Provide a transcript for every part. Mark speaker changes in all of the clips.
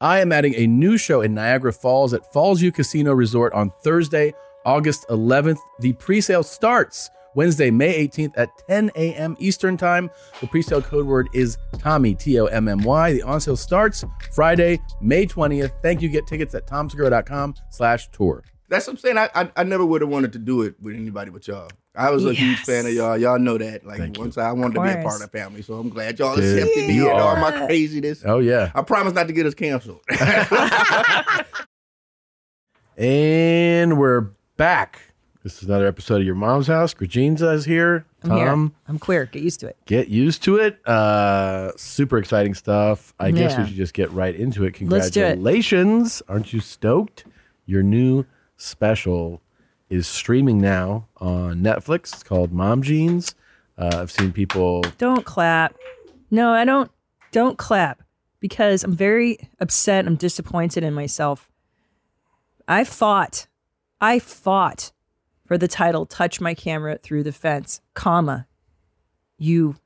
Speaker 1: I am adding a new show in Niagara Falls at Fallsview Casino Resort on Thursday, August 11th. The pre sale starts Wednesday, May 18th at 10 a.m. Eastern Time. The pre sale code word is Tommy, T O M M Y. The on sale starts Friday, May 20th. Thank you. Get tickets at tomsegura.com slash tour.
Speaker 2: That's what I'm saying. I I, I never would have wanted to do it with anybody but y'all. I was a huge
Speaker 3: Yes.
Speaker 2: fan of y'all. Y'all know that. Like
Speaker 1: Thank you.
Speaker 2: once I wanted to be a
Speaker 3: course.
Speaker 2: part of the family, so I'm glad y'all
Speaker 1: Dude,
Speaker 2: accepted me
Speaker 1: you
Speaker 2: and all
Speaker 1: are.
Speaker 2: my craziness.
Speaker 1: Oh, yeah.
Speaker 2: I promise not to get us canceled.
Speaker 1: And we're back. This is another episode of Your Mom's House. Regina is here.
Speaker 3: I'm
Speaker 1: Tom,
Speaker 3: here. I'm queer. Get used to it.
Speaker 1: get used to it. Uh, super exciting stuff. I guess we
Speaker 3: Yeah.
Speaker 1: should just get right into it.
Speaker 3: Let's do it.
Speaker 1: Congratulations. Aren't you stoked? Your new special is streaming now on Netflix. It's called Mom Jeans. Uh, I've seen people.
Speaker 3: Don't clap. No, I don't. Don't clap because I'm very upset. I'm disappointed in myself. I fought. I fought for the title "Touch My Camera Through the Fence," comma, you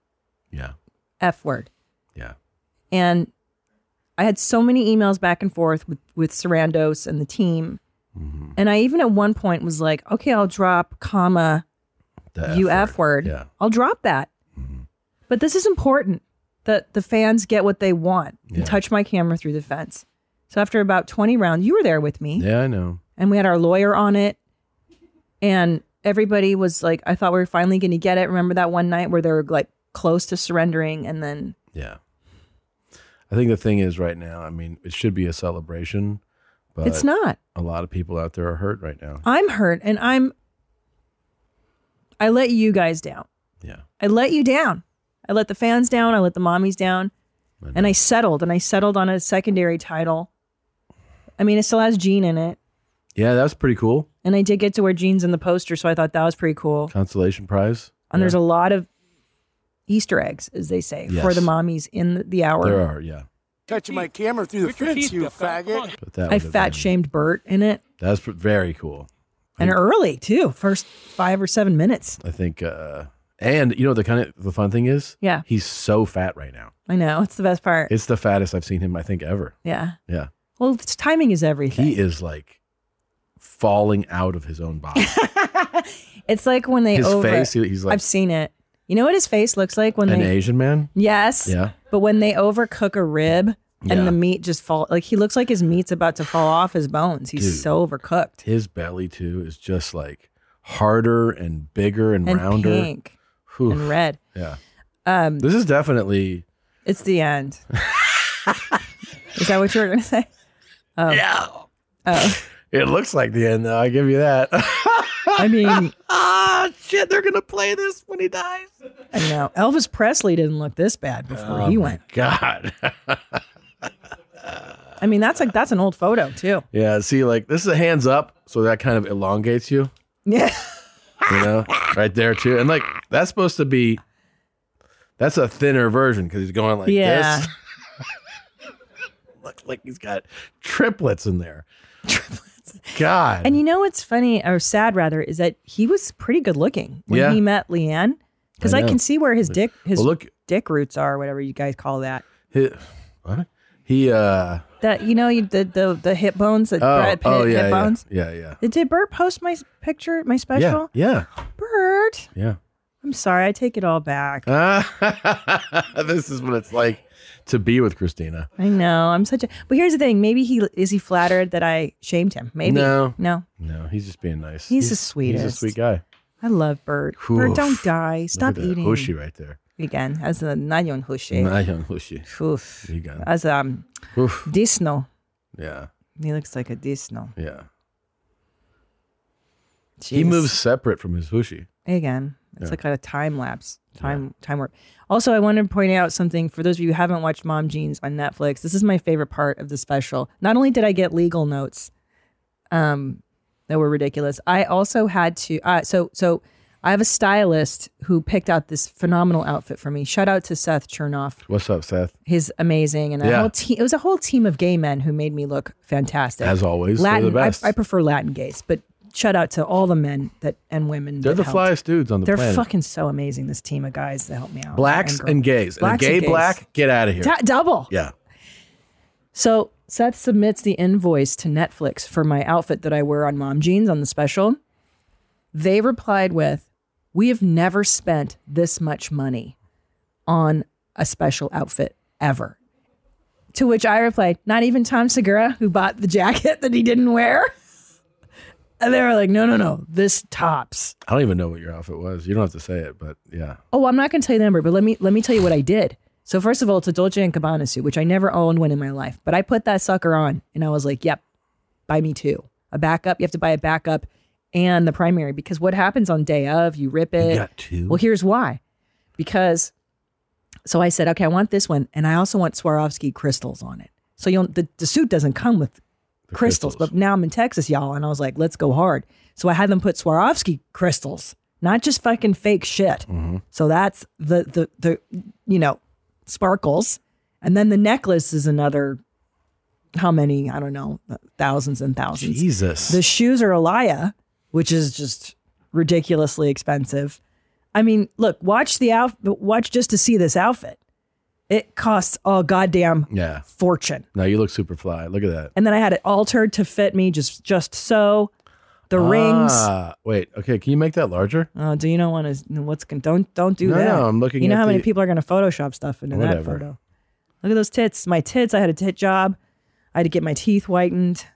Speaker 1: Yeah.
Speaker 3: f word.
Speaker 1: Yeah.
Speaker 3: and I had so many emails back and forth with with Sarandos and the team. And I even at one point was like, okay, I'll drop comma
Speaker 1: The
Speaker 3: you F word.
Speaker 1: Yeah.
Speaker 3: I'll drop that.
Speaker 1: Mm-hmm.
Speaker 3: But this is important that the fans get what they want.
Speaker 1: Yeah.
Speaker 3: And touch my camera through the fence. So after about 20 rounds, you were there with me
Speaker 1: Yeah, I know.
Speaker 3: and we had our lawyer on it. And everybody was like, I thought we were finally going to get it. Remember that one night where they were like close to surrendering and then
Speaker 1: Yeah. I think the thing is right now, I mean, it should be a celebration, but
Speaker 3: it's not. Oh.
Speaker 1: a lot of people out there are hurt right now.
Speaker 3: I'm hurt and I'm I let you guys down.
Speaker 1: Yeah.
Speaker 3: I let you down. I let the fans down, I let the mommies down,
Speaker 1: I
Speaker 3: and I settled and I settled on a secondary title. I mean, it still has Gene in it,
Speaker 1: Yeah, that's pretty cool.
Speaker 3: and I did get to wear jeans in the poster, so I thought that was pretty cool.
Speaker 1: Consolation prize.
Speaker 3: And there's
Speaker 1: Yeah.
Speaker 3: a lot of Easter eggs, as they say, for
Speaker 1: Yes.
Speaker 3: the mommies in the, the hour.
Speaker 1: There are, yeah.
Speaker 4: Touching my camera through the fence, you faggot.
Speaker 1: But that
Speaker 3: I
Speaker 1: would've
Speaker 3: fat
Speaker 1: been-
Speaker 3: shamed Bert in it,
Speaker 1: That's pr- very cool.
Speaker 3: and early too, first five or seven minutes.
Speaker 1: I think uh and you know the kind of the fun thing is?
Speaker 3: Yeah.
Speaker 1: He's so fat right now.
Speaker 3: I know it's the best part.
Speaker 1: It's the fattest I've seen him I think ever.
Speaker 3: yeah.
Speaker 1: Yeah.
Speaker 3: Well, it's, timing is everything.
Speaker 1: He is like falling out of his own body.
Speaker 3: It's like when they
Speaker 1: his
Speaker 3: over.
Speaker 1: face, he- he's like
Speaker 3: I've seen it. You know what his face looks like when
Speaker 1: an
Speaker 3: they
Speaker 1: Asian man.
Speaker 3: yes,
Speaker 1: Yeah.
Speaker 3: but when they overcook a rib
Speaker 1: Yeah.
Speaker 3: and the meat just fall like he looks like his meat's about to fall off his bones. He's
Speaker 1: Dude.
Speaker 3: so overcooked
Speaker 1: His belly too is just like harder and bigger and,
Speaker 3: and
Speaker 1: rounder.
Speaker 3: pink
Speaker 1: Whew.
Speaker 3: and red.
Speaker 1: Yeah.
Speaker 3: Um,
Speaker 1: This is definitely
Speaker 3: it's the end. Is that what you were gonna say?
Speaker 1: Yeah.
Speaker 3: Oh,
Speaker 1: It looks like the end, though. I give you that.
Speaker 3: I mean,
Speaker 1: ah, shit! They're gonna play this when he dies.
Speaker 3: I don't know Elvis Presley didn't look this bad before he went.
Speaker 1: Oh God.
Speaker 3: I mean, that's like that's an old photo too.
Speaker 1: yeah. See, like this is a hands up, so that kind of elongates you.
Speaker 3: Yeah,
Speaker 1: You know, right there too, and like that's supposed to be. That's a thinner version because he's going like
Speaker 3: Yeah.
Speaker 1: this. Looks like he's got triplets in there. Triplets. God.
Speaker 3: and you know what's funny or sad rather is that he was pretty good looking when
Speaker 1: Yeah.
Speaker 3: he met Leanne because
Speaker 1: I
Speaker 3: I,
Speaker 1: know.
Speaker 3: can see where his dick his
Speaker 1: well, look.
Speaker 3: dick roots are, whatever you guys call that.
Speaker 1: He, what? He. Uh,
Speaker 3: That you know, you, the the the hip bones that
Speaker 1: oh,
Speaker 3: Brad Pitt
Speaker 1: oh, yeah,
Speaker 3: hip
Speaker 1: yeah,
Speaker 3: bones.
Speaker 1: yeah, yeah.
Speaker 3: Did Bert post my s- picture, my
Speaker 1: Yeah,
Speaker 3: special?
Speaker 1: yeah,
Speaker 3: Bert,
Speaker 1: yeah.
Speaker 3: I'm sorry, I take it all back.
Speaker 1: Uh, Ah, this is what it's like to be with Christina.
Speaker 3: I know I'm such a. But here's the thing: maybe he is he flattered that I shamed him. Maybe
Speaker 1: No.
Speaker 3: no.
Speaker 1: No, he's just being nice.
Speaker 3: He's the
Speaker 1: He's a
Speaker 3: sweetest.
Speaker 1: sweet guy.
Speaker 3: I love Bert.
Speaker 1: Oof.
Speaker 3: Bert, don't die.
Speaker 1: Look
Speaker 3: Stop
Speaker 1: at that
Speaker 3: eating
Speaker 1: Hushy right there.
Speaker 3: again. As a nayon hushy.
Speaker 1: My young Hushy.
Speaker 3: Oof.
Speaker 1: You got it.
Speaker 3: As um
Speaker 1: Oof.
Speaker 3: disno.
Speaker 1: Yeah,
Speaker 3: He looks like a disno.
Speaker 1: yeah. He
Speaker 3: Jeez.
Speaker 1: moves separate from his Hushy.
Speaker 3: again it's
Speaker 1: Yeah.
Speaker 3: like a time lapse time time warp also i wanted to point out something for those of you who haven't watched mom jeans on netflix this is my favorite part of the special not only did i get legal notes um that were ridiculous i also had to uh, so so i have a stylist who picked out this phenomenal outfit for me shout out to seth chernoff
Speaker 1: What's up, Seth?
Speaker 3: his amazing and a
Speaker 1: Yeah.
Speaker 3: whole team it was a whole team of gay men who made me look fantastic
Speaker 1: As always,
Speaker 3: latin
Speaker 1: they're the best.
Speaker 3: I, I prefer latin gays but shout out to all the men that and women
Speaker 1: they're
Speaker 3: that
Speaker 1: the
Speaker 3: helped.
Speaker 1: flyest dudes on the
Speaker 3: They're
Speaker 1: planet.
Speaker 3: fucking so amazing. This team of guys that helped me out.
Speaker 1: Blacks
Speaker 3: girls.
Speaker 1: and, gays. And a
Speaker 3: Blacks
Speaker 1: gay
Speaker 3: and gays.
Speaker 1: black, get out of here.
Speaker 3: Ta- double.
Speaker 1: yeah.
Speaker 3: So Seth submits the invoice to Netflix for my outfit that I wear on Mom Jeans on the special. They replied with, We have never spent this much money on a special outfit ever. To which I replied, Not even Tom Segura, who bought the jacket that he didn't wear. And they were like, No, no, no, this tops.
Speaker 1: I don't even know what your outfit was. You don't have to say it, but yeah.
Speaker 3: Oh, I'm not going to tell you the number, but let me let me tell you what I did. So first of all, it's a Dolce and Gabbana suit, which I never owned one in my life, but I put that sucker on, and I was like, "Yep, buy me two. A backup. You have to buy a backup and the primary because what happens on day of, you rip it.
Speaker 1: got two?
Speaker 3: Well, here's why, because so I said, okay, I want this one, and I also want Swarovski crystals on it. So you'll the, the suit doesn't come with crystals,
Speaker 1: crystals.
Speaker 3: but now I'm in Texas, y'all, and I was like, let's go hard. So I had them put Swarovski crystals, not just fucking fake shit. So that's the the the you know sparkles, and then the necklace is another how many I don't know thousands and thousands.
Speaker 1: Jesus.
Speaker 3: The shoes are Alaya, which is just ridiculously expensive. I mean, look, watch the out, watch just to see this outfit. It costs a goddamn
Speaker 1: yeah.
Speaker 3: fortune.
Speaker 1: No, you look super fly. Look at that.
Speaker 3: And then I had it altered to fit me just just so. The rings.
Speaker 1: Ah, wait. Okay. Can you make that larger?
Speaker 3: Oh, do you not want to? What's gonna? Don't don't do
Speaker 1: No,
Speaker 3: that.
Speaker 1: no, I'm looking
Speaker 3: You know
Speaker 1: at
Speaker 3: how many
Speaker 1: the-
Speaker 3: people are gonna Photoshop stuff into that
Speaker 1: Whatever.
Speaker 3: photo? Look at those tits. My tits. I had a tit job. I had to get my teeth whitened.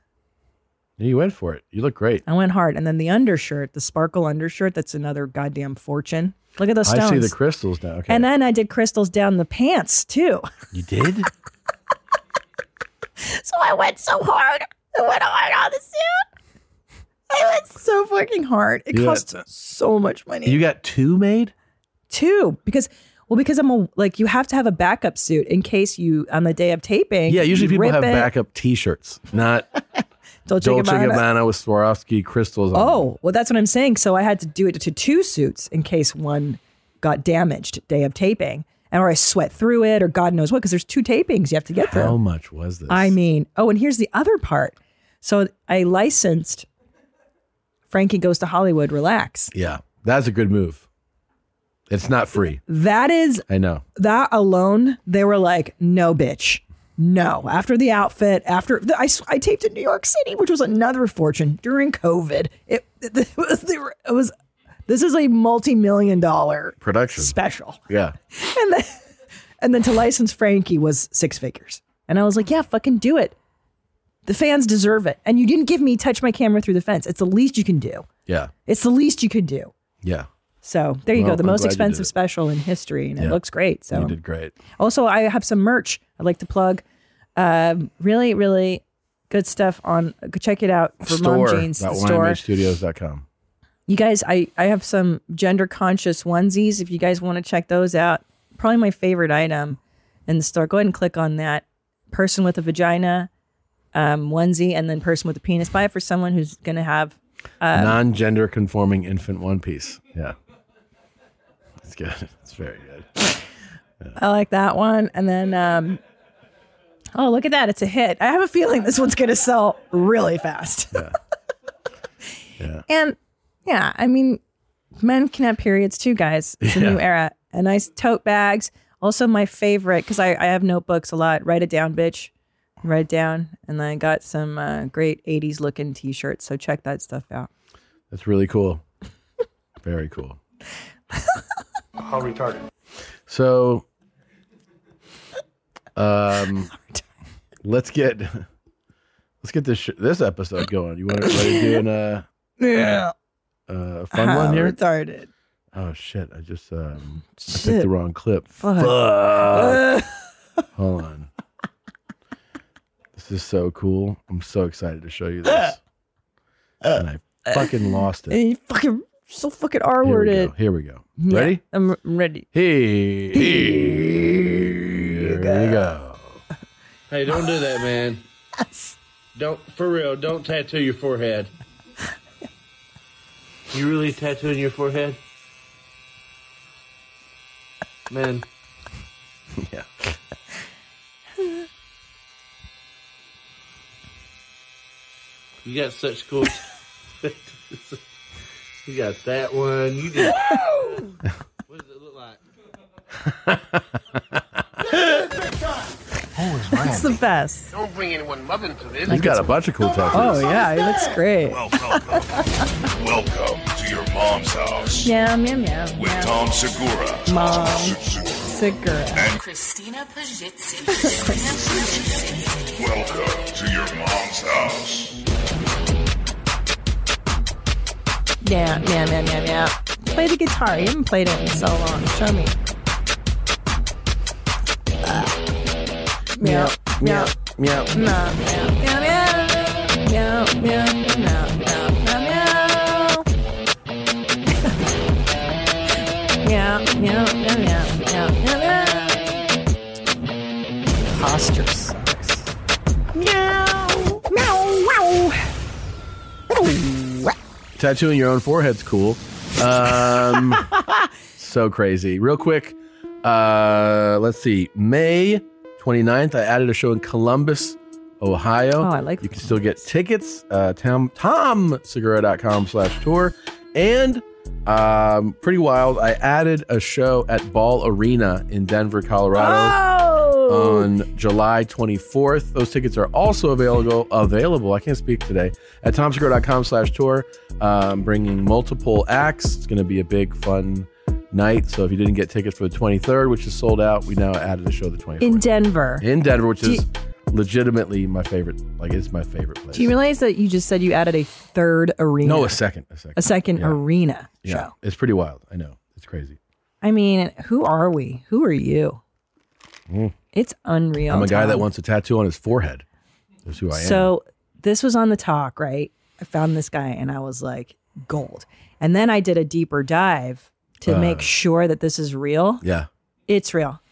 Speaker 1: You went for it. You look great.
Speaker 3: I went hard. And then the undershirt, the sparkle undershirt, that's another goddamn fortune. Look at those stones.
Speaker 1: I see the crystals now. Okay.
Speaker 3: and uh, then I did crystals down the pants too.
Speaker 1: you did?
Speaker 3: So I went so hard. I went hard on the suit. I went so fucking hard. It
Speaker 1: Yeah.
Speaker 3: cost so much money.
Speaker 1: You got two made?
Speaker 3: too. Because well, because I'm a like you have to have a backup suit in case you on the day of taping.
Speaker 1: Yeah. Usually
Speaker 3: you
Speaker 1: people
Speaker 3: rip
Speaker 1: have
Speaker 3: it,
Speaker 1: backup t shirts, not
Speaker 3: Dolce,
Speaker 1: Dolce
Speaker 3: Gabbana.
Speaker 1: Gabbana with Swarovski crystals on it.
Speaker 3: Oh, well, that's what I'm saying. So I had to do it to two suits in case one got damaged day of taping, and or I sweat through it, or God knows what, because there's two tapings you have to get through.
Speaker 1: How much was this?
Speaker 3: I mean, oh, and here's the other part. So I licensed Frankie Goes to Hollywood Relax.
Speaker 1: yeah, that's a good move. It's not free.
Speaker 3: That is
Speaker 1: I know.
Speaker 3: that alone, they were like, no, bitch. No. After the outfit, after the, I, s- I taped in New York City, which was another fortune during COVID. It, it, was, they were, it was, this is a multi million dollar
Speaker 1: Production.
Speaker 3: special.
Speaker 1: Yeah.
Speaker 3: And then, and then to license Frankie was six figures. And I was like, yeah, fucking do it. The fans deserve it. And you didn't give me touch my camera through the fence. It's the least you can do.
Speaker 1: Yeah.
Speaker 3: It's the least you could do.
Speaker 1: Yeah.
Speaker 3: So there you
Speaker 1: Well,
Speaker 3: go. The
Speaker 1: I'm
Speaker 3: most
Speaker 1: glad you did
Speaker 3: expensive
Speaker 1: it.
Speaker 3: special in history. And
Speaker 1: Yeah.
Speaker 3: it looks great. So
Speaker 1: You did great.
Speaker 3: also, I have some merch I'd like to plug. Um, really, really good stuff on. go Check it out for
Speaker 1: Store.
Speaker 3: Mom Jeans. The
Speaker 1: dot
Speaker 3: store.
Speaker 1: YMHstudios.com.
Speaker 3: You guys, I I have some gender conscious onesies. If you guys want to check those out, probably my favorite item in the store. Go ahead and click on that. Person with a vagina um, onesie, and then person with a penis. Buy it for someone who's going to have. Uh,
Speaker 1: Non gender conforming infant one piece. Yeah. It's good. It's very good.
Speaker 3: I like that one, and then. Um, Oh, look at that. It's a hit. I have a feeling this one's going to sell really fast. And yeah, I mean, men can have periods too, guys. It's a new era. And nice tote bags. Also, my favorite, because I, I have notebooks a lot. Write it down, bitch. Write it down. And I got some uh, great 80s looking t shirts. So check that stuff out.
Speaker 1: That's really cool. Very cool. How retarded. So um let's get let's get this sh- this episode going. You want to do an uh
Speaker 3: Yeah.
Speaker 1: a fun
Speaker 3: Ah,
Speaker 1: one here?
Speaker 3: Retarded.
Speaker 1: Oh shit! I just um, I picked
Speaker 3: Shit.
Speaker 1: the wrong clip.
Speaker 3: Fuck.
Speaker 1: Fuck. Hold on. This is so cool. I'm so excited to show you this. And I fucking lost it.
Speaker 3: And you fucking so fucking R
Speaker 1: Here we go.
Speaker 3: worded.
Speaker 1: Here we go. Ready?
Speaker 3: I'm ready.
Speaker 1: Hey. Here we go.
Speaker 5: Hey, don't do that, man. Don't, for real, don't tattoo your forehead. You really tattooing your forehead? Man.
Speaker 1: Yeah.
Speaker 5: You got such cool. you got that one. You did. what does it look like?
Speaker 4: Who is my
Speaker 3: It's the best.
Speaker 6: Don't bring anyone mother into this.
Speaker 1: He's got a bunch of cool tattoos.
Speaker 3: Oh yeah, he looks great.
Speaker 7: Welcome. Welcome to your mom's house
Speaker 3: Yeah, meow, meow,
Speaker 7: with
Speaker 3: meow.
Speaker 7: Tom Segura.
Speaker 3: Mom. Cigarette.
Speaker 8: Christina Pajitsin. Christina Pajitsin.
Speaker 7: Welcome to your mom's house.
Speaker 3: Yeah, meow, meow, meow, meow. Play the guitar. You haven't played it in so long. Show me. Meow, meow,
Speaker 1: Meow.
Speaker 3: meow, meow, meow, meow, meow, meow, meow, meow, meow. Meow, meow, meow, meow, meow, meow, meow. Posture sucks. Meow, meow, wow.
Speaker 1: Tattooing your own forehead's cool. Um, so crazy. Real quick, uh, let's see. May 29th, I added a show in Columbus, Ohio.
Speaker 3: Oh, I like
Speaker 1: You can still get tickets. Uh, tom, tomsegura.com slash tour. And um, pretty wild, I added a show at Ball Arena in Denver, Colorado.
Speaker 3: Ah! Oh!
Speaker 1: on July 24th. Those tickets are also available. Available. I can't speak today at tomsegura.com slash tour. Um, bringing multiple acts. It's going to be a big fun night. So if you didn't get tickets for the 23rd, which is sold out, we now added a show the 24th
Speaker 3: In Denver.
Speaker 1: in Denver, which
Speaker 3: Do
Speaker 1: is legitimately my favorite. Like it's my favorite place.
Speaker 3: Do you realize that you just said you added a third arena?
Speaker 1: No, a second. A second.
Speaker 3: a second
Speaker 1: Yeah.
Speaker 3: arena
Speaker 1: yeah,
Speaker 3: show.
Speaker 1: it's pretty wild. I know. It's crazy.
Speaker 3: I mean, who are we? Who are you?
Speaker 1: Mm.
Speaker 3: It's unreal.
Speaker 1: I'm a guy
Speaker 3: Tom.
Speaker 1: that wants a tattoo on his forehead. That's who I am.
Speaker 3: So this was on the talk, right? I found this guy and I was like, gold. And then I did a deeper dive
Speaker 1: Uh.
Speaker 3: to make sure that this is real.
Speaker 1: yeah.
Speaker 3: It's real.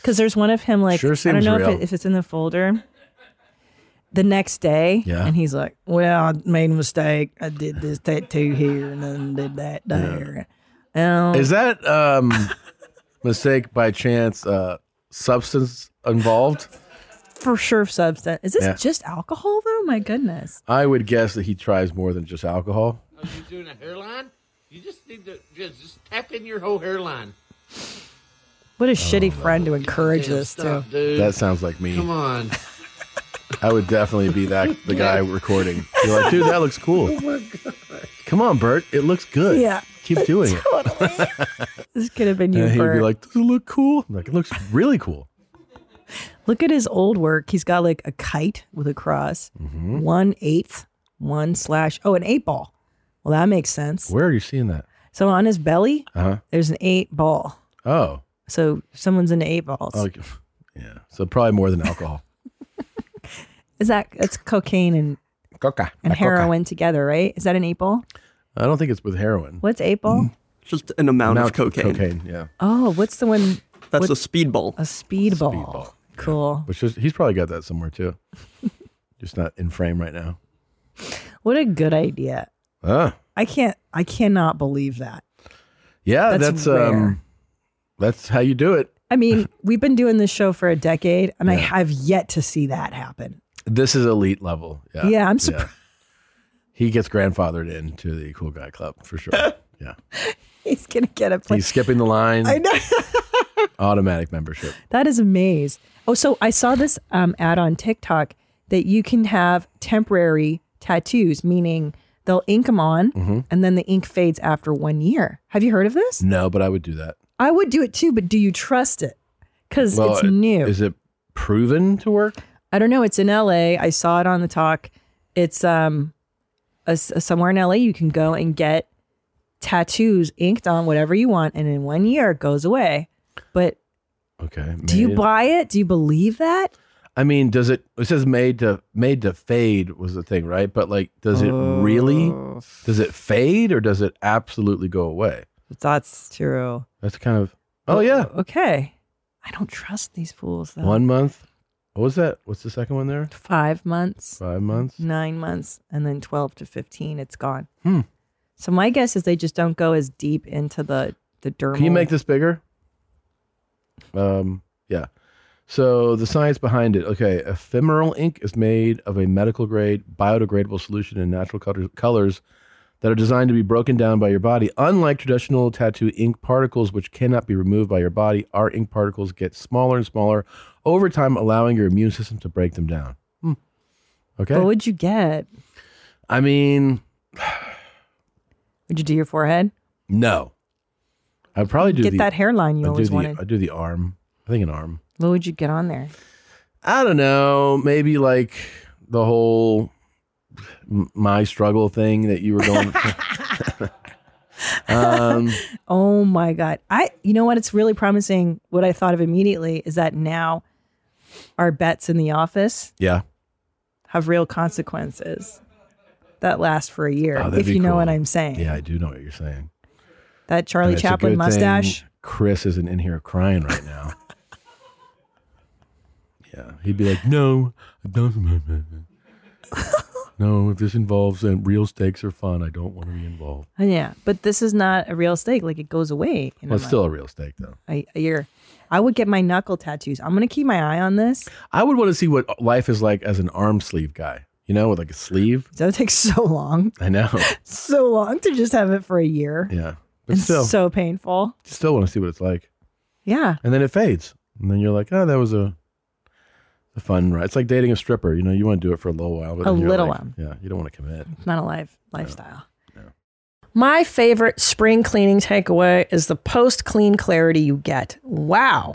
Speaker 3: Because there's one of him, like, I
Speaker 1: Sure
Speaker 3: don't
Speaker 1: seems
Speaker 3: know
Speaker 1: real.
Speaker 3: If, it, if it's in the folder. The next day,
Speaker 1: Yeah.
Speaker 3: and he's like, Well, I made a mistake. I did this tattoo here and then did that there. Um,
Speaker 1: Is that um mistake by chance uh substance involved?
Speaker 3: for sure substance. Is this
Speaker 1: Yeah.
Speaker 3: just alcohol though? My goodness.
Speaker 1: I would guess that he tries more than just alcohol.
Speaker 6: Are
Speaker 5: Oh,
Speaker 6: you doing a hairline? You just need to just, just tap in your whole hairline.
Speaker 3: What a
Speaker 1: Oh,
Speaker 3: shitty friend to encourage
Speaker 6: Damn,
Speaker 3: this to.
Speaker 6: stop, dude.
Speaker 1: That sounds like
Speaker 6: Come
Speaker 1: me.
Speaker 6: on.
Speaker 1: I would definitely be that the guy recording. You're like, dude, that looks
Speaker 6: Oh
Speaker 1: cool. Come on, Bert. It looks good.
Speaker 3: Yeah.
Speaker 1: Keep doing it.
Speaker 3: This could have been you,
Speaker 1: And he'd be
Speaker 3: Bert.
Speaker 1: like, does it look cool? I'm like, it looks really cool.
Speaker 3: Look at his old work. He's got like a kite with a cross,
Speaker 1: Mm-hmm.
Speaker 3: one eighth, one slash, oh, an eight ball. Well, that makes sense.
Speaker 1: Where are you seeing that?
Speaker 3: So on his belly,
Speaker 1: Uh-huh.
Speaker 3: there's an eight ball.
Speaker 1: Oh.
Speaker 3: So someone's into eight balls.
Speaker 1: oh, yeah. So probably more than alcohol.
Speaker 3: Is that that's cocaine and,
Speaker 1: Coca.
Speaker 3: and
Speaker 1: La coca.
Speaker 3: heroin together, right? Is that an eight ball?
Speaker 1: I don't think it's with heroin.
Speaker 3: What's eight ball?
Speaker 1: Mm.
Speaker 9: Just an amount,
Speaker 1: Amount
Speaker 9: of cocaine.
Speaker 1: Cocaine, yeah.
Speaker 3: Oh, what's the one?
Speaker 9: That's
Speaker 3: What-
Speaker 9: a speedball.
Speaker 3: A speed ball.
Speaker 1: Speedball.
Speaker 3: Cool.
Speaker 1: Which is he's probably got that somewhere too. Just not in frame right now.
Speaker 3: What a good idea.
Speaker 1: Ah,
Speaker 3: I can't. I cannot believe that.
Speaker 1: yeah,
Speaker 3: That's
Speaker 1: that's,
Speaker 3: rare.
Speaker 1: um that's how you do it.
Speaker 3: I mean, we've been doing this show for a decade, and I
Speaker 1: Yeah.
Speaker 3: have yet to see that happen.
Speaker 1: This is elite level. Yeah.
Speaker 3: Yeah, I'm surprised.
Speaker 1: He gets grandfathered into the cool guy club for sure. yeah.
Speaker 3: He's gonna get a place.
Speaker 1: He's skipping the line,
Speaker 3: I know.
Speaker 1: automatic membership.
Speaker 3: that is a maze. Oh, so I saw this um, ad on TikTok that you can have temporary tattoos, meaning they'll ink them on,
Speaker 1: Mm-hmm.
Speaker 3: and then the ink fades after one year. Have you heard of this?
Speaker 1: No, but I would do that.
Speaker 3: I would do it too, but do you trust it? Because it's
Speaker 1: it-
Speaker 3: new.
Speaker 1: Is it proven to work?
Speaker 3: I don't know. It's in LA. I saw it on the talk. It's um, a, a- somewhere in LA you can go and get tattoos inked on whatever you want, and in one year it goes away. But
Speaker 1: Okay.
Speaker 3: do you
Speaker 1: made-
Speaker 3: buy it? Do you believe that?
Speaker 1: I mean, does it it says made to made to fade was the thing, right? But like does it really does it fade or does it absolutely go away?
Speaker 3: That's true.
Speaker 1: That's kind of Oh yeah.
Speaker 3: Okay. I don't trust these fools though.
Speaker 1: One month. What was that? What's the second one there?
Speaker 3: five months,
Speaker 1: Five months.
Speaker 3: nine months, and then twelve to fifteen, it's gone.
Speaker 1: Hmm.
Speaker 3: So my guess is they just don't go as deep into the the dermal.
Speaker 1: Can you make this bigger? Um, yeah. So the science behind it. Okay, ephemeral ink is made of a medical grade biodegradable solution in natural colors, colors that are designed to be broken down by your body. Unlike traditional tattoo ink particles, which cannot be removed by your body, our ink particles get smaller and smaller over time, allowing your immune system to break them down. Hmm. Okay.
Speaker 10: What would you get?
Speaker 1: I mean,
Speaker 10: Would you do your forehead?
Speaker 1: no. I'd probably do
Speaker 10: Get
Speaker 1: the,
Speaker 10: that hairline you
Speaker 1: I'd do
Speaker 10: always
Speaker 1: the-
Speaker 10: wanted.
Speaker 1: I'd do the arm. I think an arm.
Speaker 10: What would you get on there?
Speaker 1: I don't know. Maybe like the whole m- my struggle thing that you were going. um,
Speaker 10: Oh my god. I you know what it's really promising what I thought of immediately is that now our bets in the office
Speaker 1: yeah.
Speaker 10: have real consequences that last for a year.
Speaker 1: Oh, that'd
Speaker 10: if
Speaker 1: be
Speaker 10: you know
Speaker 1: cool.
Speaker 10: what I'm saying.
Speaker 1: Yeah, I do know what you're saying.
Speaker 10: That Charlie
Speaker 1: And it's a good
Speaker 10: Chaplin
Speaker 1: thing
Speaker 10: mustache.
Speaker 1: Chris isn't in here crying right now. yeah, he'd be like, "No, I don't. no, if this involves and real stakes are fun, I don't want to be involved."
Speaker 10: Oh, Yeah. But this is not a real steak. Like it goes away in
Speaker 1: Well,
Speaker 10: a,
Speaker 1: it's still a real stake though.
Speaker 10: month- a, a year. I would get my knuckle tattoos. I'm gonna keep my eye on this.
Speaker 1: I would want to see what life is like as an arm sleeve guy. You know, with like a sleeve.
Speaker 10: That would take so long.
Speaker 1: I know.
Speaker 10: So long to just have it for a year.
Speaker 1: Yeah, but
Speaker 10: It's
Speaker 1: still,
Speaker 10: so painful.
Speaker 1: still want to see what it's like.
Speaker 10: Yeah.
Speaker 1: And then it fades, and then you're like, "Oh, that was a." a Fun, right? It's like dating a stripper. You know, you want to do it for a little while, but
Speaker 10: A
Speaker 1: then you're
Speaker 10: little
Speaker 1: like,
Speaker 10: one.
Speaker 1: Yeah, you don't want to commit.
Speaker 10: It's not a live lifestyle.
Speaker 3: My favorite spring cleaning takeaway is the post clean clarity you get. Wow.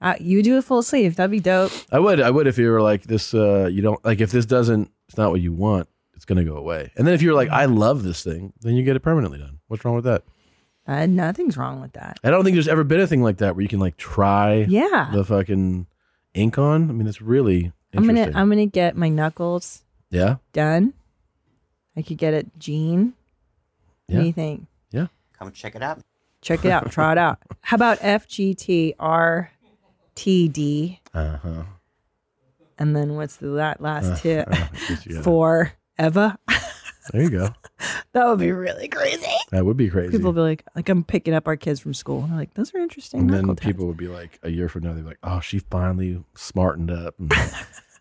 Speaker 10: Uh, you do a full sleeve. That'd be dope.
Speaker 1: I would, I would if you were like this. Uh, you don't like if this doesn't. It's not what you want. It's gonna go away. And then if you're like, I love this thing, then you get it permanently done. What's wrong with that?
Speaker 10: Uh, nothing's wrong with that.
Speaker 1: I don't think there's ever been a thing like that where you can like try
Speaker 10: Yeah.
Speaker 1: the fucking ink on. I mean, it's really
Speaker 10: I'm
Speaker 1: interesting.
Speaker 10: gonna I'm gonna get my knuckles
Speaker 1: yeah,
Speaker 10: done. I could get it jean.
Speaker 1: Yeah.
Speaker 10: What do you think?
Speaker 11: Come check it out.
Speaker 10: Check it out. Try it out. How about FGTRTD?
Speaker 1: uh huh.
Speaker 10: And then what's the la-
Speaker 1: Uh,
Speaker 10: last tip
Speaker 1: yeah.
Speaker 10: for Eva?
Speaker 1: There you go.
Speaker 10: that would be really crazy.
Speaker 1: That would be crazy.
Speaker 10: People will be like, like I'm picking up our kids from school. And they're like, those are interesting.
Speaker 1: and then
Speaker 10: knuckle tats."
Speaker 1: people would be like, a year from now, they're like, oh, she finally smartened up and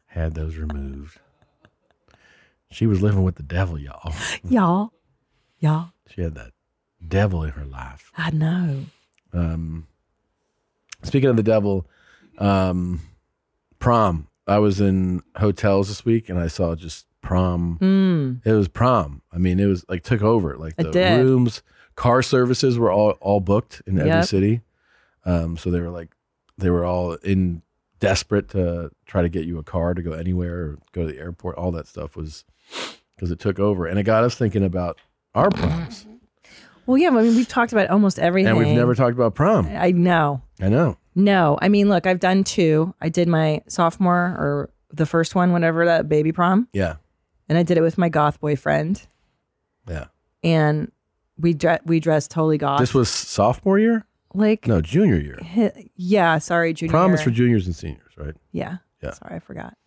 Speaker 1: had those removed. She was living with the devil, y'all.
Speaker 10: y'all, y'all,
Speaker 1: She had that devil in her life.
Speaker 10: I know.
Speaker 1: Um, speaking of the devil, um, prom I was in hotels this week and I saw just prom.
Speaker 3: Mm.
Speaker 1: It was prom. I mean, it was like took over. Like
Speaker 3: It
Speaker 1: the
Speaker 3: did.
Speaker 1: rooms, car services were all all booked in every
Speaker 3: Yep.
Speaker 1: city. Um, so they were like they were all in desperate to try to get you a car to go anywhere or go to the airport. All that stuff was because it took over and it got us thinking about our proms
Speaker 3: Well, yeah, I mean, we've talked about almost everything.
Speaker 1: and we've never talked about prom.
Speaker 3: I know.
Speaker 1: I know.
Speaker 3: No, I mean, look, I've done two. I did my sophomore or the first one, whatever that baby prom,
Speaker 1: Yeah.
Speaker 3: and I did it with my goth boyfriend,
Speaker 1: Yeah.
Speaker 3: and we dre- we dressed totally goth.
Speaker 1: This was sophomore year?
Speaker 3: like,
Speaker 1: No, junior year.
Speaker 3: hi- yeah, sorry, junior.
Speaker 1: Prom is
Speaker 3: year.
Speaker 1: for juniors and seniors, right?
Speaker 3: Yeah.
Speaker 1: Yeah.
Speaker 3: Sorry, I forgot.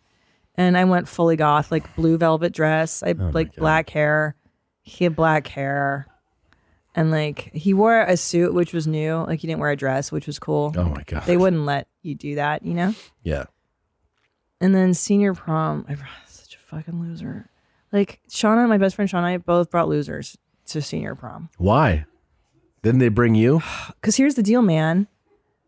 Speaker 3: And I went fully goth, like blue velvet dress. I
Speaker 1: Oh my
Speaker 3: like
Speaker 1: God.
Speaker 3: black hair. He had black hair. And like he wore a suit, which was new. Like he didn't wear a dress, which was cool.
Speaker 1: Oh my god.
Speaker 3: They wouldn't let you do that, you know?
Speaker 1: Yeah.
Speaker 3: And then senior prom, I brought such a fucking loser. Like Shauna, my best friend Shauna, both brought losers to senior prom.
Speaker 1: Why? Didn't they bring you?
Speaker 3: Because here's the deal, man.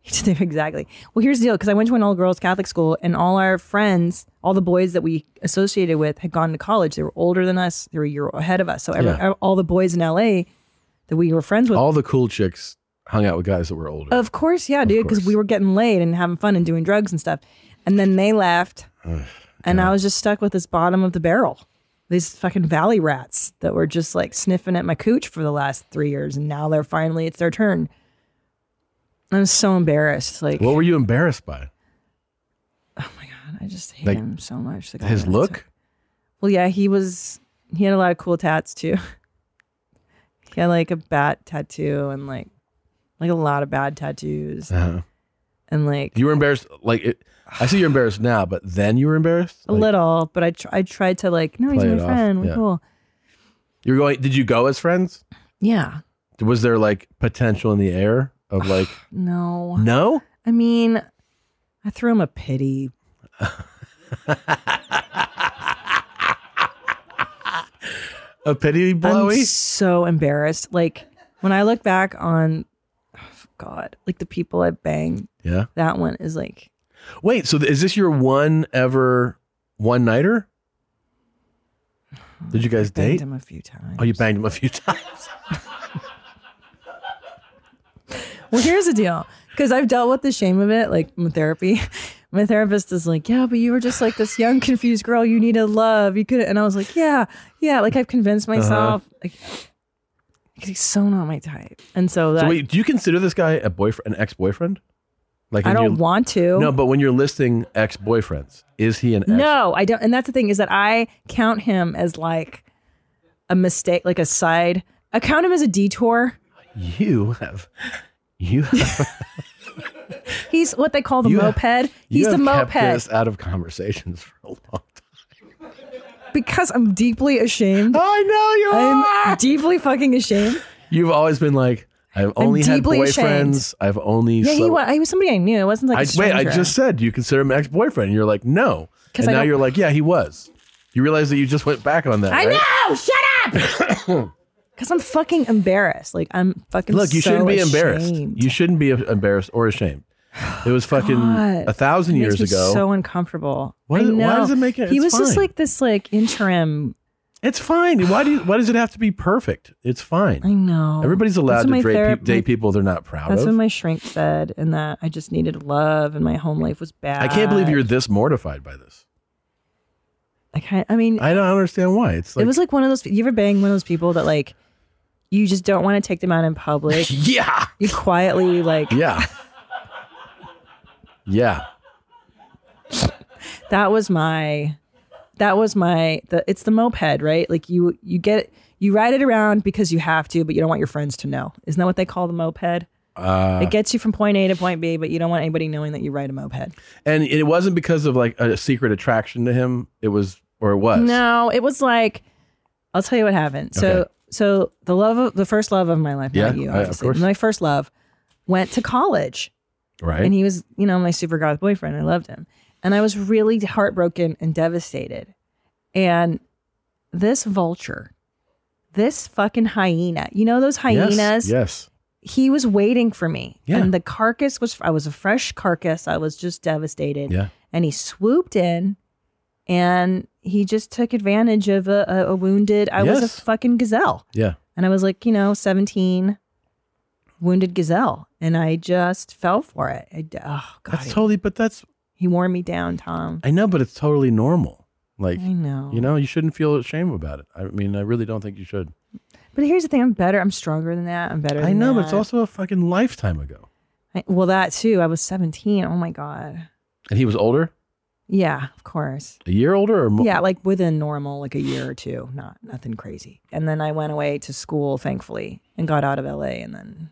Speaker 3: exactly. Well, here's the deal. Because I went to an all girls Catholic school, and all our friends, all the boys that we associated with, had gone to college. They were older than us. They were a year ahead of us. So every,
Speaker 1: Yeah.
Speaker 3: all the boys in LA that we were friends with,
Speaker 1: All the cool chicks hung out with guys that were older.
Speaker 3: of course, yeah, dude, because we were getting laid and having fun and doing drugs and stuff. And then they left, and I was just stuck with this bottom of the barrel. These fucking valley rats that were just like sniffing at my cooch for the last three years, and now they're finally it's their turn. I'm so embarrassed. Like,
Speaker 1: what were you embarrassed by?
Speaker 3: I just hate
Speaker 1: Like,
Speaker 3: him so much. The guy
Speaker 1: His
Speaker 3: that I
Speaker 1: look?
Speaker 3: took- Well, yeah, he was. He had a lot of cool tats too. he had like a bat tattoo and like like a lot of bad tattoos
Speaker 1: Uh-huh.
Speaker 3: and like
Speaker 1: You were embarrassed. Like it, I see you're embarrassed now, but then you were embarrassed.
Speaker 3: a little. But I tr- I tried to like no, he's
Speaker 1: Play
Speaker 3: my
Speaker 1: it off,
Speaker 3: friend. We're
Speaker 1: yeah.
Speaker 3: cool.
Speaker 1: You were going. Did you go as friends?
Speaker 3: Yeah.
Speaker 1: Was there like potential in the air of like
Speaker 3: No.
Speaker 1: no?
Speaker 3: I mean, I threw him a pity.
Speaker 1: A pity
Speaker 3: I'm
Speaker 1: blowy?
Speaker 3: so embarrassed. Like when I look back on, oh, God, like the people I banged.
Speaker 1: Yeah.
Speaker 3: That one is like
Speaker 1: Wait. So th- is this your one ever one nighter? Did you guys
Speaker 3: banged
Speaker 1: date?
Speaker 3: him a few times.
Speaker 1: Oh, you banged him a few times.
Speaker 3: Well, here's the deal because I've dealt with the shame of it, like in therapy. My therapist is like, Yeah, but you were just like this young, confused girl. You needed love. You could. And I was like, Yeah, yeah. Like I've convinced
Speaker 1: Uh-huh.
Speaker 3: myself. Like, he's so not my type. And so that
Speaker 1: so wait, do you consider this guy a boyfriend, an ex-boyfriend? Like
Speaker 3: I
Speaker 1: when
Speaker 3: don't
Speaker 1: you-
Speaker 3: want to.
Speaker 1: No, but when you're listing ex-boyfriends, is he an ex?
Speaker 3: No, I don't. And that's the thing is that I count him as like a mistake, like a side. I count him as a detour.
Speaker 1: You have, you have,
Speaker 3: He's what they call the
Speaker 1: You have-
Speaker 3: moped. He's
Speaker 1: you
Speaker 3: the
Speaker 1: have
Speaker 3: moped.
Speaker 1: kept this out of conversations for a long time.
Speaker 3: because I'm deeply ashamed.
Speaker 1: I know you
Speaker 3: I'm deeply fucking ashamed.
Speaker 1: You've always been like, I've only had
Speaker 3: deeply ashamed.
Speaker 1: boyfriends. I've only.
Speaker 3: Yeah, he
Speaker 1: slept-
Speaker 3: was. He was somebody I knew. It wasn't like a
Speaker 1: I, wait, I
Speaker 3: stranger.
Speaker 1: just said do you consider him ex-boyfriend. And you're like, no,
Speaker 3: 'Cause
Speaker 1: and
Speaker 3: I
Speaker 1: now
Speaker 3: don't-
Speaker 1: you're like, yeah, he was. You realize that you just went back on that.
Speaker 3: I
Speaker 1: right?
Speaker 3: know. Shut up. Because I'm fucking embarrassed. Like I'm fucking.
Speaker 1: Look, you
Speaker 3: so
Speaker 1: shouldn't be embarrassed.
Speaker 3: ashamed.
Speaker 1: You shouldn't be embarrassed or ashamed. It was fucking
Speaker 3: God.
Speaker 1: a thousand
Speaker 3: It
Speaker 1: years
Speaker 3: makes me
Speaker 1: ago.
Speaker 3: So uncomfortable.
Speaker 1: Why
Speaker 3: I
Speaker 1: does it- why
Speaker 3: know.
Speaker 1: does it make it-
Speaker 3: He
Speaker 1: it's
Speaker 3: was just
Speaker 1: fine.
Speaker 3: like this, like interim.
Speaker 1: It's fine. Why do you, why does it have to be perfect? It's fine.
Speaker 3: I know.
Speaker 1: Everybody's allowed
Speaker 3: That's what
Speaker 1: to
Speaker 3: my
Speaker 1: drape,
Speaker 3: therap-
Speaker 1: date
Speaker 3: my-
Speaker 1: people they're not proud
Speaker 3: That's
Speaker 1: of.
Speaker 3: what my shrink said, and that I just needed love, and my home life was bad.
Speaker 1: I can't believe you're this mortified by this.
Speaker 3: I, kind I mean,
Speaker 1: I don't understand why. It's like,
Speaker 3: it was like one of those. You ever bang one of those people that like, you just don't want to take them out in public.
Speaker 1: yeah,
Speaker 3: you quietly like.
Speaker 1: yeah, yeah.
Speaker 3: that was my that was my the it's the moped right like you you get you ride it around because you have to but you don't want your friends to know isn't that what they call the moped
Speaker 1: Uh,
Speaker 3: it gets you from point a to point b but you don't want anybody knowing that you ride a moped
Speaker 1: and it wasn't because of like a secret attraction to him. It was, or it was.
Speaker 3: no it was like i'll tell you what happened so
Speaker 1: Okay.
Speaker 3: so the love of the first love of my life not
Speaker 1: Yeah,
Speaker 3: you
Speaker 1: I- of
Speaker 3: obviously
Speaker 1: course.
Speaker 3: my first love went to college
Speaker 1: right?
Speaker 3: and he was you know my super goth boyfriend i loved him and i was really heartbroken and devastated and this vulture this fucking hyena you know those hyenas
Speaker 1: Yes, yes.
Speaker 3: he was waiting for me
Speaker 1: Yeah.
Speaker 3: and the carcass was i was a fresh carcass i was just devastated
Speaker 1: Yeah.
Speaker 3: and he swooped in and he just took advantage of a, a, a wounded, I was
Speaker 1: Yes.
Speaker 3: a fucking gazelle.
Speaker 1: Yeah.
Speaker 3: And I was like, you know, 17, wounded gazelle. And I just fell for it. I, d- oh, God.
Speaker 1: That's totally, but that's.
Speaker 3: He wore me down, Tom.
Speaker 1: I know, but it's totally normal. Like
Speaker 3: I know.
Speaker 1: You know, you shouldn't feel ashamed about it. I mean, I really don't think you should.
Speaker 3: But here's the thing I'm better. I'm stronger than that. I'm better
Speaker 1: I
Speaker 3: than
Speaker 1: know, but it's
Speaker 3: that.
Speaker 1: also a fucking lifetime ago.
Speaker 3: I- well, that too. I was 17. Oh, my God.
Speaker 1: And he was older,
Speaker 3: Yeah, of course.
Speaker 1: a year older, or more.
Speaker 3: Yeah, like within normal, like a year or two, not nothing crazy. And then I went away to school, thankfully, and got out of LA, and then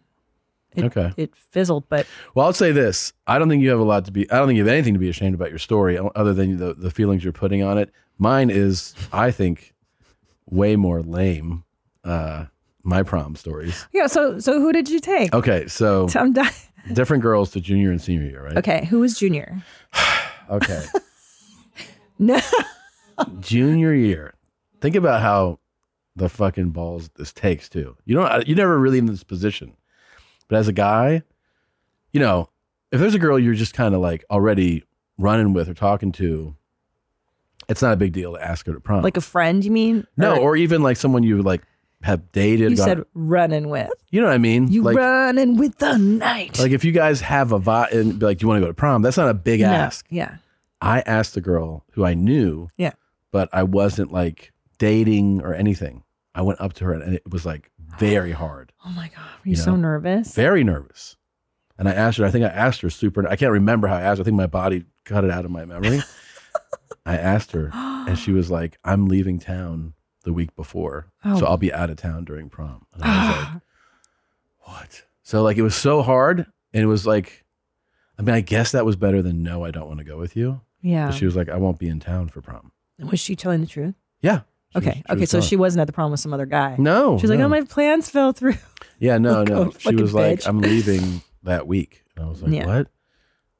Speaker 3: it,
Speaker 1: Okay.
Speaker 3: it fizzled. But
Speaker 1: Well, I'll say this: I don't think you have a lot to be. I don't think you have anything to be ashamed about your story, o- other than the the feelings you're putting on it. Mine is, I think, way more lame. Uh, my prom stories.
Speaker 3: yeah, so so who did you take?
Speaker 1: Okay, so
Speaker 3: Tom Di-
Speaker 1: different girls to junior and senior year, right?
Speaker 3: Okay, who was junior?
Speaker 1: Okay.
Speaker 3: No,
Speaker 1: junior year. Think about how the fucking balls this takes too. You don't. You're never really in this position, but as a guy, you know, if there's a girl you're just kind of like already running with or talking to, it's not a big deal to ask her to prom.
Speaker 3: like a friend, you mean?
Speaker 1: no, or even like someone you like have dated.
Speaker 3: you
Speaker 1: gone-
Speaker 3: said running with
Speaker 1: you know what I mean?
Speaker 3: you
Speaker 1: like,
Speaker 3: running with the night.
Speaker 1: like if you guys have a vibe and be like, do you want to go to prom? That's not a big
Speaker 3: No,
Speaker 1: ask.
Speaker 3: Yeah,
Speaker 1: I asked the girl who I knew.
Speaker 3: Yeah.
Speaker 1: But I wasn't like dating or anything. I went up to her and it was like very hard,
Speaker 3: Oh my god, were you,
Speaker 1: You
Speaker 3: so
Speaker 1: know?
Speaker 3: nervous?
Speaker 1: very nervous. And I asked her, I think I asked her super, I can't remember how I asked. her. I think my body cut it out of my memory. I asked her and she was like, I'm leaving town the week before.
Speaker 7: Oh.
Speaker 1: So I'll be out of town during prom. And I was like, what? So like it was so hard and it was like, I mean, I guess that was better than no, I don't want to go with you.
Speaker 3: Yeah.
Speaker 1: But she was like, I won't be in town for prom.
Speaker 3: Was she telling the truth?
Speaker 1: Yeah. She
Speaker 3: Okay,
Speaker 1: was- she
Speaker 3: okay,
Speaker 1: was
Speaker 3: so
Speaker 1: telling.
Speaker 3: she wasn't at the prom with some other guy.
Speaker 1: No,
Speaker 3: she's like,
Speaker 1: no.
Speaker 3: oh, my plans fell through.
Speaker 1: Yeah, no,
Speaker 3: Like,
Speaker 1: no.
Speaker 3: oh,
Speaker 1: She was
Speaker 3: fucking
Speaker 1: like,
Speaker 3: bitch.
Speaker 1: I'm leaving that week. And I was like,
Speaker 3: Yeah.
Speaker 1: What?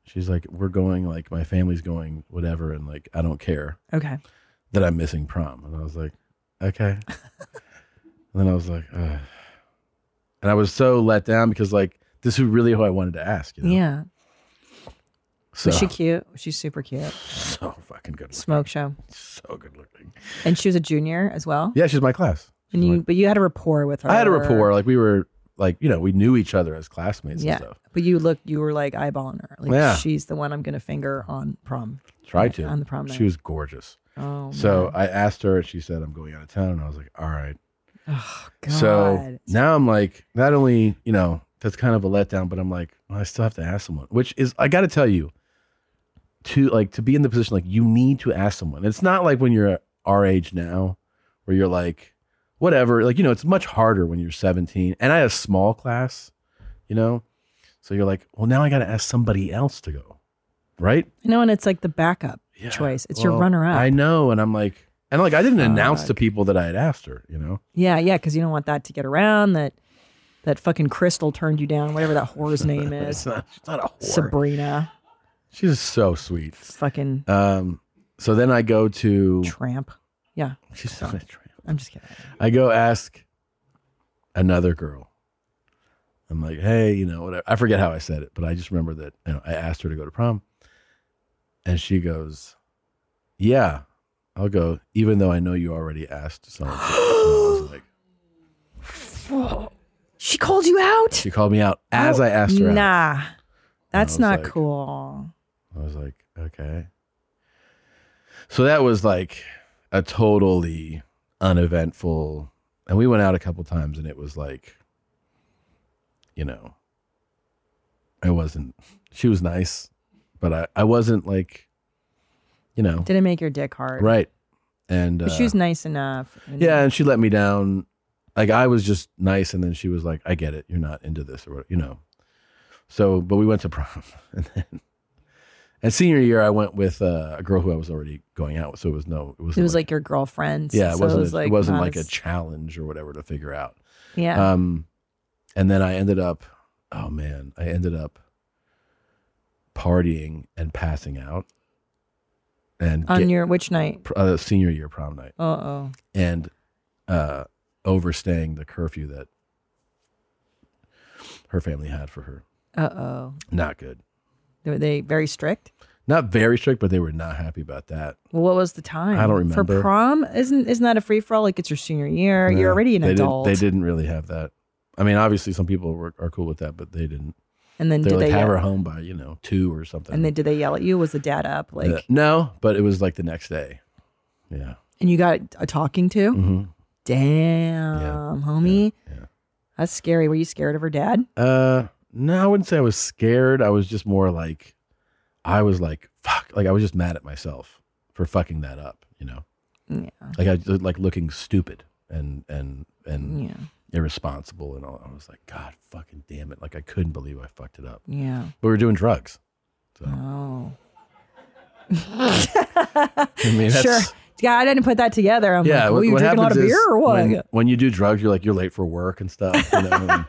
Speaker 1: She's like, We're going, like, my family's going, whatever, and like I don't care
Speaker 3: Okay.
Speaker 1: that I'm missing prom. And I was like, Okay. and then I was like, Ugh. and I was so let down because like this is really who I wanted to ask. You know?
Speaker 3: Yeah.
Speaker 1: So
Speaker 3: Was she cute? She's super cute.
Speaker 1: So fucking good.
Speaker 3: Smoke show.
Speaker 1: So good looking.
Speaker 3: And she was a junior as well.
Speaker 1: Yeah, she's my class.
Speaker 3: And you, but you had a rapport with her.
Speaker 1: I had a rapport. Like we were like, you know, we knew each other as classmates
Speaker 3: Yeah.
Speaker 1: and stuff.
Speaker 3: But you look, you were like eyeballing her. Like
Speaker 1: Yeah.
Speaker 3: she's the one I'm gonna finger on prom.
Speaker 1: Try
Speaker 3: Right,
Speaker 1: to.
Speaker 3: on the prom night.
Speaker 1: She was gorgeous.
Speaker 3: Oh,
Speaker 1: So I asked her, and she said, "I'm going out of town," and I was like, "All right."
Speaker 3: Oh
Speaker 1: So now I'm like, not only you know that's kind of a letdown, but I'm like, well, I still have to ask someone, which is I got to tell you, to like to be in the position like you need to ask someone. It's not like when you're our age now, where you're like, whatever. Like you know, it's much harder when you're 17, and I had a small class, you know, so you're like, well, now I got to ask somebody else to go, right?
Speaker 3: You know, and it's like the backup choice. It's your
Speaker 1: Well,
Speaker 3: runner up. Oh,
Speaker 1: I know, and I'm like, and like I didn't announce to
Speaker 3: Fuck.
Speaker 1: people that I had asked her, you know.
Speaker 3: Yeah, yeah, because you don't want that to get around that that fucking crystal turned you down, whatever that whore's name is.
Speaker 1: It's not- it's not a whore.
Speaker 3: Sabrina.
Speaker 1: She's so sweet.
Speaker 3: Fucking
Speaker 1: Um. So then I go to
Speaker 3: tramp. Yeah.
Speaker 1: She's not a tramp.
Speaker 3: I'm just kidding.
Speaker 1: I go ask another girl. I'm like, hey, you know, whatever. I forget how I said it, but I just remember that you know I asked her to go to prom, and she goes, "Yeah, I'll go," even though I know you already asked someone. to." And I was like,
Speaker 3: She called you out?
Speaker 1: she called me out as I asked her. out.
Speaker 3: Nah. That's
Speaker 1: was
Speaker 3: not
Speaker 1: like-
Speaker 3: cool.
Speaker 1: I was like, okay. So that was like a totally uneventful. And we went out a couple times and it was like, you know, I wasn't, she was nice, but I, I wasn't like, you know,
Speaker 3: Didn't make your dick hard.
Speaker 1: right. And
Speaker 3: But she was nice enough. and-
Speaker 1: yeah, and she let me down. Like I was just nice, and then she was like, "I get it, you're not into this or what, you know." So, but we went to prom, and then, and senior year, I went with uh, a girl who I was already going out with, so it was no, it was
Speaker 3: It was like your girlfriend.
Speaker 1: yeah, it
Speaker 3: so
Speaker 1: wasn't
Speaker 3: it was
Speaker 1: a,
Speaker 3: like,
Speaker 1: it wasn't
Speaker 3: not
Speaker 1: like a
Speaker 3: as-
Speaker 1: challenge or whatever to figure out.
Speaker 3: Yeah.
Speaker 1: Um, and then I ended up, oh man, I ended up partying and passing out, and
Speaker 3: on
Speaker 1: get-
Speaker 3: your which night?
Speaker 1: pr- uh, senior year prom night
Speaker 3: Uh oh.
Speaker 1: and uh, overstaying the curfew that her family had for her.
Speaker 3: Uh oh.
Speaker 1: Not good.
Speaker 3: Were they very strict?
Speaker 1: Not very strict, but they were not happy about that.
Speaker 3: Well, what was the time?
Speaker 1: I don't
Speaker 3: For
Speaker 1: remember.
Speaker 3: prom, isn't isn't that a free for all? Like it's your senior year.
Speaker 1: Yeah,
Speaker 3: You're already an
Speaker 1: they didn't-
Speaker 3: adult.
Speaker 1: they didn't really have that. I mean, obviously, some people were, are cool with that, but they didn't.
Speaker 3: And then
Speaker 1: they
Speaker 3: did
Speaker 1: like
Speaker 3: they
Speaker 1: have
Speaker 3: yell-
Speaker 1: her home by you know two or something.
Speaker 3: And then did they yell at you? Was the dad up? Like,
Speaker 1: Yeah. no, but it was like the next day. Yeah.
Speaker 3: and you got a talking to?
Speaker 1: hmm
Speaker 3: Damn, homie, that's scary. Were you scared of her dad?
Speaker 1: Uh, no, I wouldn't say I was scared. I was just more like, I was like, fuck. Like I was just mad at myself for fucking that up. You know.
Speaker 3: Yeah.
Speaker 1: Like I like looking stupid and and and
Speaker 3: Yeah.
Speaker 1: irresponsible and all. I was like, God, fucking damn it! Like I couldn't believe I fucked it up.
Speaker 3: Yeah.
Speaker 1: But we were doing drugs.
Speaker 3: Oh.
Speaker 1: I mean, that's,
Speaker 3: sure. Yeah, I didn't put that together. I'm like,
Speaker 1: yeah,
Speaker 3: well,
Speaker 1: what,
Speaker 3: you
Speaker 1: what
Speaker 3: drinking a lot
Speaker 1: happens
Speaker 3: of
Speaker 1: is
Speaker 3: beer or what?
Speaker 1: When, when you do drugs, you're like you're late for work and stuff. You know?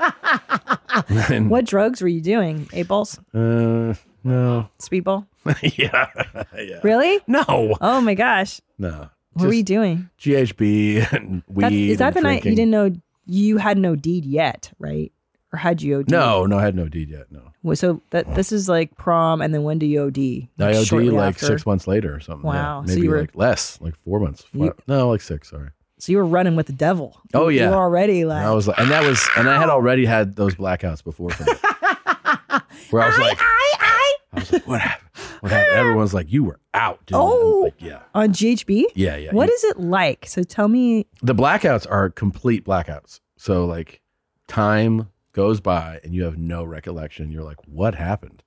Speaker 1: and, and,
Speaker 3: what drugs were you doing? Eight balls,
Speaker 1: Uh, no.
Speaker 3: speedball.
Speaker 1: yeah, yeah.
Speaker 3: Really?
Speaker 1: No.
Speaker 3: Oh my gosh.
Speaker 1: No.
Speaker 3: What were you doing?
Speaker 1: Just GHB and weed.
Speaker 3: That's- is that
Speaker 1: and
Speaker 3: the night you
Speaker 1: drinking.
Speaker 3: didn't know you had no deed yet, right? Or had you OD?
Speaker 1: No, no, I had no deed yet. No,
Speaker 3: Well, So that this is like prom, and then when do you OD?
Speaker 1: I OD
Speaker 3: Shortly
Speaker 1: like
Speaker 3: after.
Speaker 1: six months later or something. yeah.
Speaker 3: Wow, so
Speaker 1: maybe
Speaker 3: you were-
Speaker 1: like less, like four months.
Speaker 3: You-
Speaker 1: no, like six. Sorry.
Speaker 3: So you were running with the devil.
Speaker 1: Oh,
Speaker 3: You-
Speaker 1: yeah.
Speaker 3: you were already like.
Speaker 1: And I was like, and that was, and I had already had those blackouts before, from it, where I was like,
Speaker 3: I, I.
Speaker 1: what happened? everyone's like, you were out, dude. I'm
Speaker 3: Oh.
Speaker 1: like, yeah.
Speaker 3: On GHB?
Speaker 1: Yeah, yeah.
Speaker 3: What is it like? So tell me.
Speaker 1: the blackouts are complete blackouts. So like time goes by and you have no recollection. You're like, what happened?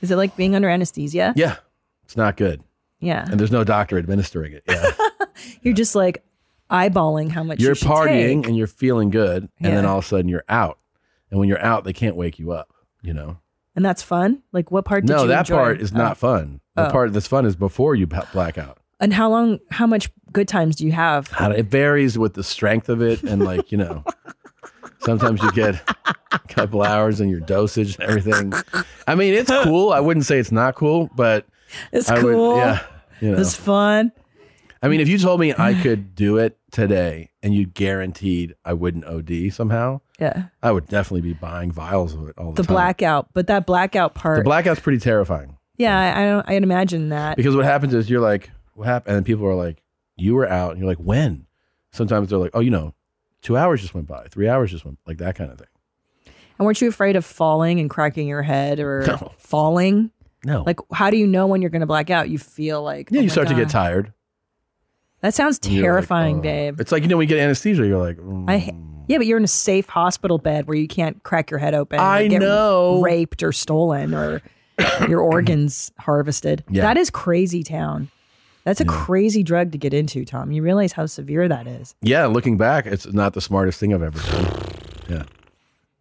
Speaker 3: Is it like being under anesthesia?
Speaker 1: Yeah. It's not good.
Speaker 3: Yeah.
Speaker 1: And there's no doctor administering it. Yeah.
Speaker 3: You're just like eyeballing how much you
Speaker 1: you're
Speaker 3: should
Speaker 1: partying
Speaker 3: take.
Speaker 1: and you're feeling good. And then
Speaker 3: Yeah.
Speaker 1: all of a sudden you're out. And when you're out, they can't wake you up, you know?
Speaker 3: and that's fun. Like what part? did
Speaker 1: no,
Speaker 3: you
Speaker 1: that
Speaker 3: enjoy?
Speaker 1: part is
Speaker 3: Oh.
Speaker 1: not fun. The
Speaker 3: Oh.
Speaker 1: part that's fun is before you pa- black out.
Speaker 3: And how long? How much good times do you have?
Speaker 1: I don't- It varies with the strength of it. And like, you know, sometimes you get a couple hours and your dosage and everything. I mean, it's cool. I wouldn't say it's not cool, but
Speaker 3: It's
Speaker 1: I
Speaker 3: cool.
Speaker 1: Would, yeah. You know,
Speaker 3: It's fun.
Speaker 1: I mean, if you told me I could do it today and you guaranteed I wouldn't OD somehow,
Speaker 3: Yeah.
Speaker 1: I would definitely be buying vials of it all the,
Speaker 3: The
Speaker 1: time.
Speaker 3: blackout, but that blackout
Speaker 1: The
Speaker 3: part.
Speaker 1: blackout's pretty terrifying
Speaker 3: yeah, I, I don't. I can imagine that.
Speaker 1: because what happens is you're like, what happened? And people are like, you were out. And you're like, when? Sometimes they're like, oh, you know, two hours just went by, three hours just went, like that kind of thing.
Speaker 3: And weren't you afraid of falling and cracking your head or
Speaker 1: No.
Speaker 3: falling?
Speaker 1: No.
Speaker 3: Like, how do you know when you're going to black out? You feel like
Speaker 1: Yeah,
Speaker 3: oh
Speaker 1: you
Speaker 3: my
Speaker 1: start to get
Speaker 3: God.
Speaker 1: tired.
Speaker 3: That sounds
Speaker 1: and you're like,
Speaker 3: terrifying,
Speaker 1: oh.
Speaker 3: babe.
Speaker 1: It's like you know when you get anesthesia, you're like, mm,
Speaker 3: I ha- yeah, but you're in a safe hospital bed where you can't crack your head open. or
Speaker 1: I
Speaker 3: get
Speaker 1: know.
Speaker 3: raped or stolen or your organs harvested.
Speaker 1: Yeah.
Speaker 3: That is crazy town. That's a crazy drug to get into, Tom. You realize how severe that is,
Speaker 1: yeah. Looking back, it's not the smartest thing I've ever done. Yeah,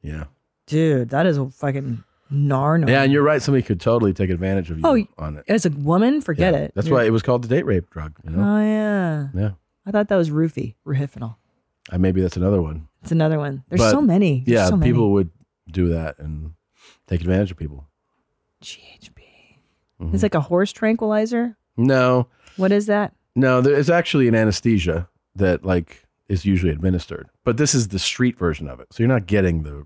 Speaker 1: yeah,
Speaker 3: dude. That is a fucking gnarno.
Speaker 1: yeah. And you're right. Somebody could totally take advantage of you
Speaker 3: Oh,
Speaker 1: on it.
Speaker 3: as a woman,
Speaker 1: Yeah.
Speaker 3: forget it.
Speaker 1: That's
Speaker 3: You're-
Speaker 1: why it was called the date rape drug. You know?
Speaker 3: Oh yeah,
Speaker 1: yeah,
Speaker 3: I thought that was roofie, roofenol.
Speaker 1: Uh, maybe that's another one.
Speaker 3: It's another one. There's
Speaker 1: But,
Speaker 3: so many. There's
Speaker 1: yeah,
Speaker 3: so many.
Speaker 1: people would do that and take advantage of people.
Speaker 3: GHB.
Speaker 1: Mm-hmm.
Speaker 3: It's like a horse tranquilizer.
Speaker 1: No,
Speaker 3: What is that?
Speaker 1: no. There is actually an anesthesia that like is usually administered, but this is the street version of it. So you're not getting the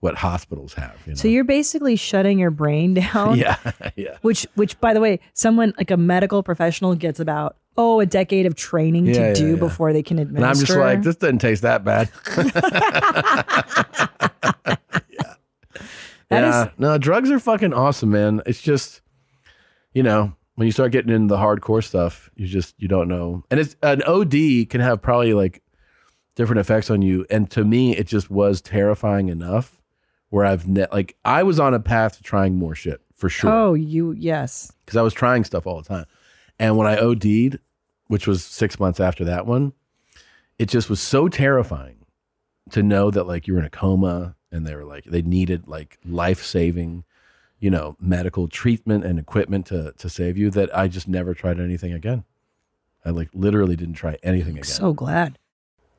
Speaker 1: what hospitals have. You know?
Speaker 3: So you're basically shutting your brain down.
Speaker 1: yeah, yeah.
Speaker 3: Which, which, by the way, someone like a medical professional gets about oh a decade of training to
Speaker 1: Yeah, yeah,
Speaker 3: do
Speaker 1: yeah.
Speaker 3: before they can
Speaker 1: And
Speaker 3: administer.
Speaker 1: I'm just like, this doesn't taste that bad.
Speaker 3: That
Speaker 1: yeah.
Speaker 3: is-
Speaker 1: no, drugs are fucking awesome, man. It's just, you know, when you start getting into the hardcore stuff, you just you don't know. And it's an OD can have probably like different effects on you. And to me, it just was terrifying enough where I've ne- like I was on a path to trying more shit for sure
Speaker 3: oh, you yes,
Speaker 1: because I was trying stuff all the time. And when I OD'd, which was six months after that one, it just was so terrifying to know that like you were in a coma and they were like they needed like life saving, you know, medical treatment and equipment to to save you that I just never tried anything again. I like literally didn't try anything again.
Speaker 3: so glad.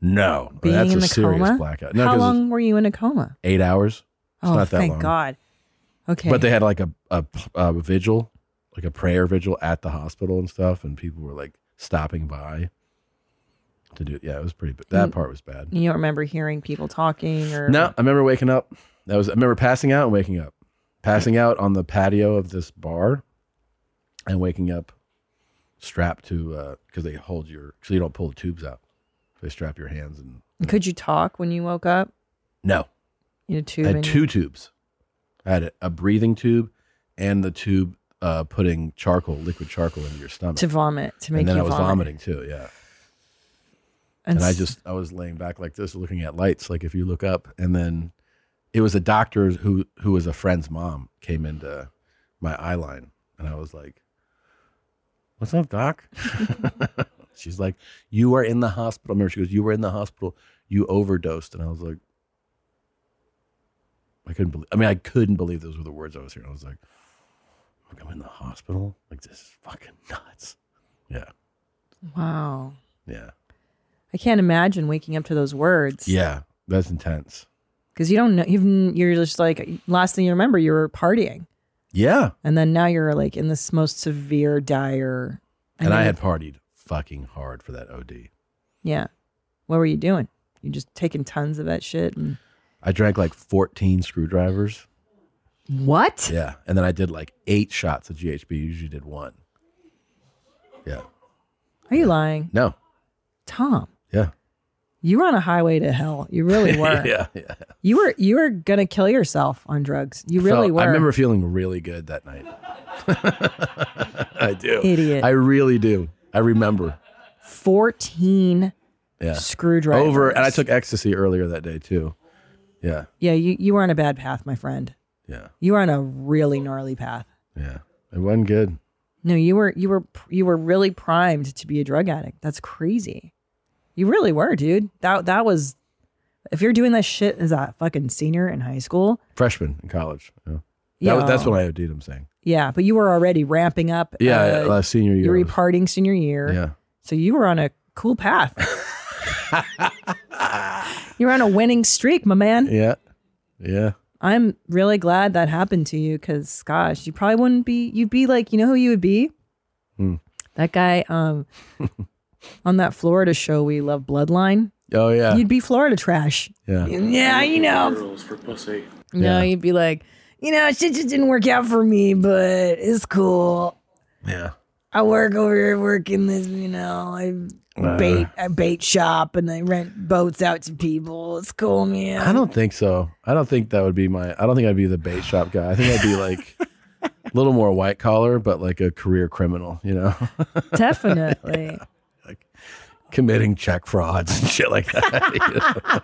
Speaker 1: No,
Speaker 3: being
Speaker 1: Oh, that's
Speaker 3: in
Speaker 1: a
Speaker 3: the
Speaker 1: serious
Speaker 3: coma?
Speaker 1: blackout. No,
Speaker 3: How
Speaker 1: 'cause it's
Speaker 3: long were you in a coma?
Speaker 1: Eight hours. It's
Speaker 3: oh,
Speaker 1: not that
Speaker 3: thank
Speaker 1: long.
Speaker 3: God. Okay.
Speaker 1: But they had like a, a a vigil, like a prayer vigil at the hospital and stuff, and people were like stopping by to do. Yeah, it was pretty. b- That
Speaker 3: Mm.
Speaker 1: part was bad.
Speaker 3: you don't remember hearing people talking or
Speaker 1: No, I remember waking up. That was I remember passing out and waking up, passing out on the patio of this bar, and waking up strapped to because they hold your so you don't pull the tubes out. They strap your hands and
Speaker 3: Could you talk when you woke up?
Speaker 1: no.
Speaker 3: You had a tube
Speaker 1: I
Speaker 3: in
Speaker 1: had
Speaker 3: you?
Speaker 1: two tubes. I had a, a breathing tube and the tube uh, putting charcoal, liquid charcoal, into your stomach
Speaker 3: To vomit, to make
Speaker 1: And then
Speaker 3: you
Speaker 1: I was
Speaker 3: vomit.
Speaker 1: vomiting too. Yeah. And, I
Speaker 3: s-
Speaker 1: just I was laying back like this, looking at lights. Like if you look up, and then it was a doctor who who was a friend's mom came into my eye line, and I was like, "What's up, doc?" She's like, "You are in the hospital." I remember she goes, "You were in the hospital. You overdosed," and I was like. I couldn't believe. I mean, I couldn't believe those were the words I was hearing. I was like, "Look, I'm in the hospital. Like this is fucking nuts." Yeah,
Speaker 3: Wow.
Speaker 1: yeah,
Speaker 3: I can't imagine waking up to those words.
Speaker 1: yeah. That's intense.
Speaker 3: Because you don't know. You've, n- you're just like, last thing you remember, you were partying.
Speaker 1: Yeah.
Speaker 3: And then now you're like in this most severe, dire.
Speaker 1: And I
Speaker 3: mean,
Speaker 1: had partied fucking hard for that OD.
Speaker 3: Yeah. What were you doing? You just taking tons of that shit. And,
Speaker 1: I drank like 14 screwdrivers.
Speaker 3: What?
Speaker 1: Yeah. And then I did like eight shots of GHB. You usually did one. Yeah.
Speaker 3: are you lying?
Speaker 1: No.
Speaker 3: Tom,
Speaker 1: Yeah.
Speaker 3: you were on a highway to hell. You really were.
Speaker 1: yeah. Yeah.
Speaker 3: You were you were gonna kill yourself on drugs. You really
Speaker 1: Felt-
Speaker 3: were.
Speaker 1: I remember feeling really good that night. I do.
Speaker 3: Idiot.
Speaker 1: I really do. I remember.
Speaker 3: fourteen.
Speaker 1: Yeah.
Speaker 3: Screwdrivers.
Speaker 1: Over. And I took ecstasy earlier that day too. Yeah.
Speaker 3: Yeah, you you were on a bad path, my friend.
Speaker 1: Yeah.
Speaker 3: You were on a really gnarly path.
Speaker 1: Yeah. It wasn't good.
Speaker 3: No, you were you were pr- you were really primed to be a drug addict. That's crazy. You really were, dude. That that was. If you're doing that shit as a fucking senior in high school,
Speaker 1: Freshman in college. Yeah. That
Speaker 3: Yeah.
Speaker 1: was, that's when I OD'd, I'm saying.
Speaker 3: yeah, but you were already ramping up.
Speaker 1: Yeah.
Speaker 3: uh,
Speaker 1: last senior year.
Speaker 3: you
Speaker 1: I
Speaker 3: were
Speaker 1: was-
Speaker 3: partying senior year.
Speaker 1: yeah.
Speaker 3: So you were on a cool path. you were on a winning streak, my man.
Speaker 1: Yeah. Yeah.
Speaker 3: I'm really glad that happened to you because, gosh, you probably wouldn't be, you'd be like, you know who you would be?
Speaker 1: Hmm.
Speaker 3: That guy um, on that Florida show, We Love Bloodline.
Speaker 1: Oh yeah.
Speaker 3: You'd be Florida trash.
Speaker 1: yeah.
Speaker 3: Yeah, you know.
Speaker 4: Girls for pussy.
Speaker 3: No, you'd be like, you know, shit just didn't work out for me, but it's cool.
Speaker 1: Yeah.
Speaker 3: I work over here working this, you know, I
Speaker 1: Uh.
Speaker 3: bait I bait shop and I rent boats out to people. It's cool, man.
Speaker 1: I don't think so. I don't think that would be my. I don't think I'd be the bait shop guy. I think I'd be like a little more white collar, but like a career criminal. You know,
Speaker 3: Definitely.
Speaker 1: committing check frauds and shit like that.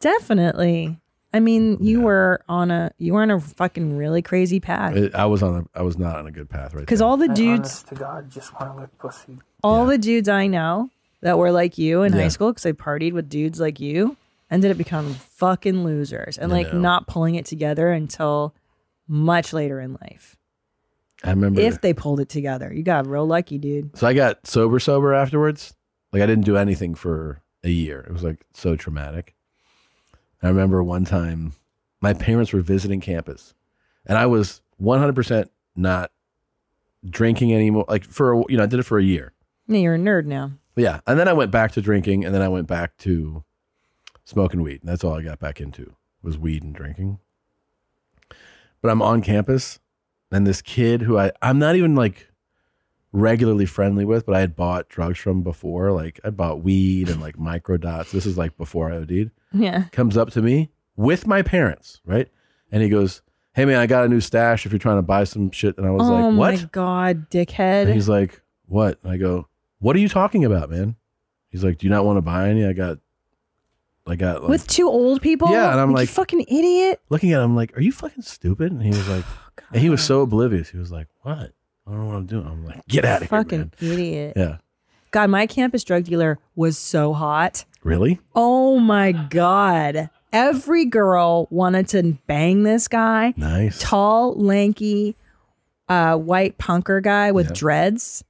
Speaker 3: Definitely. I mean, you were on a you were on a fucking really crazy path.
Speaker 1: you know? I was on. A, I was not on a good path right
Speaker 3: Because all the
Speaker 4: I
Speaker 3: dudes,
Speaker 4: honest to God, just want to lick pussy.
Speaker 3: all the dudes I know that were like you in
Speaker 1: Yeah.
Speaker 3: high school, because I partied with dudes like you, ended up becoming fucking losers and
Speaker 1: I
Speaker 3: like
Speaker 1: know.
Speaker 3: not pulling it together until much later in life.
Speaker 1: I remember.
Speaker 3: If they pulled it together, you got real lucky, dude.
Speaker 1: so I got sober, sober afterwards. Like I didn't do anything for a year. It was like so traumatic. I remember one time my parents were visiting campus, and I was 100 percent not drinking anymore. Like for a- you know, I did it for a year.
Speaker 3: Yeah, you're a nerd now.
Speaker 1: But yeah, and then I went back to drinking, and then I went back to smoking weed. And that's all I got back into was weed and drinking. But I'm on campus, and this kid who I I'm not even like regularly friendly with, but I had bought drugs from before. Like I bought weed and like micro dots. This is like before I OD'd
Speaker 3: Yeah.
Speaker 1: comes up to me with my parents, right? And he goes, Hey man, I got a new stash if you're trying to buy some shit. And I was
Speaker 3: oh
Speaker 1: like,
Speaker 3: my
Speaker 1: What?
Speaker 3: god, dickhead.
Speaker 1: And he's like, "What?" And I go, "What are you talking about, man?" He's like, "Do you not want to buy any?" I got, I got like,
Speaker 3: With two old people?
Speaker 1: Yeah, and I'm
Speaker 3: you
Speaker 1: like-
Speaker 3: fucking idiot.
Speaker 1: looking at him like, "Are you fucking stupid?" And he was like, and he was so oblivious. He was like, "What? I don't know what I'm doing." I'm like, "Get out of
Speaker 3: fucking
Speaker 1: here,
Speaker 3: idiot.
Speaker 1: man!" Yeah,
Speaker 3: God, my campus drug dealer was so hot.
Speaker 1: really?
Speaker 3: Oh my God. Every girl wanted to bang this guy.
Speaker 1: Nice.
Speaker 3: Tall, lanky, uh, white punker guy with
Speaker 1: Yeah.
Speaker 3: dreads.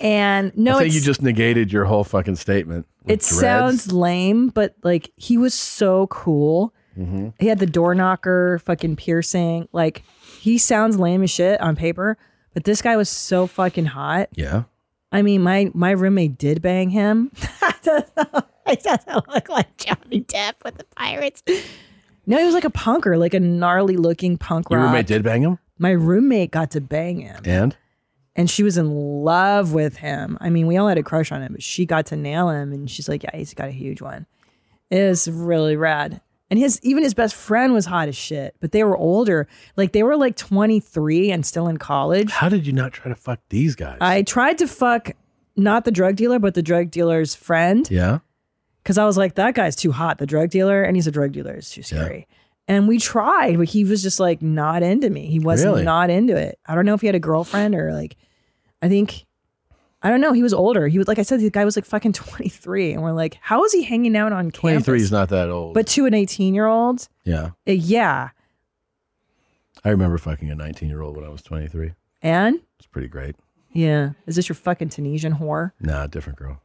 Speaker 3: and
Speaker 1: I
Speaker 3: no,
Speaker 1: think
Speaker 3: it's,
Speaker 1: you just negated your whole fucking statement. with
Speaker 3: it
Speaker 1: dreads.
Speaker 3: sounds lame, but like he was so cool.
Speaker 1: Mhm.
Speaker 3: He had the door knocker, fucking piercing. Like he sounds lame as shit on paper, but this guy was so fucking hot.
Speaker 1: Yeah.
Speaker 3: I mean, my my roommate did bang him. it doesn't look like Johnny Depp with the pirates. No, he was like a punker, like a gnarly looking punk
Speaker 1: Your
Speaker 3: rock.
Speaker 1: roommate did bang him,
Speaker 3: My roommate got to bang him,
Speaker 1: and
Speaker 3: and she was in love with him. I mean, we all had a crush on him, but she got to nail him, and she's like, "Yeah, he's got a huge one." It was really rad. And his even his best friend was hot as shit, but they were older. Like they were like twenty three and still in college.
Speaker 1: how did you not try to fuck these guys?
Speaker 3: I tried to fuck not the drug dealer, but the drug dealer's friend.
Speaker 1: yeah.
Speaker 3: Cause I was like, that guy's too hot, the drug dealer, and he's a drug dealer. It's too scary. And we tried, but he was just like not into me. He was
Speaker 1: Really?
Speaker 3: not into it. I don't know if he had a girlfriend or like, I think, I don't know. He was older. He was, like I said, the guy was like fucking 23. And we're like, how is he hanging out on campus?
Speaker 1: Twenty three is not that old.
Speaker 3: But to an 18 year old,
Speaker 1: yeah,
Speaker 3: uh, yeah.
Speaker 1: I remember fucking a nineteen year old when I was twenty three.
Speaker 3: And
Speaker 1: It's pretty great.
Speaker 3: yeah. Is this your fucking Tunisian whore?
Speaker 1: Nah, different girl.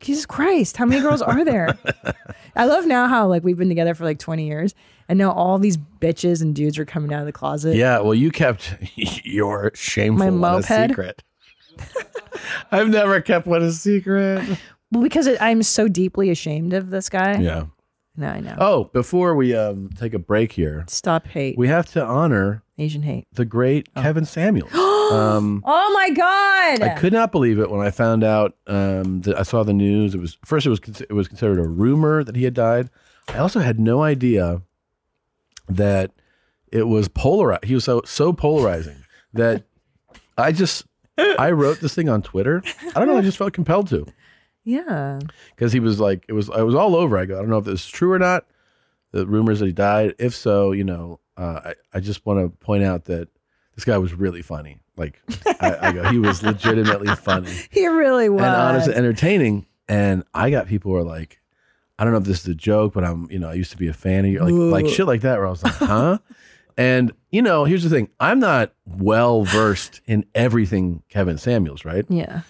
Speaker 3: Jesus Christ, how many girls are there? I love now how like we've been together for like 20 years and now all these bitches and dudes are coming out of the closet.
Speaker 1: Yeah, well, you kept your shameful
Speaker 3: My
Speaker 1: one a
Speaker 3: moped?
Speaker 1: secret. I've never kept one a secret.
Speaker 3: Well, because it, I'm so deeply ashamed of this guy.
Speaker 1: Yeah.
Speaker 3: No, I know.
Speaker 1: Oh, before we um, take a break here,
Speaker 3: Stop hate.
Speaker 1: we have to honor
Speaker 3: Asian hate.
Speaker 1: the great Kevin Samuels. um,
Speaker 3: Oh my God.
Speaker 1: I could not believe it when I found out um, that I saw the news. It was first it was con- it was considered a rumor that he had died. I also had no idea that it was polarized. He was so so polarizing that I just I wrote this thing on Twitter. I don't know. I just felt compelled to
Speaker 3: yeah.
Speaker 1: because he was like it was I was all over. I go I don't know if this is true or not. The rumors that he died. If so, you know uh, I I just want to point out that this guy was really funny. Like I, I go, he was legitimately funny
Speaker 3: He really was.
Speaker 1: and honestly entertaining. And I got people who are like, I don't know if this is a joke, but I'm, you know, I used to be a fan of you, like,
Speaker 3: Ooh.
Speaker 1: like shit like that, where I was like, huh? and you know, here's the thing: I'm not well versed in everything Kevin Samuels, right?
Speaker 3: yeah.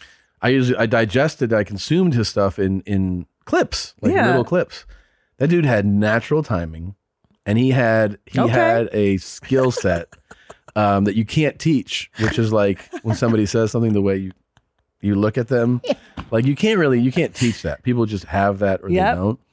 Speaker 1: I usually I digested, I consumed his stuff in in clips, like
Speaker 3: Yeah.
Speaker 1: little clips. That dude had natural timing, and he had he
Speaker 3: Okay.
Speaker 1: had a skill set um, that you can't teach, which is like when somebody says something, the way you you look at them, like you can't really you can't teach that. People just have that or
Speaker 3: Yep.
Speaker 1: they don't.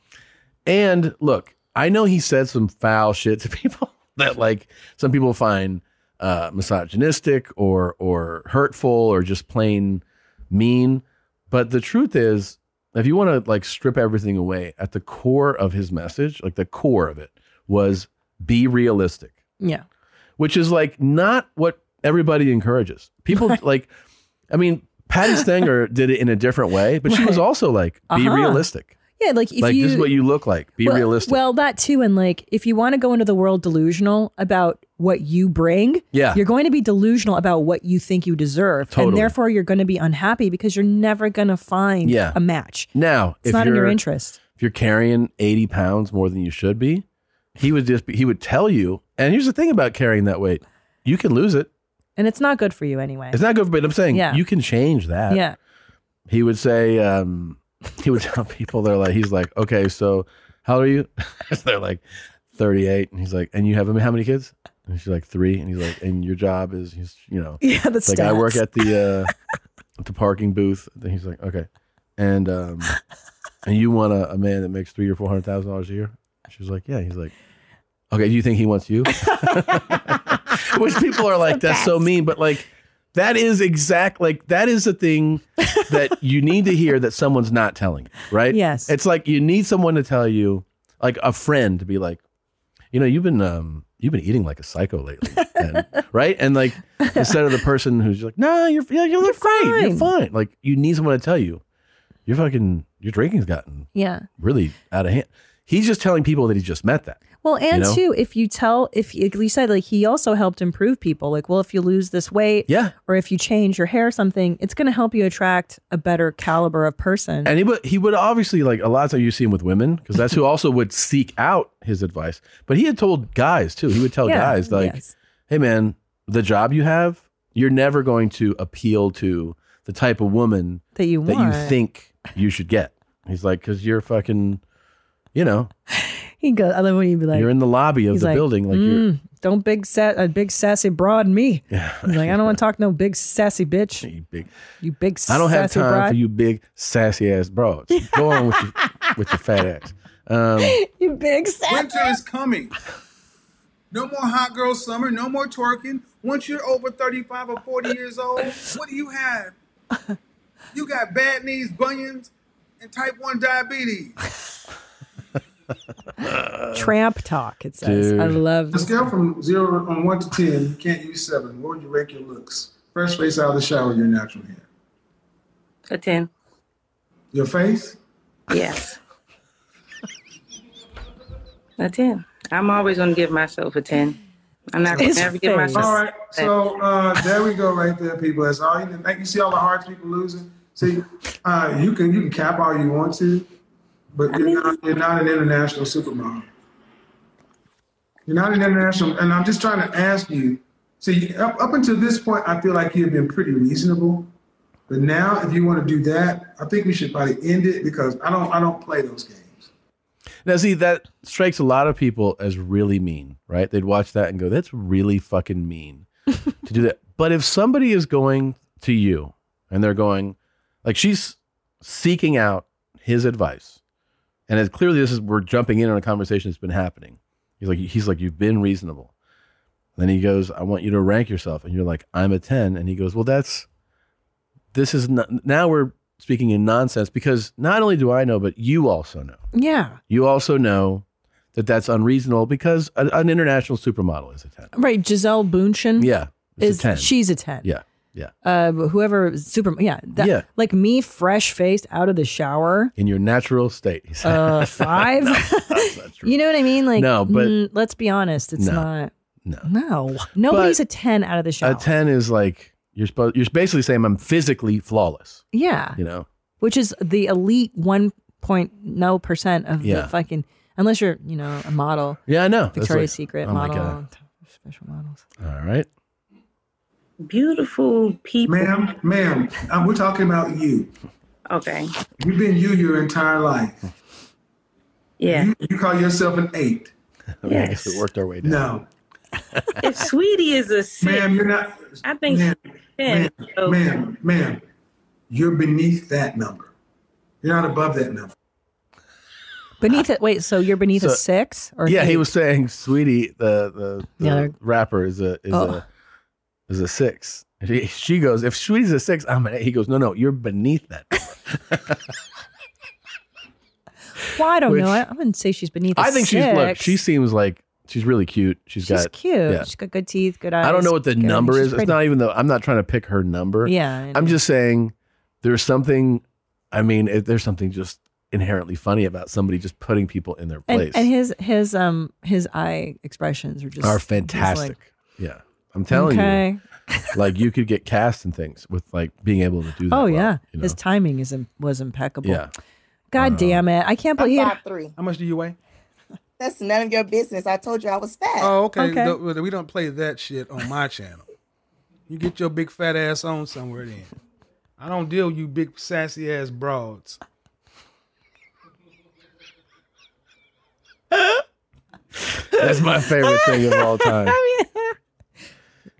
Speaker 1: And look, I know he said some foul shit to people that like some people find uh, misogynistic or or hurtful or just plain mean. But the truth is, if you want to like strip everything away, at the core of his message, like the core of it, was be realistic
Speaker 3: Yeah.
Speaker 1: which is like not what everybody encourages. People like, I mean, Patty Stenger did it in a different way, but she was also like, be
Speaker 3: Uh-huh.
Speaker 1: realistic.
Speaker 3: Yeah, like if
Speaker 1: like
Speaker 3: you
Speaker 1: this is what you look like. Be
Speaker 3: well,
Speaker 1: realistic.
Speaker 3: Well, that too, and like if you want to go into the world delusional about what you bring,
Speaker 1: Yeah.
Speaker 3: you're going to be delusional about what you think you deserve,
Speaker 1: Totally.
Speaker 3: and therefore you're going to be unhappy because you're never going to find
Speaker 1: Yeah.
Speaker 3: a match.
Speaker 1: now,
Speaker 3: It's
Speaker 1: if
Speaker 3: not
Speaker 1: you're
Speaker 3: in your interest.
Speaker 1: if you're carrying 80 pounds more than you should be, he would just be, he would tell you. And here's the thing about carrying that weight, you can lose it.
Speaker 3: and it's not good for you anyway.
Speaker 1: It's not good, but I'm saying
Speaker 3: Yeah.
Speaker 1: you can change that.
Speaker 3: yeah,
Speaker 1: he would say um, he would tell people they're like he's like okay so how old are you they're like 38 and he's like and you have how many kids and she's like three and he's like and your job is he's you know
Speaker 3: yeah, that's
Speaker 1: it's like I work at the uh, at the parking booth and he's like okay and um, and you want a, a man that makes three or four hundred thousand dollars a year she's like yeah he's like okay do you think he wants you which people are like that's so mean but like that is exact like that is the thing that you need to hear that someone's not telling you right
Speaker 3: Yes.
Speaker 1: it's like you need someone to tell you like a friend to be like you know you've been um you've been eating like a psycho lately and, right and like instead of the person who's like no you're yeah, you look great you're
Speaker 3: fine."
Speaker 1: fine like you need someone to tell you your fucking your drinking's gotten
Speaker 3: yeah.
Speaker 1: really out of hand he's just telling people that he just met that
Speaker 3: Well, and
Speaker 1: know?
Speaker 3: too, if you tell, if you, you said like he also helped improve people, like, well, if you lose this weight,
Speaker 1: yeah
Speaker 3: or if you change your hair, or something, it's going to help you attract a better caliber of person.
Speaker 1: And he would he would obviously like a lot of times you see him with women because that's who also would seek out his advice. But he had told guys too. He would tell
Speaker 3: Yeah,
Speaker 1: guys like,
Speaker 3: yes.
Speaker 1: "Hey man, the job you have, you're never going to appeal to the type of woman
Speaker 3: that you
Speaker 1: that
Speaker 3: want.
Speaker 1: you think you should get." He's like, "Cause you're fucking, you know,
Speaker 3: he goes. I love when you'd be like,
Speaker 1: you're in the lobby of
Speaker 3: he's
Speaker 1: the
Speaker 3: like,
Speaker 1: building, like you're."
Speaker 3: "Mm, don't big sa- a big sassy broad me. He's like, I don't want to talk no big sassy bitch.
Speaker 1: you big.
Speaker 3: You big.
Speaker 1: I don't have
Speaker 3: sassy
Speaker 1: time
Speaker 3: broad.
Speaker 1: for you big sassy ass broads. Go on with your, with your fat ass. Um,
Speaker 3: You big sassy.
Speaker 12: Winter is coming. No more hot girl summer, no more twerking. Once you're over 35 or 40 years old, what do you have? You got bad knees, bunions, and type 1 diabetes.
Speaker 3: Tramp talk. It says. I
Speaker 1: Dude.
Speaker 3: love.
Speaker 12: On a scale from zero on one to ten, you can't use seven. Where would you rank your looks? Fresh face out of the shower, your natural hair.
Speaker 13: A 10.
Speaker 12: Your face?
Speaker 13: Yes. a 10. I'm always going to give myself a 10. I'm not going
Speaker 12: His
Speaker 13: to ever give myself
Speaker 12: All right, so uh, there we go, right there, people. That's all you, like, you see all the hearts people losing. See, uh, you can you can cap all you want to, but you're not you're not an international supermodel. You're not an international, and I'm just trying to ask you. See, up, up until this point, I feel like you've been pretty reasonable, but now if you want to do that, I think we should probably end it because I don't I don't play those games.
Speaker 1: Now, see, that strikes a lot of people as really mean, right? They'd watch that and go, that's really fucking mean to do that. But if somebody is going to you and they're going, like, she's seeking out his advice, and it's clearly this is, we're jumping in on a conversation that's been happening. He's like, he's like, you've been reasonable. Then he goes, I want you to rank yourself. And you're like, I'm a 10. And he goes, Well, that's, this is not, now we're speaking in nonsense because not only do I know, but you also know
Speaker 3: Yeah.
Speaker 1: you also know that that's unreasonable because a, an international supermodel is a 10.
Speaker 3: Right. Giselle Bundchen.
Speaker 1: Yeah.
Speaker 3: Mm-hmm. Is
Speaker 1: It's a 10.
Speaker 3: she's a 10.
Speaker 1: Yeah. Yeah.
Speaker 3: uh whoever super yeah that,
Speaker 1: Yeah.
Speaker 3: like me fresh faced out of the shower
Speaker 1: In your natural state.
Speaker 3: uh five you know what i mean like
Speaker 1: No, but-
Speaker 3: mm, let's be honest it's
Speaker 1: No.
Speaker 3: not
Speaker 1: no
Speaker 3: no nobody's a 10 out of the shower
Speaker 1: a 10 is like, you're supposed, you're basically saying I'm physically flawless,
Speaker 3: yeah
Speaker 1: you know?
Speaker 3: which is the elite 1.0 percent of
Speaker 1: Yeah.
Speaker 3: the fucking unless you're you know a model
Speaker 1: Yeah, I know. That's
Speaker 3: victoria's
Speaker 1: like-
Speaker 3: secret
Speaker 1: oh my
Speaker 3: model
Speaker 1: God.
Speaker 3: special models
Speaker 1: All right.
Speaker 13: beautiful people.
Speaker 12: Ma'am, ma'am, uh, we're talking about you.
Speaker 13: Okay.
Speaker 12: You've been you your entire life.
Speaker 13: Yeah.
Speaker 12: You, you call yourself an eight.
Speaker 1: I, mean, I guess we worked our way down.
Speaker 12: No.
Speaker 13: if Sweetie is a 6,
Speaker 12: Ma'am, you're not,
Speaker 13: I think she's a 10. so-
Speaker 12: ma'am, ma'am, you're beneath that number. You're not above that number.
Speaker 3: beneath it wait so you're beneath a
Speaker 1: So-
Speaker 3: six or an
Speaker 1: yeah, he
Speaker 3: eight?
Speaker 1: was saying, sweetie, the the,
Speaker 3: Yeah,
Speaker 1: the
Speaker 3: they're-
Speaker 1: rapper is a is
Speaker 3: Oh.
Speaker 1: a is a six. And She, she goes, if Sweetie's a six, I'm an eight. He goes, no, no, you're beneath that.
Speaker 3: Well, I don't
Speaker 1: Which-
Speaker 3: know. I, I wouldn't say she's beneath. I
Speaker 1: I think she's look. She seems like she's really cute.
Speaker 3: she's
Speaker 1: got
Speaker 3: cute.
Speaker 1: yeah.
Speaker 3: She's got good teeth, good eyes.
Speaker 1: I don't know what the
Speaker 3: good-
Speaker 1: number
Speaker 3: she's
Speaker 1: is. It's
Speaker 3: pretty.
Speaker 1: not even though I'm not trying to pick her number.
Speaker 3: Yeah, I
Speaker 1: I'm
Speaker 3: know.
Speaker 1: just saying there's something. I mean, it, there's something just inherently funny about somebody just putting people in their place.
Speaker 3: And, and his his um his eye expressions are just
Speaker 1: are
Speaker 3: he's like,
Speaker 1: fantastic. yeah, I'm telling
Speaker 3: Okay.
Speaker 1: you, like you could get cast in things with like being able to do that.
Speaker 3: oh
Speaker 1: well,
Speaker 3: yeah,
Speaker 1: you know?
Speaker 3: his timing is im- was impeccable.
Speaker 1: Yeah. Uh-huh.
Speaker 3: God damn it! I can't believe.
Speaker 14: five three.
Speaker 12: How much do you weigh?
Speaker 14: That's none of your business. I told you I was fat.
Speaker 12: Oh, okay. Th- well, we don't play that shit on my channel. You get your big fat ass on somewhere then. I don't deal you big sassy ass broads.
Speaker 1: That's my favorite thing of all time.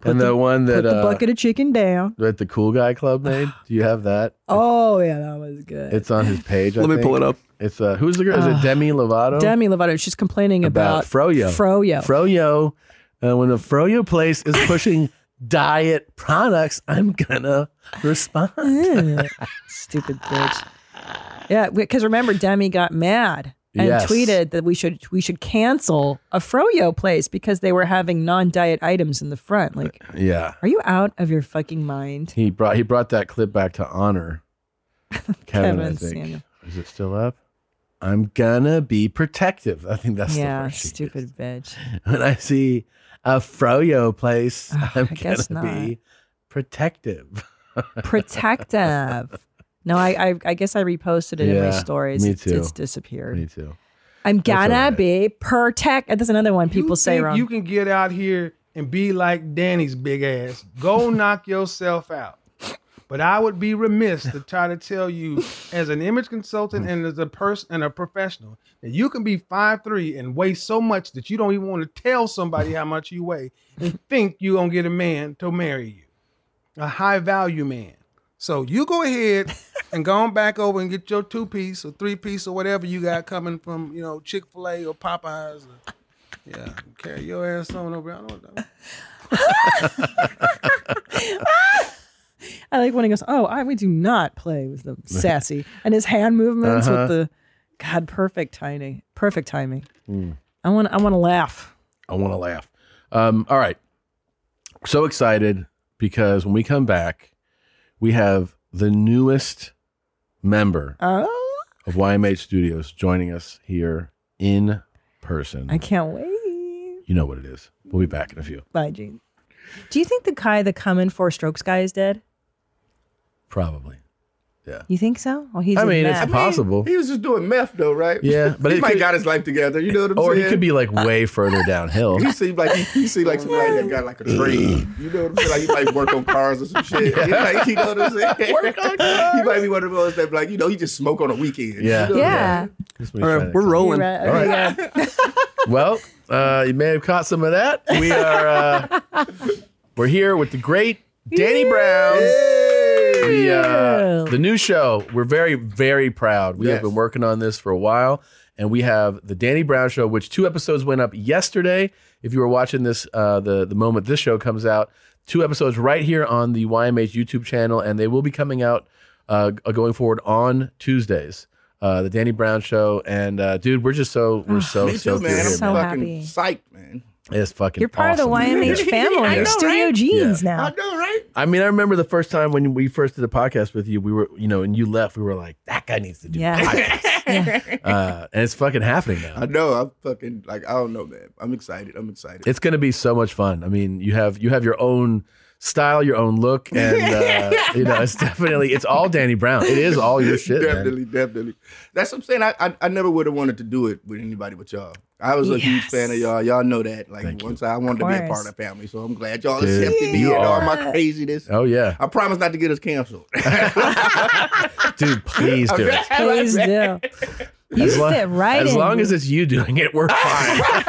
Speaker 1: and the, one
Speaker 3: Put
Speaker 1: that
Speaker 3: the
Speaker 1: uh,
Speaker 3: bucket of chicken down.
Speaker 1: that the cool guy club made. Do you have that?
Speaker 3: Oh yeah, that was good.
Speaker 1: It's on his page. I
Speaker 3: Let me pull it
Speaker 1: think.
Speaker 3: up.
Speaker 1: It's uh, who's the girl? Is
Speaker 3: Ah.
Speaker 1: it Demi Lovato?
Speaker 3: Demi Lovato. She's complaining about,
Speaker 1: Froyo.
Speaker 3: Froyo.
Speaker 1: Froyo. Uh, when the Froyo place is pushing diet products, I'm gonna respond.
Speaker 3: Stupid bitch. Yeah, because remember Demi got mad and
Speaker 1: Yes.
Speaker 3: tweeted that we should we should cancel a Froyo place because they were having non-diet items in the front. Like,
Speaker 1: yeah.
Speaker 3: are you out of your fucking mind?
Speaker 1: He brought he brought that clip back to honor Kevin. I
Speaker 3: Kevin
Speaker 1: think
Speaker 3: Samuel.
Speaker 1: is it still up? I'm gonna be protective. I think that's
Speaker 3: yeah,
Speaker 1: the word.
Speaker 3: stupid bitch.
Speaker 1: When I see a Froyo place, I'm gonna
Speaker 3: guess not.
Speaker 1: be protective.
Speaker 3: Protective. No, I, I I guess I reposted it in my
Speaker 1: Yeah,
Speaker 3: stories.
Speaker 1: me
Speaker 3: It's- It's
Speaker 1: too.
Speaker 3: disappeared.
Speaker 1: Me too.
Speaker 3: I'm gonna
Speaker 12: alright.
Speaker 3: be protect. That's another one people
Speaker 12: You
Speaker 3: say
Speaker 12: think
Speaker 3: wrong.
Speaker 12: You can get out here and be like Danny's big ass. Go knock yourself out. But I would be remiss to try to tell you, as an image consultant and as a person and a professional, that you can be five three and weigh so much that you don't even want to tell somebody how much you weigh and think you gonna get a man to marry you a high value man. So you go ahead and go on back over and get your two piece or three piece or whatever you got coming from, you know, Chick fil A or Popeyes. Or, yeah, carry your ass on over. I don't know.
Speaker 3: I like when he goes, "Oh, I we do not play with the sassy," and his hand movements
Speaker 1: Uh-huh.
Speaker 3: with the God perfect timing, perfect timing.
Speaker 1: Hmm.
Speaker 3: I want, I want to laugh.
Speaker 1: I want to laugh. Um, all right. So excited because when we come back, we have the newest member
Speaker 3: Oh,
Speaker 1: of YMH Studios joining us here in person.
Speaker 3: I can't wait.
Speaker 1: You know what it is. We'll be back in a few.
Speaker 3: Bye, Gene. Do you think the guy, the common four strokes guy, is dead?
Speaker 1: Probably. Yeah.
Speaker 3: You think so? Well, he's.
Speaker 1: I
Speaker 3: a
Speaker 1: mean, it's
Speaker 3: mad-
Speaker 1: possible.
Speaker 2: He was just doing meth though, right?
Speaker 1: Yeah, but
Speaker 2: he
Speaker 1: it
Speaker 2: might
Speaker 1: could-
Speaker 2: got his life together. You know what I'm
Speaker 1: or
Speaker 2: saying?
Speaker 1: he could be like way further downhill.
Speaker 2: He seemed like he, he seemed like somebody that got like a trade. You know what I'm saying? Like he might work on cars or some shit. You know, like, you know what I'm saying? Work on cars. He might be one of those that like you know he just smoke on the weekend.
Speaker 1: Yeah.
Speaker 2: You know
Speaker 1: Yeah.
Speaker 2: All
Speaker 1: All right, we're rolling. Oh, All right. well, uh, you may have caught some of that. We are uh, we're here with the great Danny Brown. The, uh, the new show. We're very very proud. We have
Speaker 2: Yes.
Speaker 1: been working on this for a while, and we have the Danny Brown show, which two episodes went up yesterday. If you were watching this, uh, the the moment this show comes out, two episodes right here on the YMH YouTube channel, and they will be coming out uh, g- going forward on Tuesdays. Uh, the Danny Brown show, and uh, dude, we're just so we're so
Speaker 2: Ah, Me too,
Speaker 1: stoked
Speaker 2: man.
Speaker 1: you're
Speaker 2: I'm
Speaker 1: here, man.
Speaker 2: fucking psyched, man.
Speaker 1: It's fucking.
Speaker 3: You're part of the
Speaker 1: awesome.
Speaker 3: YMH
Speaker 1: Yeah.
Speaker 3: family.
Speaker 1: I
Speaker 3: You're
Speaker 1: know,
Speaker 3: Studio
Speaker 1: right?
Speaker 3: Jeans
Speaker 1: Yeah.
Speaker 3: now.
Speaker 1: I mean, I remember the first time when we first did a podcast with you. We were, you know, and you left. We were like, that guy needs to do.
Speaker 3: Yeah.
Speaker 1: It. Uh, and it's fucking happening now.
Speaker 2: I know. I'm fucking like I don't know, man. I'm excited. I'm excited.
Speaker 1: It's going to be so much fun. I mean, you have you have your own style, your own look, and uh, you know, it's definitely it's all Danny Brown. It is all your shit. man.
Speaker 2: definitely, definitely. That's what I'm saying. I I, I never would have wanted to do it with anybody but y'all. I was a huge fan of y'all. Y'all know that. Like once I wanted to be a
Speaker 1: course.
Speaker 2: part of the family, so I'm glad y'all
Speaker 1: Dude,
Speaker 2: accepted me
Speaker 1: you
Speaker 2: and all
Speaker 1: are.
Speaker 2: my craziness.
Speaker 1: Oh yeah,
Speaker 2: I promise not to get us canceled.
Speaker 1: dude, please do it.
Speaker 3: Please do. You
Speaker 1: As lo-
Speaker 3: fit right
Speaker 1: As
Speaker 3: in.
Speaker 1: long as it's you doing it, we're fine.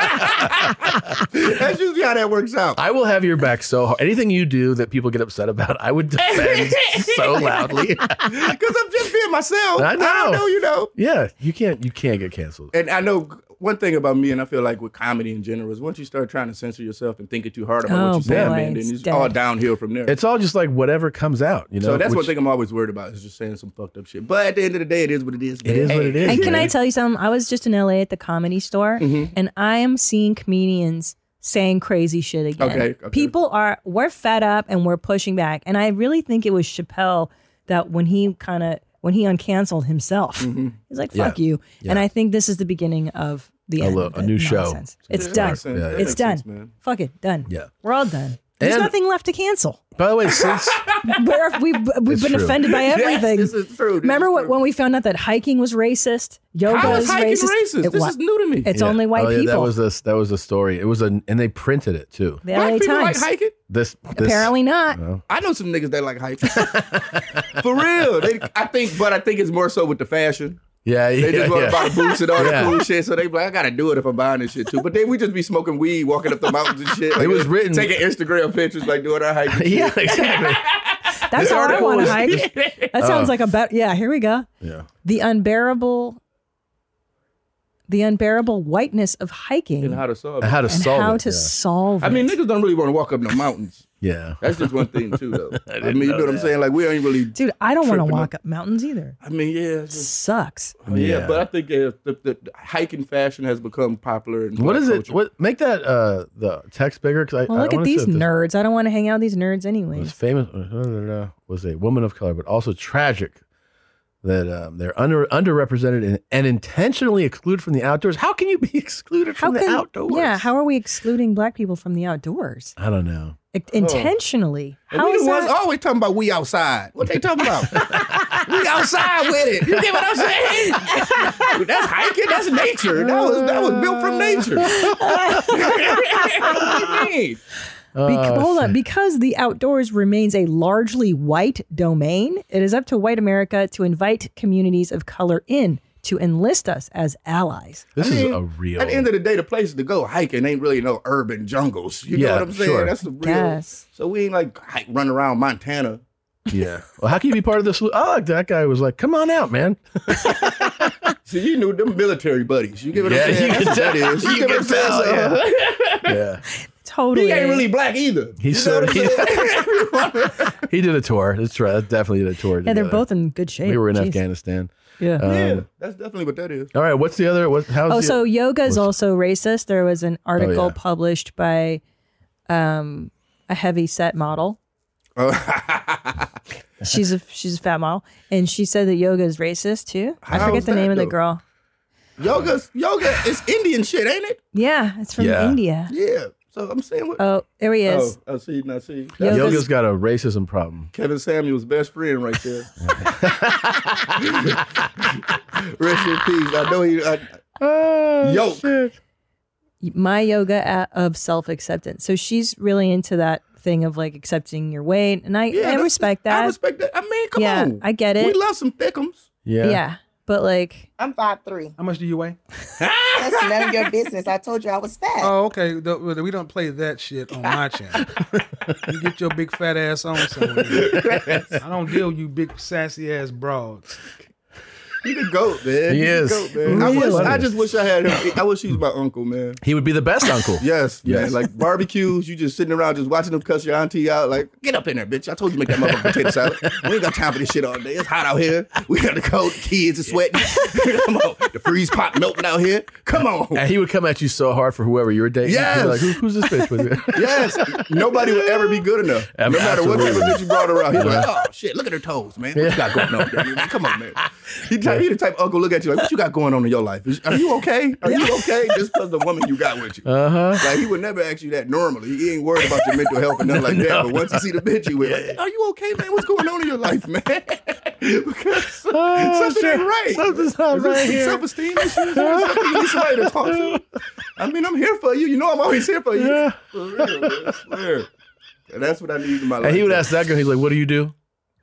Speaker 2: That's usually how that works out.
Speaker 1: I will have your back so hard. Anything you do that people get upset about, I would defend so loudly.
Speaker 2: Because I'm just being myself.
Speaker 1: I know.
Speaker 2: I know, you know.
Speaker 1: Yeah, you can't you can't get canceled.
Speaker 2: And I know one thing about me, and I feel like with comedy in general, is once you start trying to censor yourself and thinking too hard about
Speaker 1: Oh,
Speaker 2: what you say,
Speaker 1: boy,
Speaker 2: man, then
Speaker 1: it's
Speaker 2: it's,
Speaker 1: dead.
Speaker 2: all downhill from there.
Speaker 1: It's all just like whatever comes out, you know.
Speaker 2: so that's one
Speaker 1: which-
Speaker 2: thing I'm always worried about is just saying some fucked up shit. But at the end of the day, it is what it is.
Speaker 1: It is what it is.
Speaker 3: And can I
Speaker 1: man.
Speaker 3: tell you something? I was just in LA at the comedy store
Speaker 1: Mm-hmm.
Speaker 2: Mhm.
Speaker 3: and I am seeing comedians saying crazy shit again.
Speaker 2: Okay, okay.
Speaker 3: People are, we're fed up and we're pushing back. And I really think it was Chappelle that when he kind of, when he uncanceled himself,
Speaker 1: Mm-hmm.
Speaker 3: he's like,
Speaker 1: Yeah.
Speaker 3: fuck you. And
Speaker 1: Yeah.
Speaker 3: I think this is the beginning of the
Speaker 1: A
Speaker 3: end.
Speaker 1: lo-
Speaker 3: of
Speaker 1: a
Speaker 3: the
Speaker 1: new show.
Speaker 3: nonsense.
Speaker 1: Yeah,
Speaker 3: It's
Speaker 1: that
Speaker 3: done.
Speaker 1: makes sense. Yeah, yeah.
Speaker 3: It's
Speaker 1: That
Speaker 3: done.
Speaker 1: makes sense, man.
Speaker 3: fuck it. Done.
Speaker 1: Yeah.
Speaker 3: We're all done. There's
Speaker 1: And-
Speaker 3: nothing left to cancel.
Speaker 1: By the way, since
Speaker 3: We're, we've we've
Speaker 1: It's
Speaker 3: been
Speaker 1: true.
Speaker 3: offended by
Speaker 1: Yes,
Speaker 3: everything.
Speaker 1: this
Speaker 2: is true.
Speaker 3: Remember what, when we found out that hiking was racist? Yoga
Speaker 2: How is
Speaker 3: is
Speaker 2: hiking
Speaker 3: racist.
Speaker 2: racist?
Speaker 3: It
Speaker 2: This
Speaker 3: wa-
Speaker 2: is new to me.
Speaker 3: It's
Speaker 1: Yeah.
Speaker 3: only white
Speaker 1: Oh, yeah,
Speaker 3: people.
Speaker 1: That was this. That was the story. It was an, and they printed it too.
Speaker 3: the
Speaker 2: Black
Speaker 3: LA
Speaker 2: people like
Speaker 3: Times.
Speaker 2: hiking.
Speaker 1: This, this
Speaker 3: Apparently not.
Speaker 1: Well.
Speaker 2: I know some niggas that like hiking. For real, they, I think, but I think it's more so with the fashion.
Speaker 1: Yeah, yeah,
Speaker 2: They just want
Speaker 1: yeah.
Speaker 2: to buy the boots and all
Speaker 1: Yeah.
Speaker 2: that cool shit. So they be like, I gotta do it if I'm buying this shit too. But then we just be smoking weed, walking up the mountains and shit. Like,
Speaker 1: It was written-
Speaker 2: taking Instagram pictures, like doing our hiking.
Speaker 1: Yeah,
Speaker 2: shit.
Speaker 1: exactly.
Speaker 3: That's
Speaker 2: This
Speaker 3: how I
Speaker 2: article
Speaker 3: want to
Speaker 2: was-
Speaker 3: hike. That sounds
Speaker 1: Uh.
Speaker 3: like a bet. Yeah, here we go.
Speaker 1: Yeah.
Speaker 3: The unbearable, the unbearable whiteness of hiking
Speaker 2: and how to solve it.
Speaker 1: And how to
Speaker 3: and
Speaker 1: solve
Speaker 3: how
Speaker 1: it,
Speaker 3: to
Speaker 1: yeah.
Speaker 3: solve
Speaker 2: I
Speaker 3: it.
Speaker 2: mean, niggas don't really want to walk up no mountains.
Speaker 1: Yeah.
Speaker 2: That's just one thing too, though. I,
Speaker 1: didn't
Speaker 2: mean, you know,
Speaker 1: know
Speaker 2: what I'm
Speaker 1: that.
Speaker 2: saying? Like we ain't really.
Speaker 3: Dude, I don't want to
Speaker 2: tripping
Speaker 3: walk up mountains either.
Speaker 2: I mean, yeah, it's just-
Speaker 3: Sucks.
Speaker 2: Oh, yeah.
Speaker 1: Yeah.
Speaker 2: but I think uh, the, the the hiking fashion has become popular. In
Speaker 1: What
Speaker 2: black
Speaker 1: is it?
Speaker 2: culture.
Speaker 1: What make that uh the text bigger? Because I
Speaker 3: Well,
Speaker 1: I
Speaker 3: look at
Speaker 1: wanna see
Speaker 3: these
Speaker 1: if this
Speaker 3: nerds. I don't want to hang out with these nerds anyway.
Speaker 1: was famous uh, was a woman of color, but also tragic that um, they're under underrepresented and, and intentionally excluded from the outdoors. How can you be excluded
Speaker 3: How
Speaker 1: from
Speaker 3: can,
Speaker 1: the outdoors?
Speaker 3: Yeah, how are we excluding black people from the outdoors?
Speaker 1: I don't know.
Speaker 3: I-
Speaker 2: Oh.
Speaker 3: Intentionally.
Speaker 2: And
Speaker 3: How
Speaker 2: we
Speaker 3: is
Speaker 2: the ones
Speaker 3: that?
Speaker 2: always talking about we outside. What they talking about? we outside with it. You get what I'm saying? that's hiking. That's nature. That was that was built from nature. What do you mean?
Speaker 3: Bec-
Speaker 1: Oh,
Speaker 3: hold on. Because the outdoors remains a largely white domain, it is up to white America to invite communities of color in to enlist us as allies.
Speaker 1: This
Speaker 2: I mean,
Speaker 1: is a real.
Speaker 2: At the end of the day, the places to go hiking ain't really no urban jungles. You
Speaker 1: Yeah,
Speaker 2: know what I'm saying?
Speaker 1: sure.
Speaker 2: That's the real.
Speaker 3: Yes.
Speaker 2: So we ain't like hike, run around Montana.
Speaker 1: yeah. Well, how can you be part of this? I like that guy was like, "Come on out, man."
Speaker 2: See, you knew them military buddies. You get what
Speaker 1: Yeah,
Speaker 2: I'm saying?
Speaker 1: you
Speaker 2: That's
Speaker 1: can
Speaker 2: what
Speaker 1: tell.
Speaker 2: that is. You,
Speaker 1: You
Speaker 2: get what I'm
Speaker 1: can tell,
Speaker 2: saying? So, uh,
Speaker 1: Yeah.
Speaker 3: Totally.
Speaker 2: He ain't really black either.
Speaker 1: He served. He, he did a tour. That's right. Definitely did a tour.
Speaker 3: Yeah, they're
Speaker 1: together.
Speaker 3: both in good shape.
Speaker 1: We were in
Speaker 3: Jeez.
Speaker 1: Afghanistan.
Speaker 3: Yeah.
Speaker 1: Um,
Speaker 2: yeah, that's definitely what that is.
Speaker 1: All right. What's the other? What? How's uh,
Speaker 3: Oh,
Speaker 1: the,
Speaker 3: so yoga is also racist. There was an article
Speaker 1: yeah.
Speaker 3: published by um, a heavy set model. she's a she's a fat model, and she said that yoga is racist too. I
Speaker 2: How
Speaker 3: forget
Speaker 2: is
Speaker 3: the
Speaker 2: that,
Speaker 3: name of the
Speaker 2: though?
Speaker 3: girl.
Speaker 2: Yoga, yoga is Indian shit, ain't it?
Speaker 3: Yeah, it's from
Speaker 1: Yeah.
Speaker 3: India.
Speaker 2: Yeah. So I'm saying what.
Speaker 3: Oh, there he is.
Speaker 2: Oh, I see. Now see.
Speaker 3: Yoga's-
Speaker 1: yoga's got a racism problem.
Speaker 2: Kevin Samuel's best friend right there. Rest in peace. I know he. I,
Speaker 1: Oh,
Speaker 2: Yoke.
Speaker 3: my yoga at, of self acceptance. So she's really into that thing of like accepting your weight, and I, I
Speaker 2: that's-
Speaker 3: respect that.
Speaker 2: I respect that. I mean, come
Speaker 3: yeah,
Speaker 2: on.
Speaker 3: I get
Speaker 2: We
Speaker 3: it.
Speaker 2: love some thickums.
Speaker 1: Yeah.
Speaker 3: yeah, but like,
Speaker 14: I'm five three.
Speaker 12: How much do you weigh?
Speaker 14: That's none of your business. I told you I was fat.
Speaker 12: Oh, okay. The- We don't play that shit on my channel. you get your big fat ass on somewhere. I don't deal with you big sassy ass broads.
Speaker 2: He the goat, man.
Speaker 1: He
Speaker 2: the
Speaker 1: is.
Speaker 2: goat, man. I,
Speaker 1: He
Speaker 2: wish,
Speaker 1: is.
Speaker 2: I just wish I had him. I wish he was my uncle, man.
Speaker 1: He would be the best uncle.
Speaker 2: Yes,
Speaker 1: Yes.
Speaker 2: man. Like barbecues, you just sitting around just watching them cuss your auntie out. Like, get up in there, bitch. I told you to make that motherfucking potato salad. We ain't got time for this shit all day. It's hot out here. We got the cold. The kids are sweating. Come on. The freeze pop melting out here. Come on.
Speaker 1: And he would come at you so hard for whoever you were dating. He'd be
Speaker 2: Yes.
Speaker 1: Like, Who, who's this bitch with you?
Speaker 2: Yes. Nobody will ever be good enough.
Speaker 1: Ab-
Speaker 2: no matter what type of
Speaker 1: absolutely.
Speaker 2: bitch you brought around. He's
Speaker 1: Yeah.
Speaker 2: like, oh shit, look at her toes, man. What you got going on? There? man? Come on, man. He, type, he the type uncle look at you like, what you got going on in your life? Is- Are you okay? Are you okay? Just because the woman you got with you.
Speaker 1: Uh huh.
Speaker 2: Like he would never ask you that normally. He ain't worried about your mental health and nothing like that. But once you see the bitch you with, like, are you okay, man? What's going on in your life, man? because
Speaker 1: Oh,
Speaker 2: something ain't right.
Speaker 1: Something's not
Speaker 2: Is this
Speaker 1: right
Speaker 2: some
Speaker 1: here.
Speaker 2: Self-esteem issues. or something? You need somebody to talk to. I mean, I'm here for you. You know, I'm always here for you.
Speaker 1: Yeah.
Speaker 2: For real, man. I swear. And that's what I need in my life.
Speaker 1: And he would
Speaker 2: man.
Speaker 1: ask that girl. He's like, "What do you do?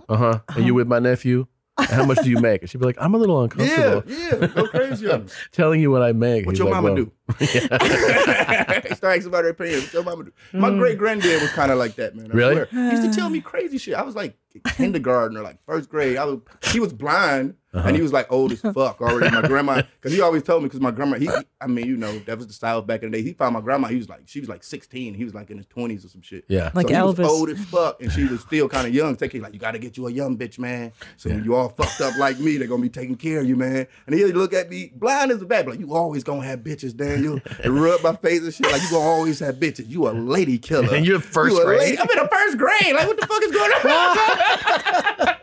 Speaker 1: Uh huh. Are
Speaker 2: Uh-huh.
Speaker 1: you with my nephew? And how much do you make?" And she'd be like, "I'm a little
Speaker 2: Yeah,
Speaker 1: uncomfortable
Speaker 2: yeah, go crazy on him.
Speaker 1: telling you what I make."
Speaker 2: What
Speaker 1: He's
Speaker 2: your
Speaker 1: like,
Speaker 2: mama
Speaker 1: "Well,
Speaker 2: do? Start asking Hmm. about her opinion. What your mama do? My great granddad was kind of like that, man. I
Speaker 1: Really?
Speaker 2: Hmm. swear. He used to tell me crazy shit. I was like kindergarten or like first grade. I was he was blind
Speaker 1: Uh-huh.
Speaker 2: and he was like old as fuck already. My grandma, because he always told me, because my grandma, he, I mean, you know, that was the style back in the day. He found my grandma. He was like, she was like 16. He was like in his 20s or some shit.
Speaker 1: Yeah.
Speaker 2: So
Speaker 1: Like
Speaker 2: he was
Speaker 1: Elvis.
Speaker 2: old as fuck, and she was still kind of young. Taking like, you gotta get you a young bitch, man. So when you all fucked up like me, they're gonna be taking care of you, man. And he'll look at me blind as a bat, like you always gonna have bitches, Daniel. And rub my face and shit, like you gonna always have bitches. You a lady killer.
Speaker 1: And you're first
Speaker 2: a
Speaker 1: grade?
Speaker 2: lady- I'm in the first grade. Like what the fuck is going on?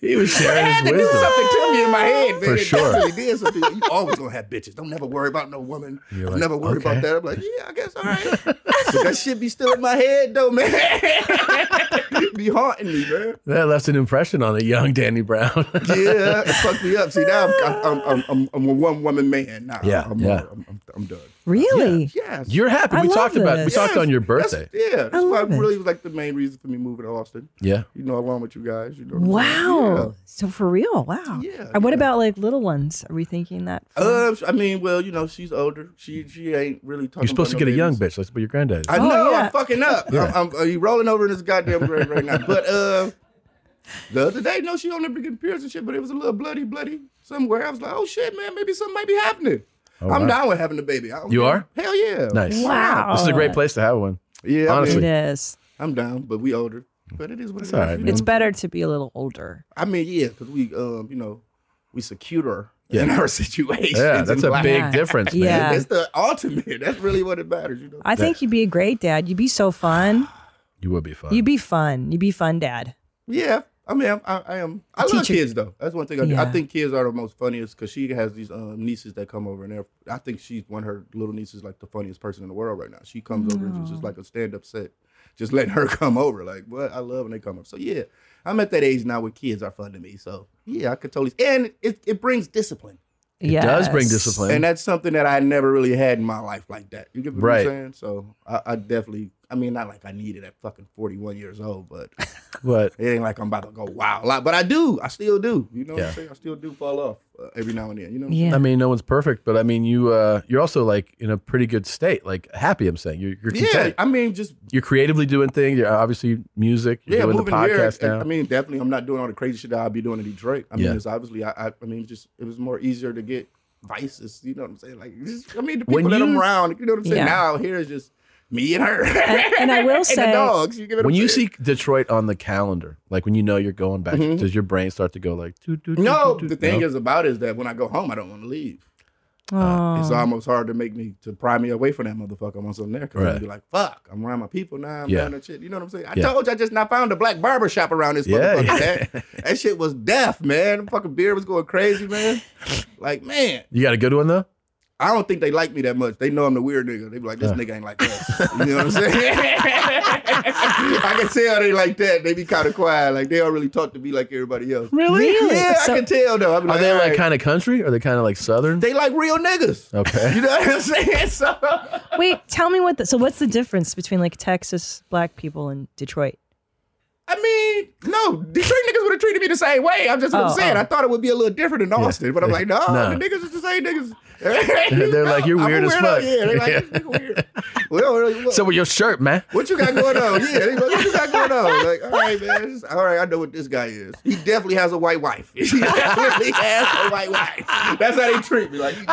Speaker 1: He was sharing
Speaker 2: I had
Speaker 1: his
Speaker 2: to do
Speaker 1: wisdom.
Speaker 2: something to me in my head, man.
Speaker 1: For
Speaker 2: It
Speaker 1: sure.
Speaker 2: definitely did something. You always gonna have bitches. Don't never worry about no woman.
Speaker 1: You're
Speaker 2: Don't
Speaker 1: like,
Speaker 2: never worry
Speaker 1: okay.
Speaker 2: about that. I'm like, yeah, I guess all right. but that shit be still in my head though, man. be haunting me, man.
Speaker 1: That left an impression on a young Danny Brown.
Speaker 2: Yeah, it fucked me up. See now I'm I'm I'm, I'm, I'm a one woman man now.
Speaker 1: Yeah,
Speaker 2: I'm,
Speaker 1: yeah.
Speaker 2: I'm, I'm, I'm done.
Speaker 9: Really?
Speaker 2: Yes.
Speaker 1: You're happy. we talked about it. We talked
Speaker 2: Yes.
Speaker 1: on your
Speaker 2: That's-
Speaker 1: birthday.
Speaker 2: yeah, that's why really was like the main reason for me moving to Austin.
Speaker 1: Yeah.
Speaker 2: you know, along with you guys. You know. what I'm saying?
Speaker 3: Wow.
Speaker 2: Yeah.
Speaker 3: So for real, wow. Yeah. And what about like little ones? Are we thinking that?
Speaker 2: Uh, I mean, well, you know, she's older. She she ain't really talking.
Speaker 1: You're supposed to
Speaker 2: about
Speaker 1: get
Speaker 2: no
Speaker 1: a young
Speaker 2: babies.
Speaker 1: bitch. Let's put your granddad.
Speaker 2: I know I'm fucking up.
Speaker 1: Oh, Yeah.
Speaker 2: I'm, I'm uh, you rolling over in this goddamn grave right now. But uh, the other day, no, she don't ever get pierced and shit. But it was a little bloody, bloody somewhere. I was like, oh shit, man, maybe something might be happening.
Speaker 1: Oh,
Speaker 2: I'm
Speaker 1: wow.
Speaker 2: down with having a baby. I don't
Speaker 1: You
Speaker 2: care.
Speaker 1: are?
Speaker 2: Hell yeah.
Speaker 1: Nice. This is a great place to have one.
Speaker 2: Yeah,
Speaker 1: Honestly.
Speaker 2: I
Speaker 3: mean, is.
Speaker 2: I'm down, but we older. But it is what
Speaker 1: It's
Speaker 2: it is.
Speaker 1: all right,
Speaker 2: you know?
Speaker 3: It's better to be a little older.
Speaker 2: I mean, yeah, because we, um, you know, we securer
Speaker 1: Yeah.
Speaker 2: in our situation.
Speaker 1: Yeah, that's a big Yeah. difference, man. Yeah.
Speaker 2: It's the ultimate. That's really what it matters, you know.
Speaker 3: I think you'd be a great dad. You'd be so fun.
Speaker 1: You would be fun.
Speaker 3: You'd be fun. You'd be fun dad.
Speaker 2: Yeah, I mean, I'm, I, I am. I love
Speaker 3: Teacher-
Speaker 2: kids though. That's one thing I do. I
Speaker 3: Yeah.
Speaker 2: think kids are the most funniest because she has these um, nieces that come over, and they're- I think she's one of her little nieces like the funniest person in the world right now. She comes over and it's just
Speaker 1: Aw.
Speaker 2: like a stand up set, just letting her come over. Like what I love when they come over. So yeah, I'm at that age now where kids are fun to me. So yeah, I could totally. And it, it brings discipline.
Speaker 1: It does bring Yes. discipline.
Speaker 2: and that's something that I never really had in my life like that. You get what
Speaker 1: Right.
Speaker 2: I'm saying? So I, I definitely. I mean, not like I need it at fucking 41 years old, but
Speaker 1: But
Speaker 2: it ain't like I'm about to go wild, like, but I do. I still do. You know what
Speaker 1: Yeah.
Speaker 2: I'm saying? I still do fall off uh, every now and then. You know. What
Speaker 1: I
Speaker 2: I'm saying?
Speaker 1: mean, no one's perfect, but I mean, you uh, you're also like in a pretty good state, like happy. I'm saying you're, you're
Speaker 2: yeah.
Speaker 1: content.
Speaker 2: I mean, just
Speaker 1: You're creatively doing things. You're obviously music. You're
Speaker 2: yeah,
Speaker 1: doing
Speaker 2: moving
Speaker 1: the podcast
Speaker 2: here.
Speaker 1: now.
Speaker 2: I mean, definitely, I'm not doing all the crazy shit that I'll be doing in Detroit. I mean,
Speaker 1: Yeah.
Speaker 2: it's obviously, I, I, I mean, just it was more easier to get vices. You know what I'm saying? Like, just, I mean, the people
Speaker 1: When
Speaker 2: that I'm
Speaker 1: you-
Speaker 2: around. You know what I'm saying?
Speaker 1: Yeah.
Speaker 2: Now here is just me and her,
Speaker 3: And- and I will
Speaker 2: and
Speaker 3: say-
Speaker 2: the dogs. You get what
Speaker 1: when
Speaker 2: I'm
Speaker 1: you
Speaker 2: saying?
Speaker 1: see Detroit on the calendar, like when you know you're going back,
Speaker 2: Mhm.
Speaker 1: does your brain start to go like, dude, dude?
Speaker 2: No, the thing
Speaker 1: No?
Speaker 2: is about it is that when I go home, I don't want to leave.
Speaker 3: Oh.
Speaker 1: Um,
Speaker 2: It's almost hard to make me to pry me away from that motherfucker once I'm there because I'd
Speaker 1: Right.
Speaker 2: be like, "Fuck, I'm around my people now. I'm
Speaker 1: Yeah.
Speaker 2: doing that shit." You know what I'm saying? I
Speaker 1: Yeah.
Speaker 2: told you I just not found a black barber shop around this
Speaker 1: Yeah,
Speaker 2: motherfucker.
Speaker 1: yeah.
Speaker 2: That, that shit was deaf, man. The fucking beard was going crazy, man. Like, man,
Speaker 1: you got a good one though.
Speaker 2: I don't think they like me that much. They know I'm the weird nigga. They be like, "This
Speaker 1: Yeah.
Speaker 2: nigga ain't like that." You know what I'm saying? I can tell they like that. They be kind of quiet. Like they don't really talk to me like everybody else.
Speaker 1: Really? Really?
Speaker 2: Yeah,
Speaker 1: So-
Speaker 2: I can tell though. I be
Speaker 1: Are they
Speaker 2: "All
Speaker 1: like Oh.
Speaker 2: right."
Speaker 1: kind of country? Are they kind of like southern?
Speaker 2: They like real niggas.
Speaker 1: Okay.
Speaker 2: You know what I'm saying? So
Speaker 3: Wait, tell me what. The, so what's the difference between like Texas black people and Detroit?
Speaker 2: I mean, no, Detroit niggas would have treated me the same way. I'm just what
Speaker 3: Oh,
Speaker 2: I'm saying.
Speaker 3: oh.
Speaker 2: I thought it would be a little different in Austin, but I'm like, no,
Speaker 1: No.
Speaker 2: the niggas is the same niggas.
Speaker 1: They're, they're like you're
Speaker 2: I'm a
Speaker 1: weird as
Speaker 2: weirdo.
Speaker 1: fuck.
Speaker 2: Yeah, they're like,
Speaker 1: Yeah.
Speaker 2: we don't really-
Speaker 1: So with your shirt, man.
Speaker 2: what you got going on? Yeah, they like, what you got going on? Like, all right, man, it's- all right, I know what this guy is. He definitely has a white wife. he definitely has a white wife. That's how they treat me. Like, he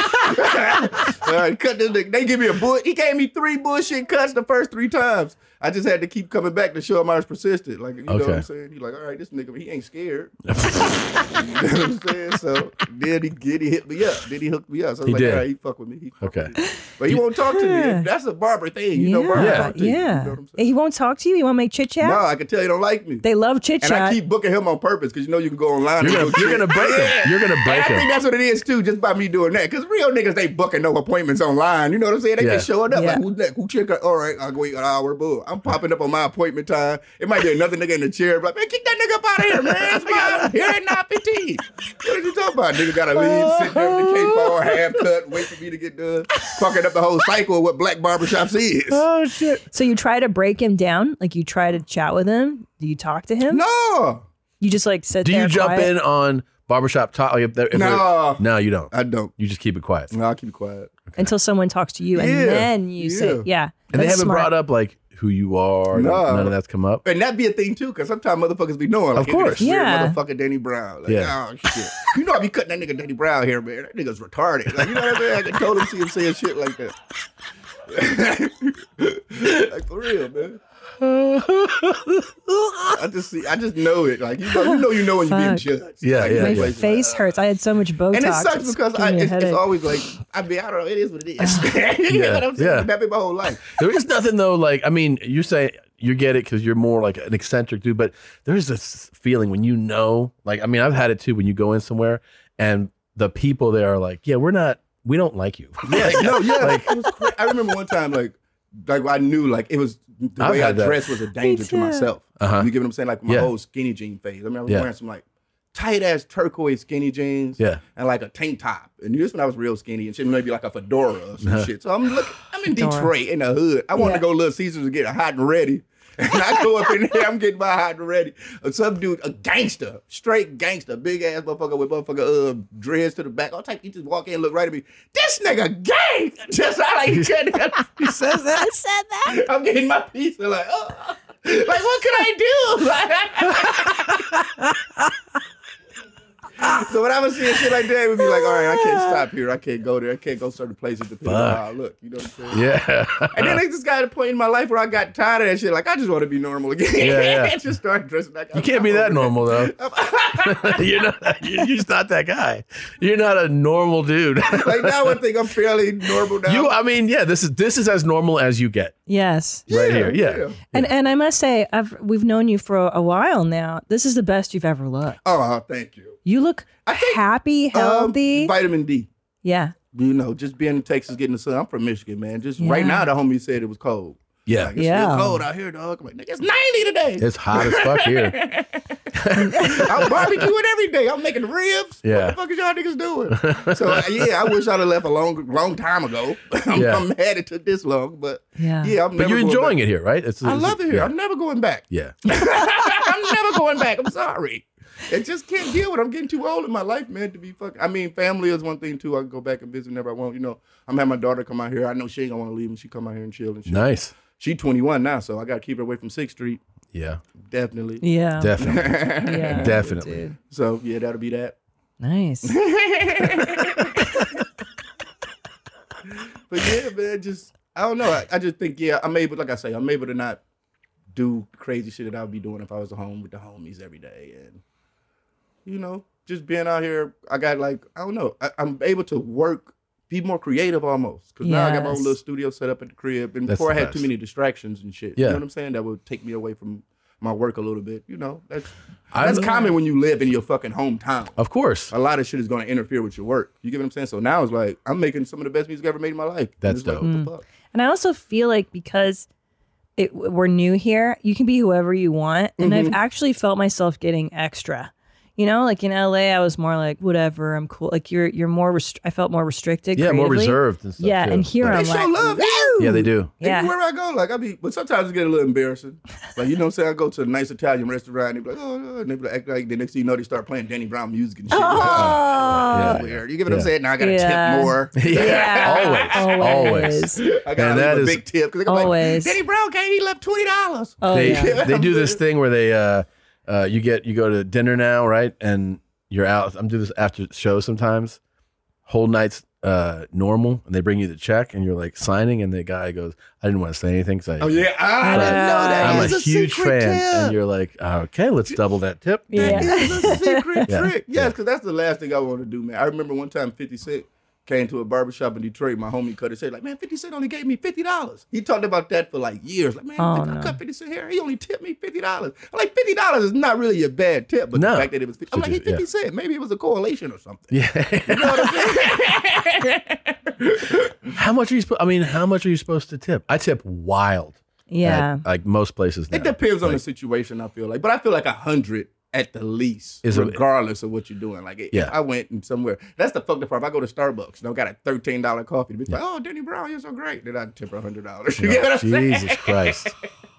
Speaker 2: definitely- all right, cut this. nigga. They give me a bull. He gave me three bullshit cuts the first three times. I just had to keep coming back to show him I was persistent. Like, you know what
Speaker 1: Okay.
Speaker 2: I'm saying? He's like, all right, this nigga, he ain't scared. you know what I'm saying? So then he did he hit me up. Then he hooked me up. So I was
Speaker 1: He
Speaker 2: like,
Speaker 1: did.
Speaker 2: all right, he fuck with me. He fuck
Speaker 1: Okay.
Speaker 2: with me. But he won't talk to me. That's a barber thing. You know, barber
Speaker 3: yeah,
Speaker 2: talk to you. You
Speaker 3: yeah.
Speaker 2: know
Speaker 3: And he won't talk to you. He won't make chit chat.
Speaker 2: no, I can tell you don't like me.
Speaker 3: They love chit
Speaker 2: And I
Speaker 3: chat.
Speaker 2: keep booking him on purpose because you know you can go online.
Speaker 1: You're
Speaker 2: and
Speaker 1: gonna- you're gonna break him. You're gonna
Speaker 2: and
Speaker 1: break
Speaker 2: I
Speaker 1: him.
Speaker 2: think that's what it is too, just by me doing that. Because real niggas they booking no appointments online. You know what I'm saying? They
Speaker 1: Yeah.
Speaker 2: just showing up
Speaker 1: Yeah.
Speaker 2: like who's next? Who check? All right, I'll wait an hour. Boom. I'm popping up on my appointment time. It might be another nigga in the chair. be Like man, kick that nigga up out of here, man. It's my here at 9:15. What are you talking about? Nigga gotta leave, sit there with the cape on, half cut, wait for me to get done, fucking up the whole cycle of what black barbershops is.
Speaker 3: Oh shit! So you try to break him down, like you try to chat with him. Do you talk to him?
Speaker 2: No.
Speaker 3: You just like sit
Speaker 1: Do
Speaker 3: there.
Speaker 1: you jump
Speaker 3: quiet?
Speaker 1: in on barbershop talk? Like if they're- if they're-
Speaker 2: No.
Speaker 1: no, you don't. I
Speaker 2: don't.
Speaker 1: You just keep it quiet.
Speaker 2: No, I keep it quiet.
Speaker 3: until someone talks to you, and
Speaker 1: Yeah,
Speaker 3: then you say,
Speaker 1: yeah.
Speaker 3: "Yeah."
Speaker 1: And they
Speaker 3: that's
Speaker 1: haven't
Speaker 3: smart.
Speaker 1: brought up like who you are?
Speaker 2: No.
Speaker 1: None of that's come up.
Speaker 2: And that be a thing too, because sometimes motherfuckers be knowing. Like,
Speaker 1: Of course.
Speaker 2: yeah.
Speaker 1: Yeah.
Speaker 2: Motherfucker Danny Brown. Like,
Speaker 1: Yeah.
Speaker 2: oh shit. You know I be cutting that nigga Danny Brown here, man. That nigga's retarded. Like, you know what I'm saying? I can totally see him saying shit like that. like for real, man. I just see, I just know it. Like you know, you know, you know when you're being
Speaker 3: Fuck.
Speaker 2: judged.
Speaker 1: Yeah,
Speaker 2: Like,
Speaker 1: yeah,
Speaker 3: My
Speaker 2: you like- uh,
Speaker 3: face hurts. I had so much Botox.
Speaker 2: And it sucks
Speaker 3: It's
Speaker 2: because
Speaker 3: giving
Speaker 2: I,
Speaker 3: me a
Speaker 2: it's, it's
Speaker 3: headache.
Speaker 2: always like I mean I don't know it is what it is. you know what I'm saying?
Speaker 1: Yeah.
Speaker 2: I've been my whole life.
Speaker 1: There is nothing though. Like I mean, you say you get it because you're more like an eccentric dude, but there's this feeling when you know. Like I mean, I've had it too. When you go in somewhere and the people there are like, "Yeah, we're not. We don't like you."
Speaker 2: Yes, no, yeah. it was cra- I remember one time, like, like I knew, like, it was the
Speaker 1: I've
Speaker 2: way I
Speaker 1: had that.
Speaker 2: dressed was a danger to
Speaker 1: too.
Speaker 2: myself.
Speaker 1: Uh-huh.
Speaker 2: You get what I'm saying? Like my
Speaker 1: Yeah.
Speaker 2: whole skinny jean phase. I mean, I was
Speaker 1: Yeah.
Speaker 2: wearing some like tight ass turquoise skinny jeans,
Speaker 1: Yeah.
Speaker 2: and like a tank top. And this when I was real skinny and shit, maybe like a fedora or some
Speaker 1: Uh-huh.
Speaker 2: shit. So I'm looking, I'm in
Speaker 1: Fedora.
Speaker 2: Detroit in the hood. I wanted to go to Little Caesars to get a hot and ready. And I go up in there, I'm getting my hot and ready. And some dude, a gangster, straight gangster, big ass motherfucker with motherfucker uh, dreads to the back. All type, he just walk in, look right at me. This nigga gang. Just I like he said that. He says that. I said that. I'm getting my pizza like, oh. like what could I do? so when I was seeing shit like that, it would be like, all right, I can't stop here. I can't go there. I can't go certain places to people.
Speaker 1: Fuck.
Speaker 2: Wow, look, you know what I'm saying?
Speaker 1: yeah.
Speaker 2: And then like, this guy at a point in my life where I got tired of that shit. Like, I just want to be normal again.
Speaker 1: Yeah, yeah.
Speaker 2: I just started dressing like
Speaker 1: You can't be that normal though. you're not. You're just not that guy. You're not a normal dude.
Speaker 2: like now I think I'm fairly normal now.
Speaker 1: you. I mean, yeah. This is this is as normal as you get
Speaker 3: Yes.
Speaker 1: right here. Yeah.
Speaker 3: And and I must say, I've we've known you for a while now. This is the best you've ever looked.
Speaker 2: Oh, thank you. Um,
Speaker 3: You look happy, healthy.
Speaker 2: vitamin D.
Speaker 3: yeah.
Speaker 2: You know, just being in Texas, getting the sun. I'm from Michigan, man. Just right
Speaker 3: Yeah.
Speaker 2: now, the homie said it was cold.
Speaker 1: Yeah.
Speaker 2: Like, it's real
Speaker 1: Yeah.
Speaker 2: cold out here, dog. I'm like, nigga, it's 90 today.
Speaker 1: It's hot as fuck here.
Speaker 2: I'm barbecuing every day. I'm making ribs.
Speaker 1: Yeah.
Speaker 2: What the fuck is y'all niggas doing? So uh, yeah, I wish I'd have left a long, long time ago. I'm,
Speaker 1: Yeah.
Speaker 2: I'm mad it took this long, but
Speaker 3: yeah,
Speaker 2: I'm
Speaker 1: but
Speaker 2: never
Speaker 1: you're
Speaker 2: going
Speaker 1: enjoying
Speaker 2: back.
Speaker 1: it here, right? It's,
Speaker 2: I
Speaker 1: it's-
Speaker 2: love it here.
Speaker 1: Yeah.
Speaker 2: I'm never going back.
Speaker 1: yeah.
Speaker 2: I'm never going back. I'm sorry. I just can't deal with. it. I'm getting too old in my life, man, to be fucking. I mean, family is one thing too. I can go back and visit whenever I want. You know, I'm having my daughter come out here. I know she ain't gonna want to leave when she come out here and chill and shit.
Speaker 1: Nice.
Speaker 2: She 21 now, so I gotta keep her away from Sixth Street.
Speaker 1: Yeah.
Speaker 2: Definitely.
Speaker 1: Yeah. Definitely. Yeah. Definitely. Dude.
Speaker 2: So yeah, that'll be that.
Speaker 3: Nice.
Speaker 2: But yeah, man, just I don't know. I, I just think yeah, I'm able. Like I say, I'm able to not do crazy shit that I would be doing if I was at home with the homies every day, and you know, just being out here. I got like I don't know. I, I'm able to work, be more creative almost. Cause now I got my own
Speaker 1: Yes.
Speaker 2: little studio set up at the crib, and
Speaker 1: That's
Speaker 2: before I
Speaker 1: the
Speaker 2: had too
Speaker 1: best.
Speaker 2: many distractions and shit.
Speaker 1: Yeah.
Speaker 2: You know what I'm saying? That would take me away from my work a little bit. You know, that's
Speaker 1: I-
Speaker 2: that's common when you live in your fucking hometown.
Speaker 1: Of course.
Speaker 2: A lot of shit is going to interfere with your work. You get what I'm saying? So now it's like I'm making some of the best music I've ever made in my life. And
Speaker 1: That's
Speaker 2: it's like,
Speaker 1: dope.
Speaker 2: what the
Speaker 1: Mm.
Speaker 2: fuck?
Speaker 3: And I also feel like because it, we're new here, you can be whoever you want. And I've
Speaker 9: Mhm.
Speaker 3: actually felt myself getting extra. You know, like in LA, I was more like whatever, I'm cool. Like you're you're more. Rest- I felt more restricted.
Speaker 1: Yeah, more
Speaker 3: creatively.
Speaker 1: reserved and stuff,
Speaker 3: Yeah,
Speaker 1: too.
Speaker 3: and here
Speaker 1: They
Speaker 3: I'm
Speaker 1: show
Speaker 3: like,
Speaker 2: love.
Speaker 3: "Woo!"
Speaker 1: Yeah, they do.
Speaker 3: Yeah.
Speaker 2: Everywhere I go, like I be, but sometimes it get a little embarrassing. Like you know what I'm saying? I go to a nice Italian restaurant and they be like, oh, oh," and they be like, act like the next thing you know, they start playing Danny Brown music and shit. Like,
Speaker 3: Oh.
Speaker 2: that's weird. You get what I'm
Speaker 1: Yeah.
Speaker 2: saying? Now I gotta
Speaker 1: Yeah.
Speaker 2: tip more.
Speaker 1: Yeah. Always. Always. Always.
Speaker 2: I gotta
Speaker 1: And
Speaker 2: leave
Speaker 1: that
Speaker 2: a
Speaker 1: is-
Speaker 2: big tip. 'cause they be like,
Speaker 1: Always.
Speaker 2: Danny Brown came, he left twenty dollars.
Speaker 3: Oh,
Speaker 1: they they do this thing where they uh, uh you get you go to dinner now right and you're out I'm doing this after show sometimes whole nights uh normal and they bring you the check and you're like signing and the guy goes I didn't want to say anything because I
Speaker 2: Oh yeah, I didn't know that.
Speaker 1: I'm a
Speaker 2: It's a
Speaker 1: huge
Speaker 2: secret
Speaker 1: fan
Speaker 2: tip.
Speaker 1: and you're like okay let's double that tip
Speaker 2: That is a secret
Speaker 1: Yeah.
Speaker 2: trick. Yes, because that's the last thing I want to do, man. I remember one time 50 Cent came to a barbershop in Detroit. My homie cut his hair like, man, 50 Cent only gave me $50. He talked about that for like years. Like, man,
Speaker 1: Oh,
Speaker 2: I
Speaker 1: no.
Speaker 2: cut 50 Cent hair. He only tipped me $50. I'm like, $50 is not really a bad tip, but
Speaker 1: No.
Speaker 2: the fact that it was 50 I'm like,
Speaker 1: Should
Speaker 2: hey,
Speaker 1: just- yeah.
Speaker 2: 50 Cent, maybe it was a correlation or something.
Speaker 1: how much are you supposed I mean how much are you supposed to tip I tip wild
Speaker 2: Yeah.
Speaker 1: at, like most places now.
Speaker 2: It depends on
Speaker 1: Like,
Speaker 2: the situation, I feel like. But I feel like a hundred at the least,
Speaker 1: Is a-
Speaker 2: regardless of what you're doing. Like, if
Speaker 1: Yeah.
Speaker 2: I went and somewhere. That's the fucked up part. If I go to Starbucks and I got a thirteen dollar coffee, it's like, oh, Danny Brown, you're so great. Then I tip her hundred dollars. You get what I'm saying?
Speaker 1: Jesus Christ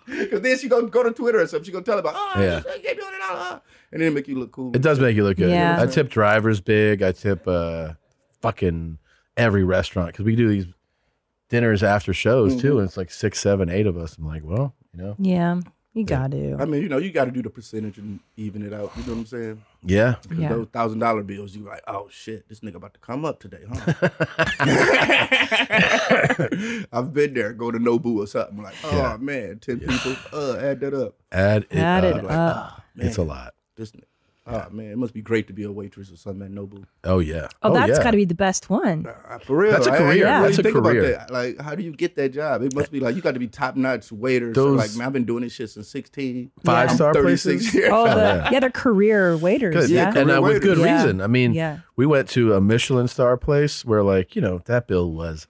Speaker 2: Because then she gonna go to Twitter or something. She gonna tell about, oh,
Speaker 1: Yeah.
Speaker 2: you gave me hundred dollars, and then it make you look cool.
Speaker 1: It does make you look good.
Speaker 2: Yeah.
Speaker 1: I tip drivers big. I tip uh, fucking every
Speaker 3: Mm-hmm.
Speaker 1: restaurant because we do these dinners after shows too, and it's like six, seven, eight of us. I'm like, well, You know?
Speaker 3: Yeah, you got to.
Speaker 2: I mean, you know, you got to do the percentage and even it out. You know what I'm saying?
Speaker 1: Yeah.
Speaker 2: 'Cause
Speaker 3: Yeah.
Speaker 2: Those thousand dollar bills, you like, oh shit, this nigga about to come up today, huh? I've been there, go to Nobu or something. Like, oh
Speaker 1: Yeah.
Speaker 2: man, ten people, uh, add that up.
Speaker 1: Add it
Speaker 3: Add it
Speaker 1: up.
Speaker 3: up.
Speaker 2: "Ah,
Speaker 1: It's a lot.
Speaker 2: This, oh man, it must be great to be a waitress or something at Nobu.
Speaker 1: Oh yeah.
Speaker 3: Oh, that's
Speaker 1: that's
Speaker 3: got to be the best one.
Speaker 2: For real,
Speaker 1: That's a
Speaker 2: I- I
Speaker 1: career.
Speaker 2: didn't really
Speaker 1: That's a
Speaker 2: think about
Speaker 1: career.
Speaker 2: that. Like, how do you get that job? It must be like you got to be top notch waiters.
Speaker 1: Those-
Speaker 2: like, man, I've been doing this shit since sixteen.
Speaker 1: Five
Speaker 2: I'm
Speaker 1: star
Speaker 2: 36
Speaker 1: places?
Speaker 2: years
Speaker 3: Oh, the,
Speaker 1: Yeah.
Speaker 3: yeah. they're career waiters.
Speaker 1: Good.
Speaker 3: Yeah.
Speaker 1: And uh, with good
Speaker 3: Yeah.
Speaker 1: reason. I mean,
Speaker 3: yeah.
Speaker 1: we went to a Michelin star place where, like, you know, that bill was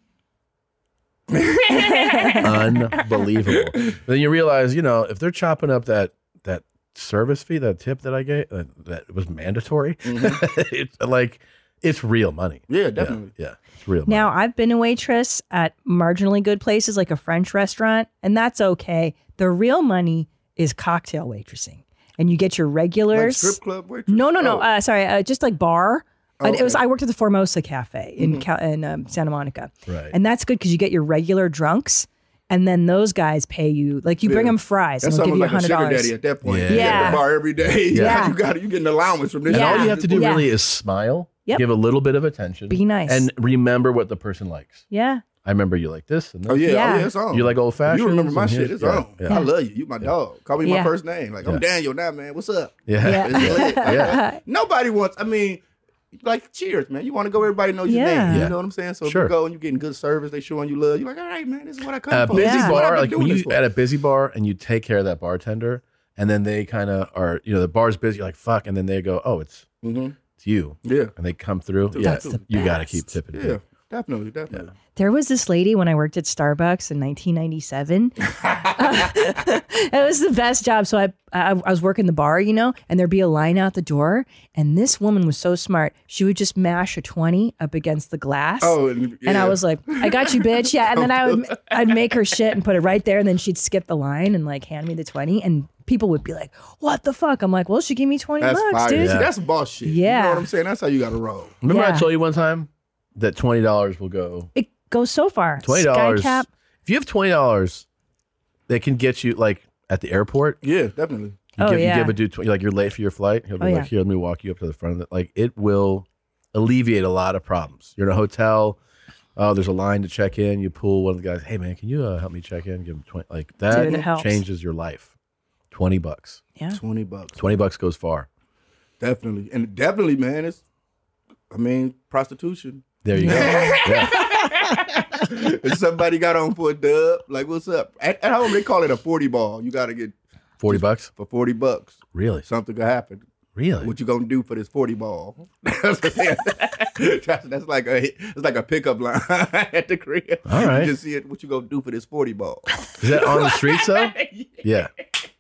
Speaker 1: unbelievable. then you realize, you know, if they're chopping up that that service fee, that tip that I gave, uh, that was mandatory. it's uh, like it's real money.
Speaker 2: Mm-hmm. Yeah, definitely.
Speaker 1: Yeah, it's real. money.
Speaker 3: Now, I've been a waitress at marginally good places like a French restaurant, and that's okay. The real money is cocktail waitressing. And you get your
Speaker 2: Like
Speaker 3: regulars.
Speaker 2: strip club waitress.
Speaker 3: no, no, no.
Speaker 2: Oh.
Speaker 3: Uh, sorry, uh, just like bar.
Speaker 2: Oh,
Speaker 3: And It was
Speaker 2: okay. Mm-hmm.
Speaker 3: I worked at the Formosa Cafe in Cal- in um, Santa Monica.
Speaker 1: Right.
Speaker 3: And that's good because you get your regular drunks, and then those guys pay you. Like you bring
Speaker 2: Yeah.
Speaker 3: them fries,
Speaker 2: That's
Speaker 3: and they'll give
Speaker 2: almost
Speaker 3: you
Speaker 2: like a
Speaker 3: hundred
Speaker 2: sugar
Speaker 3: dollars.
Speaker 2: daddy at that point.
Speaker 1: Yeah.
Speaker 2: You at
Speaker 3: Yeah.
Speaker 2: the bar every day.
Speaker 1: Yeah.
Speaker 2: you got you get an allowance from this.
Speaker 1: And
Speaker 3: Yeah.
Speaker 1: all you have to do
Speaker 3: Yeah.
Speaker 1: really is smile,
Speaker 3: Yep.
Speaker 1: give a little bit of attention,
Speaker 3: Be nice.
Speaker 1: and remember what the person likes.
Speaker 3: Yeah.
Speaker 1: I remember you like this and this.
Speaker 2: Oh yeah, oh
Speaker 3: Yeah.
Speaker 2: yeah, it's on.
Speaker 1: You like old fashioned.
Speaker 2: You remember my shit? It's
Speaker 1: yeah,
Speaker 2: on.
Speaker 1: Yeah.
Speaker 2: I love you. You my dog. Call me
Speaker 3: Yeah.
Speaker 2: my first name. Like
Speaker 1: Yeah.
Speaker 2: I'm Daniel now, man. What's up?
Speaker 1: Yeah.
Speaker 3: Yeah.
Speaker 2: It's lit.
Speaker 1: Yeah.
Speaker 2: Nobody wants. I mean, like Cheers, man. You want to go? Everybody knows
Speaker 3: Yeah.
Speaker 2: your name.
Speaker 1: Yeah.
Speaker 2: You know what I'm saying? So
Speaker 1: Sure.
Speaker 2: if you go and you're getting good service, they showing you love. You're like, all right, man. This is what I come
Speaker 1: a
Speaker 2: for.
Speaker 1: busy
Speaker 2: This is what
Speaker 1: bar,
Speaker 2: I've been
Speaker 1: like
Speaker 2: doing
Speaker 1: when
Speaker 2: this
Speaker 1: you
Speaker 2: for.
Speaker 1: at a busy bar and you take care of that bartender, and then they kind of are, you know, the bar's busy, you're like fuck, and then they go, oh, it's
Speaker 2: Mhm.
Speaker 1: it's you,
Speaker 2: Yeah.
Speaker 1: and they come through.
Speaker 2: That's
Speaker 1: yeah,
Speaker 2: the
Speaker 1: you got to keep tipping.
Speaker 2: Yeah, definitely, definitely.
Speaker 3: There was this lady when I worked at Starbucks in 1997. it was the best job. So I, I I was working the bar, you know, and there'd be a line out the door, and this woman was so smart. She would just mash a 20 up against the glass.
Speaker 2: Oh, and,
Speaker 3: And I
Speaker 2: yeah.
Speaker 3: was like, I got you, bitch. Yeah. And then I would I'd make her shit and put it right there. And then she'd skip the line and like hand me the 20. And people would be like, What the fuck? I'm like, Well, she gave me 20
Speaker 2: That's
Speaker 3: bucks,
Speaker 2: fire.
Speaker 3: dude.
Speaker 2: See, That's bullshit. You
Speaker 3: Yeah.
Speaker 2: know what I'm saying? That's how you got to roll.
Speaker 1: Remember I
Speaker 3: Yeah.
Speaker 1: told you one time that twenty dollars will go
Speaker 3: It goes so far.
Speaker 1: twenty dollars.
Speaker 3: Skycap.
Speaker 1: If you have twenty dollars, they can get you like at the airport.
Speaker 2: Yeah, definitely.
Speaker 1: You
Speaker 3: Oh,
Speaker 1: give,
Speaker 3: yeah.
Speaker 1: you give a dude tw- like you're late for your flight. He'll be
Speaker 3: Oh,
Speaker 1: like,
Speaker 3: yeah.
Speaker 1: "Here, let me walk you up to the front of it." Like it will alleviate a lot of problems. You're in a hotel. Oh, there's a line to check in. You pull one of the guys. Hey, man, can you uh, help me check in? Give him twenty. Like that
Speaker 3: Dude, it helps.
Speaker 1: changes your life. Twenty bucks.
Speaker 3: Yeah.
Speaker 2: Twenty bucks.
Speaker 1: Twenty bucks goes far.
Speaker 2: Definitely. And definitely, man, it's I mean, prostitution.
Speaker 1: There you go. Yeah.
Speaker 2: if somebody got on for a dub, like what's up? At, at home they call it a 40 ball. You gotta get
Speaker 1: Forty bucks.
Speaker 2: for 40 bucks.
Speaker 1: Really?
Speaker 2: Something could happen.
Speaker 1: Really?
Speaker 2: What you gonna do for this 40 ball? that's, that's like a it's like a pickup line at the crib.
Speaker 1: All right.
Speaker 2: You just see it, what you gonna do for this 40 ball?
Speaker 1: Is that on the streets though? Yeah.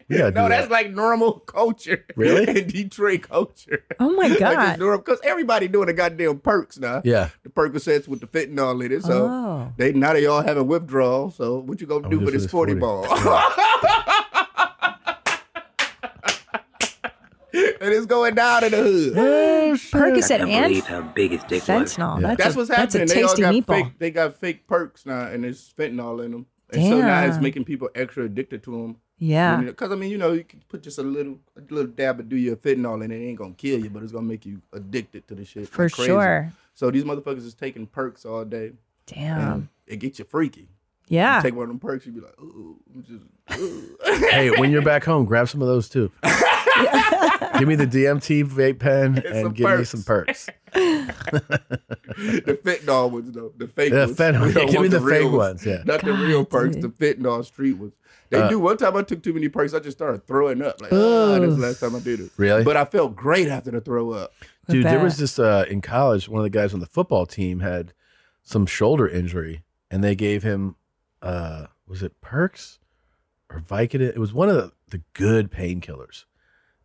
Speaker 1: You gotta
Speaker 2: No,
Speaker 1: do
Speaker 2: that's
Speaker 1: that.
Speaker 2: like normal culture.
Speaker 1: Really?
Speaker 2: In Detroit culture.
Speaker 3: Oh my
Speaker 2: Like
Speaker 3: God.
Speaker 2: because everybody doing the goddamn perks now.
Speaker 1: yeah.
Speaker 2: The Percocets with the fentanyl in it. So
Speaker 3: Oh.
Speaker 2: they now they all having withdrawal. So what you gonna
Speaker 1: I'm
Speaker 2: do
Speaker 1: just
Speaker 2: for this 40, ball? and it's going down in the hood.
Speaker 3: Percocet and
Speaker 10: believe how big his dick was.
Speaker 3: fentanyl.
Speaker 1: Yeah.
Speaker 3: That's,
Speaker 2: That's
Speaker 3: a,
Speaker 2: what's
Speaker 3: that's
Speaker 2: happening.
Speaker 3: a
Speaker 2: they all
Speaker 3: tasty
Speaker 2: got
Speaker 3: meatball.
Speaker 2: fake. They got fake perks now, and there's fentanyl in them. And so now it's
Speaker 3: Damn.
Speaker 2: making people extra addicted to them.
Speaker 3: Yeah.
Speaker 2: Because I mean, you know, you can put just a little, a little dab of do your fentanyl, and it ain't gonna kill you, but it's gonna make you addicted to the shit.
Speaker 3: For
Speaker 2: like crazy.
Speaker 3: sure.
Speaker 2: So these motherfuckers is taking perks all day.
Speaker 3: Damn.
Speaker 2: and It gets you freaky.
Speaker 3: yeah.
Speaker 1: Ah.
Speaker 2: You take one of them perks, you be like, ooh, I'm just, ooh.
Speaker 1: hey, when you're back home, grab some of those too. give me the DMT vape pen and
Speaker 2: some
Speaker 1: give me
Speaker 2: perks.
Speaker 1: some perks.
Speaker 2: the fentanyl ones though, the fake
Speaker 1: Yeah,
Speaker 2: ones.
Speaker 1: fentanyl.
Speaker 2: We don't
Speaker 1: Give me
Speaker 2: want
Speaker 1: the fake
Speaker 2: real
Speaker 1: ones, yeah.
Speaker 2: not the real perks, the fentanyl street ones. They
Speaker 1: Uh,
Speaker 2: do. One time I took too many perks, I just started throwing up. Like, oh, this is the last time I did it.
Speaker 1: Really?
Speaker 2: But I felt great after the throw up.
Speaker 1: Dude, there
Speaker 3: bet.
Speaker 1: was this uh, in college, one of the guys on the football team had some shoulder injury and they gave him uh was it perks or Vicodin? It was one of the, the good painkillers.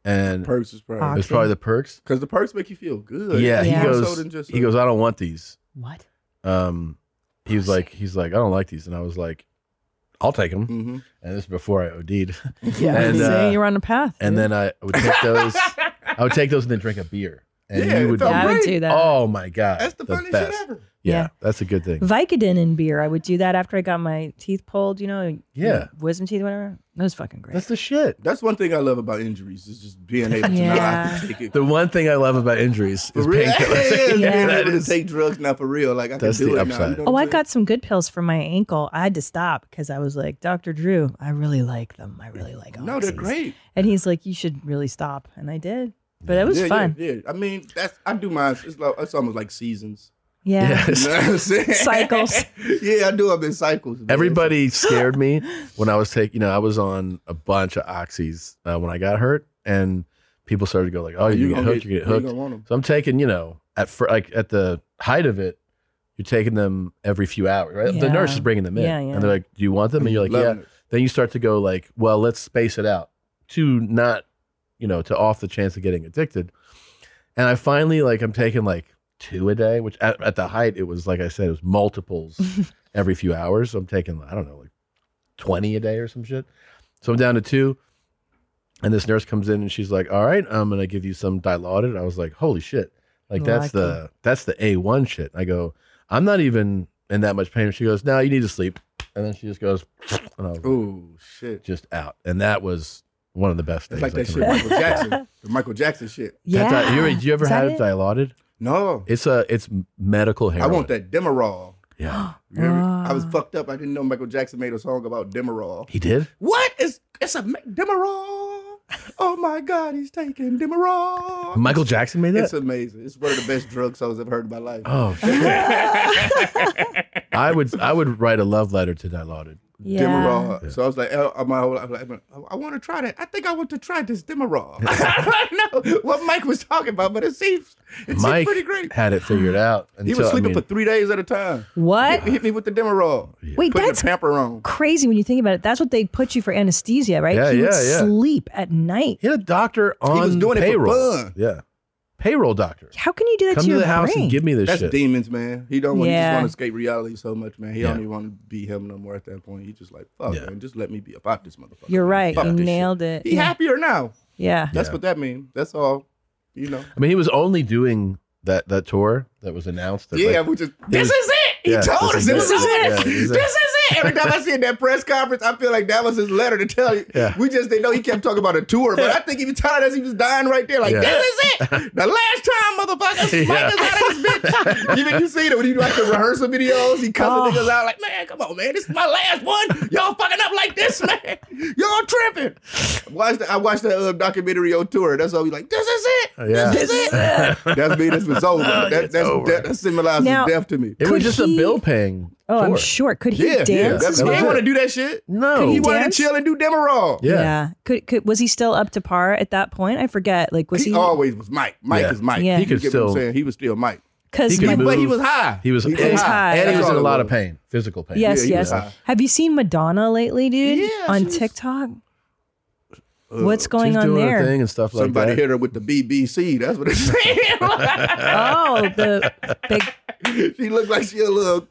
Speaker 1: And it
Speaker 2: Perks is probably
Speaker 3: Ox-
Speaker 1: was probably the perks.
Speaker 2: because the perks make you feel good.
Speaker 1: Yeah,
Speaker 2: It's
Speaker 1: he
Speaker 3: Yeah.
Speaker 2: more so
Speaker 1: goes
Speaker 2: than just
Speaker 1: he
Speaker 2: a-
Speaker 1: goes, I don't want these.
Speaker 3: what?
Speaker 1: Um he was like he's like, I don't like these. And I was like, I'll take them.
Speaker 2: Mhm.
Speaker 1: And this is before I OD'd.
Speaker 3: Yeah.
Speaker 1: And, uh,
Speaker 3: Saying you're on the path.
Speaker 1: and
Speaker 3: dude.
Speaker 1: then I would take those. I would take those and then drink a beer. And
Speaker 2: Yeah,
Speaker 1: you
Speaker 2: it
Speaker 1: would
Speaker 2: felt
Speaker 3: yeah, I would
Speaker 2: great.
Speaker 3: do that.
Speaker 1: Oh my god,
Speaker 2: That's the, funniest shit ever.
Speaker 1: yeah, that's a good thing.
Speaker 3: Vicodin in beer. I would do that after I got my teeth pulled, you know,
Speaker 2: Yeah.
Speaker 3: wisdom teeth, whatever. That was fucking great.
Speaker 1: That's the shit.
Speaker 2: That's one thing I love about injuries is just being able to know I
Speaker 3: Yeah.
Speaker 2: can take it.
Speaker 1: The one thing I love about injuries is
Speaker 2: For real.
Speaker 1: painkillers.
Speaker 2: Being
Speaker 3: Yeah.
Speaker 2: able to take drugs now for real. Like I
Speaker 1: That's
Speaker 2: can do
Speaker 1: the
Speaker 2: it now.
Speaker 1: upside.
Speaker 2: You know
Speaker 3: Oh,
Speaker 2: what
Speaker 3: I
Speaker 2: I'm
Speaker 3: got some good pills for my ankle. I had to stop because I was like, Dr. Drew, I really like them. I really like them.
Speaker 2: No, they're great.
Speaker 3: And he's like, you should really stop. And I did. But it was
Speaker 2: Yeah, yeah,
Speaker 3: fun.
Speaker 2: Yeah, I mean, that's I do mine. It's, like, it's almost like seasons.
Speaker 3: Yeah. Yes.
Speaker 2: You know what I'm saying?
Speaker 3: Cycles.
Speaker 2: yeah, I do. I'm in cycles. man.
Speaker 1: Everybody scared me when I was taking, you know, I was on a bunch of oxys uh, when I got hurt, and people started to go like, "Oh, you,
Speaker 2: You
Speaker 1: get
Speaker 2: gonna
Speaker 1: hooked,
Speaker 2: get-
Speaker 1: you get
Speaker 2: you
Speaker 1: hooked."
Speaker 2: gonna want 'em.
Speaker 1: So I'm taking, you know, at fir- like at the height of it, you're taking them every few hours, right? The
Speaker 2: Yeah.
Speaker 1: nurse is bringing them in,
Speaker 2: Yeah, yeah.
Speaker 1: and they're like, "Do you want them?" And you're like,
Speaker 2: Loving
Speaker 1: "Yeah."
Speaker 2: it.
Speaker 1: Then you start to go like, "Well, let's space it out to not, you know, to off the chance of getting addicted." And I finally like I'm taking like two a day, which at, at the height it was like I said it was multiples every few hours. So I'm taking I don't know like twenty a day or some shit. So I'm down to two, and this nurse comes in and she's like, "All right, I'm gonna give you some dilaudid." I was like, "Holy shit!" Like that's the that's the A one shit. I go, "I'm not even in that much pain." She goes, "No, you need to sleep," and then she just goes, and I was
Speaker 2: "Ooh, shit!"
Speaker 1: Just out, and that was one of the best
Speaker 2: It's
Speaker 1: things.
Speaker 2: like
Speaker 1: I
Speaker 2: that
Speaker 1: can
Speaker 2: shit,
Speaker 1: remember.
Speaker 2: Michael Jackson. The Michael Jackson shit.
Speaker 1: That's not- you, ever- you ever had it dilaudid?
Speaker 2: No.
Speaker 1: It's a it's medical
Speaker 2: I
Speaker 1: heroin.
Speaker 2: want that Demerol.
Speaker 1: Yeah.
Speaker 2: You hear me? I
Speaker 3: Ah.
Speaker 2: was fucked up. I didn't know Michael Jackson made a song about Demerol.
Speaker 1: He did?
Speaker 2: What is it's a ma- Demerol? Oh my God, he's taking Demerol.
Speaker 1: Michael Jackson made that?
Speaker 2: It's amazing. It's one of the best drug songs I've heard in my life.
Speaker 1: Oh, I would I would write a love letter to dilaudid.
Speaker 2: Yeah. Demerol. So I was like, uh, my whole life, like, I want to try that. I think I want to try this Demerol. I don't know what Mike was talking about, but it seems it seems
Speaker 1: Mike
Speaker 2: pretty great.
Speaker 1: had it figured out.
Speaker 2: he
Speaker 1: until-
Speaker 2: was
Speaker 1: I
Speaker 2: sleeping
Speaker 1: mean-
Speaker 2: for three days at a time.
Speaker 3: What?
Speaker 2: He hit me with the Demerol.
Speaker 3: Wait,
Speaker 2: putting
Speaker 3: that's
Speaker 2: the pamper on.
Speaker 3: crazy when you think about it. That's what they put you for anesthesia, right?
Speaker 1: Yeah,
Speaker 3: he would
Speaker 1: yeah, yeah.
Speaker 3: sleep at night.
Speaker 1: He had a doctor on
Speaker 2: He was doing it for
Speaker 1: payroll.
Speaker 2: fun.
Speaker 1: Yeah, payroll doctor.
Speaker 3: How can you do that
Speaker 1: Come
Speaker 3: to
Speaker 1: to
Speaker 3: your
Speaker 1: the house
Speaker 3: brain?
Speaker 1: and give me this
Speaker 2: That's
Speaker 1: shit.
Speaker 2: demons, man. He don't want to just
Speaker 3: Yeah.
Speaker 2: want to escape reality so much, man. He
Speaker 1: Yeah.
Speaker 2: don't even want to be him no more at that point. He just like, fuck, man, just let me be about this motherfucker.
Speaker 3: You're right.
Speaker 2: Fuck
Speaker 3: You
Speaker 2: this shit.
Speaker 3: nailed it.
Speaker 2: He
Speaker 3: Yeah.
Speaker 2: happier now.
Speaker 3: Yeah.
Speaker 2: That's what that means. That's all. You know.
Speaker 1: I mean, he was only doing that that tour that was announced. that,
Speaker 2: Yeah,
Speaker 1: like-
Speaker 2: which is
Speaker 1: it
Speaker 2: this
Speaker 1: was-
Speaker 2: is it. He
Speaker 1: yeah,
Speaker 2: told us this is it.
Speaker 1: Yeah,
Speaker 2: This is it. Every time I see in that press conference, I feel like that was his letter to tell you.
Speaker 1: Yeah.
Speaker 2: We just didn't know he kept talking about a tour, but I think he was tired as he was dying right there. Like
Speaker 1: Yeah.
Speaker 2: this is it. The last time, motherfuckers, Mike is out of this bitch. Even you see it when you do like the rehearsal videos, he cussing niggas out like, man, come on, man, this is my last one. Y'all fucking up like this, man. Y'all tripping. Watch the, I watched that uh, documentary on tour. That's all we like. This is it.
Speaker 1: Yeah.
Speaker 2: This is it. that's me. This was over. That,
Speaker 1: It's
Speaker 2: that's That, that symbolizes
Speaker 3: Now-
Speaker 2: death to me.
Speaker 1: It was just a bill paying.
Speaker 3: Oh, I'm
Speaker 1: tour.
Speaker 3: sure. Could he dance?
Speaker 2: That's,
Speaker 3: as
Speaker 2: he
Speaker 3: well?
Speaker 2: didn't want to do that shit.
Speaker 1: No.
Speaker 3: Could
Speaker 2: he,
Speaker 3: he
Speaker 2: wanted
Speaker 3: dance?
Speaker 2: to chill and do Demerol.
Speaker 3: Yeah. Could could was he still up to par at that point? I forget. Like was
Speaker 2: He oh,
Speaker 3: he?
Speaker 2: always was Mike. Mike
Speaker 1: Yeah.
Speaker 2: is Mike.
Speaker 3: Yeah. He
Speaker 1: could
Speaker 2: you get what
Speaker 1: still-
Speaker 2: I'm saying? He was still Mike.
Speaker 3: 'Cause
Speaker 1: He could
Speaker 3: my-
Speaker 1: move.
Speaker 2: But he was high.
Speaker 1: He was,
Speaker 2: He was
Speaker 1: and-
Speaker 3: high.
Speaker 1: and he
Speaker 2: That's
Speaker 1: was in
Speaker 2: all
Speaker 1: a
Speaker 2: it
Speaker 1: lot of
Speaker 2: was.
Speaker 1: pain, physical pain.
Speaker 3: yes,
Speaker 2: Yeah, he was
Speaker 3: yes.
Speaker 2: high.
Speaker 3: Have you seen Madonna lately, dude? on TikTok. What's going
Speaker 1: She's
Speaker 3: on
Speaker 1: doing her
Speaker 3: there?
Speaker 1: thing and stuff like
Speaker 2: Somebody
Speaker 1: that.
Speaker 2: hit her with the BBC. That's what it's saying.
Speaker 3: Oh, the big
Speaker 2: she looked like she a little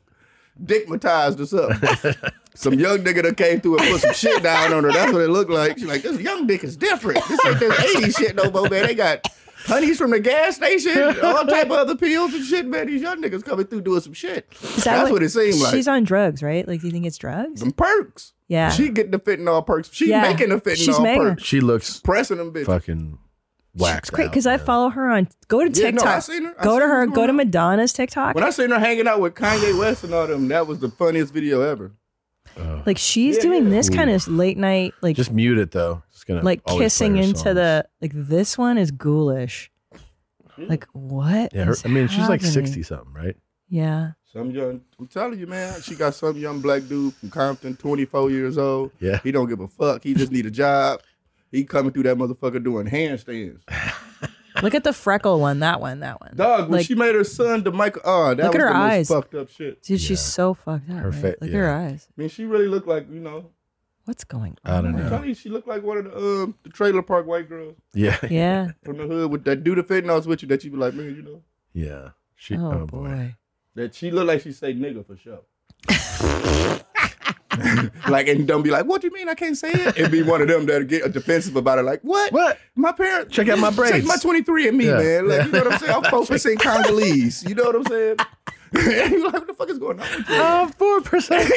Speaker 2: digmatized or something. Some young nigga that came through and put some shit down on her. That's what it looked like. She's like, this young dick is different. This ain't this 80s shit no more, man. They got honeys from the gas station, all type of other pills and shit, man. These young niggas coming through doing some shit.
Speaker 3: is that
Speaker 2: That's what, it seemed like.
Speaker 3: She's on drugs, right? Like, do you think it's drugs?
Speaker 2: Some perks.
Speaker 3: Yeah.
Speaker 2: She getting the fentanyl perks. She
Speaker 3: Yeah.
Speaker 2: making the fentanyl
Speaker 3: She's making-
Speaker 2: perks.
Speaker 1: She looks
Speaker 2: Pressing them bitches.
Speaker 1: fucking whacked.
Speaker 3: It's great
Speaker 1: out.
Speaker 3: because I follow her on. Go to
Speaker 2: Yeah, no,
Speaker 3: TikTok.
Speaker 2: I seen her. I
Speaker 3: Go
Speaker 2: seen
Speaker 3: to her.
Speaker 2: what's
Speaker 3: Go
Speaker 2: going
Speaker 3: to
Speaker 2: on.
Speaker 3: Madonna's TikTok.
Speaker 2: When I seen her hanging out with Kanye West and all them, that was the funniest video ever.
Speaker 3: like she's doing this kind of late night, like
Speaker 1: Just mute it though. It's gonna
Speaker 3: like
Speaker 1: always play
Speaker 3: kissing
Speaker 1: her
Speaker 3: into
Speaker 1: songs.
Speaker 3: the like. This one is ghoulish. Like what?
Speaker 1: Yeah, her,
Speaker 3: is
Speaker 1: I mean, she's like
Speaker 3: happening?
Speaker 1: sixty something, right?
Speaker 3: Yeah.
Speaker 2: Some young, I'm telling you, man, she got some young black dude from Compton, 24 years old.
Speaker 1: Yeah.
Speaker 2: He don't give a fuck. He just need a job. He coming through that motherfucker doing handstands.
Speaker 3: Look at the freckle one. That one. That one.
Speaker 2: Dog, when
Speaker 3: Like-
Speaker 2: she made her son to Michael, oh, that
Speaker 3: Look
Speaker 2: was
Speaker 3: at her
Speaker 2: the
Speaker 3: eyes.
Speaker 2: most fucked up shit.
Speaker 3: Dude, she's so fucked up.
Speaker 1: Her
Speaker 3: right?
Speaker 1: fa-
Speaker 3: Look at her
Speaker 1: yeah.
Speaker 3: eyes.
Speaker 2: I mean, she really looked like, you know,
Speaker 3: What's going on?
Speaker 1: I don't
Speaker 2: I'm
Speaker 1: know.
Speaker 2: telling you, she looked like one of the, um, the trailer park white girls
Speaker 1: Yeah,
Speaker 3: Yeah.
Speaker 2: from the hood with that dude of fentanyls with you that you be like, man, you know,
Speaker 1: yeah. She.
Speaker 3: Oh,
Speaker 1: Oh,
Speaker 3: boy.
Speaker 1: boy.
Speaker 2: that she looked like she say nigga for sure. like and don't be like, what do you mean I can't say it? It'd be one of them that get defensive about it, like, what?
Speaker 1: What?
Speaker 2: My parents
Speaker 1: Check out my
Speaker 2: Check
Speaker 1: braids.
Speaker 2: my 23 and me,
Speaker 1: Yeah.
Speaker 2: man. Like, you know what I'm saying? I'm four percent Congolese. You know what I'm saying? You're like, what the fuck is going on? with you?
Speaker 1: Oh,
Speaker 12: four percent.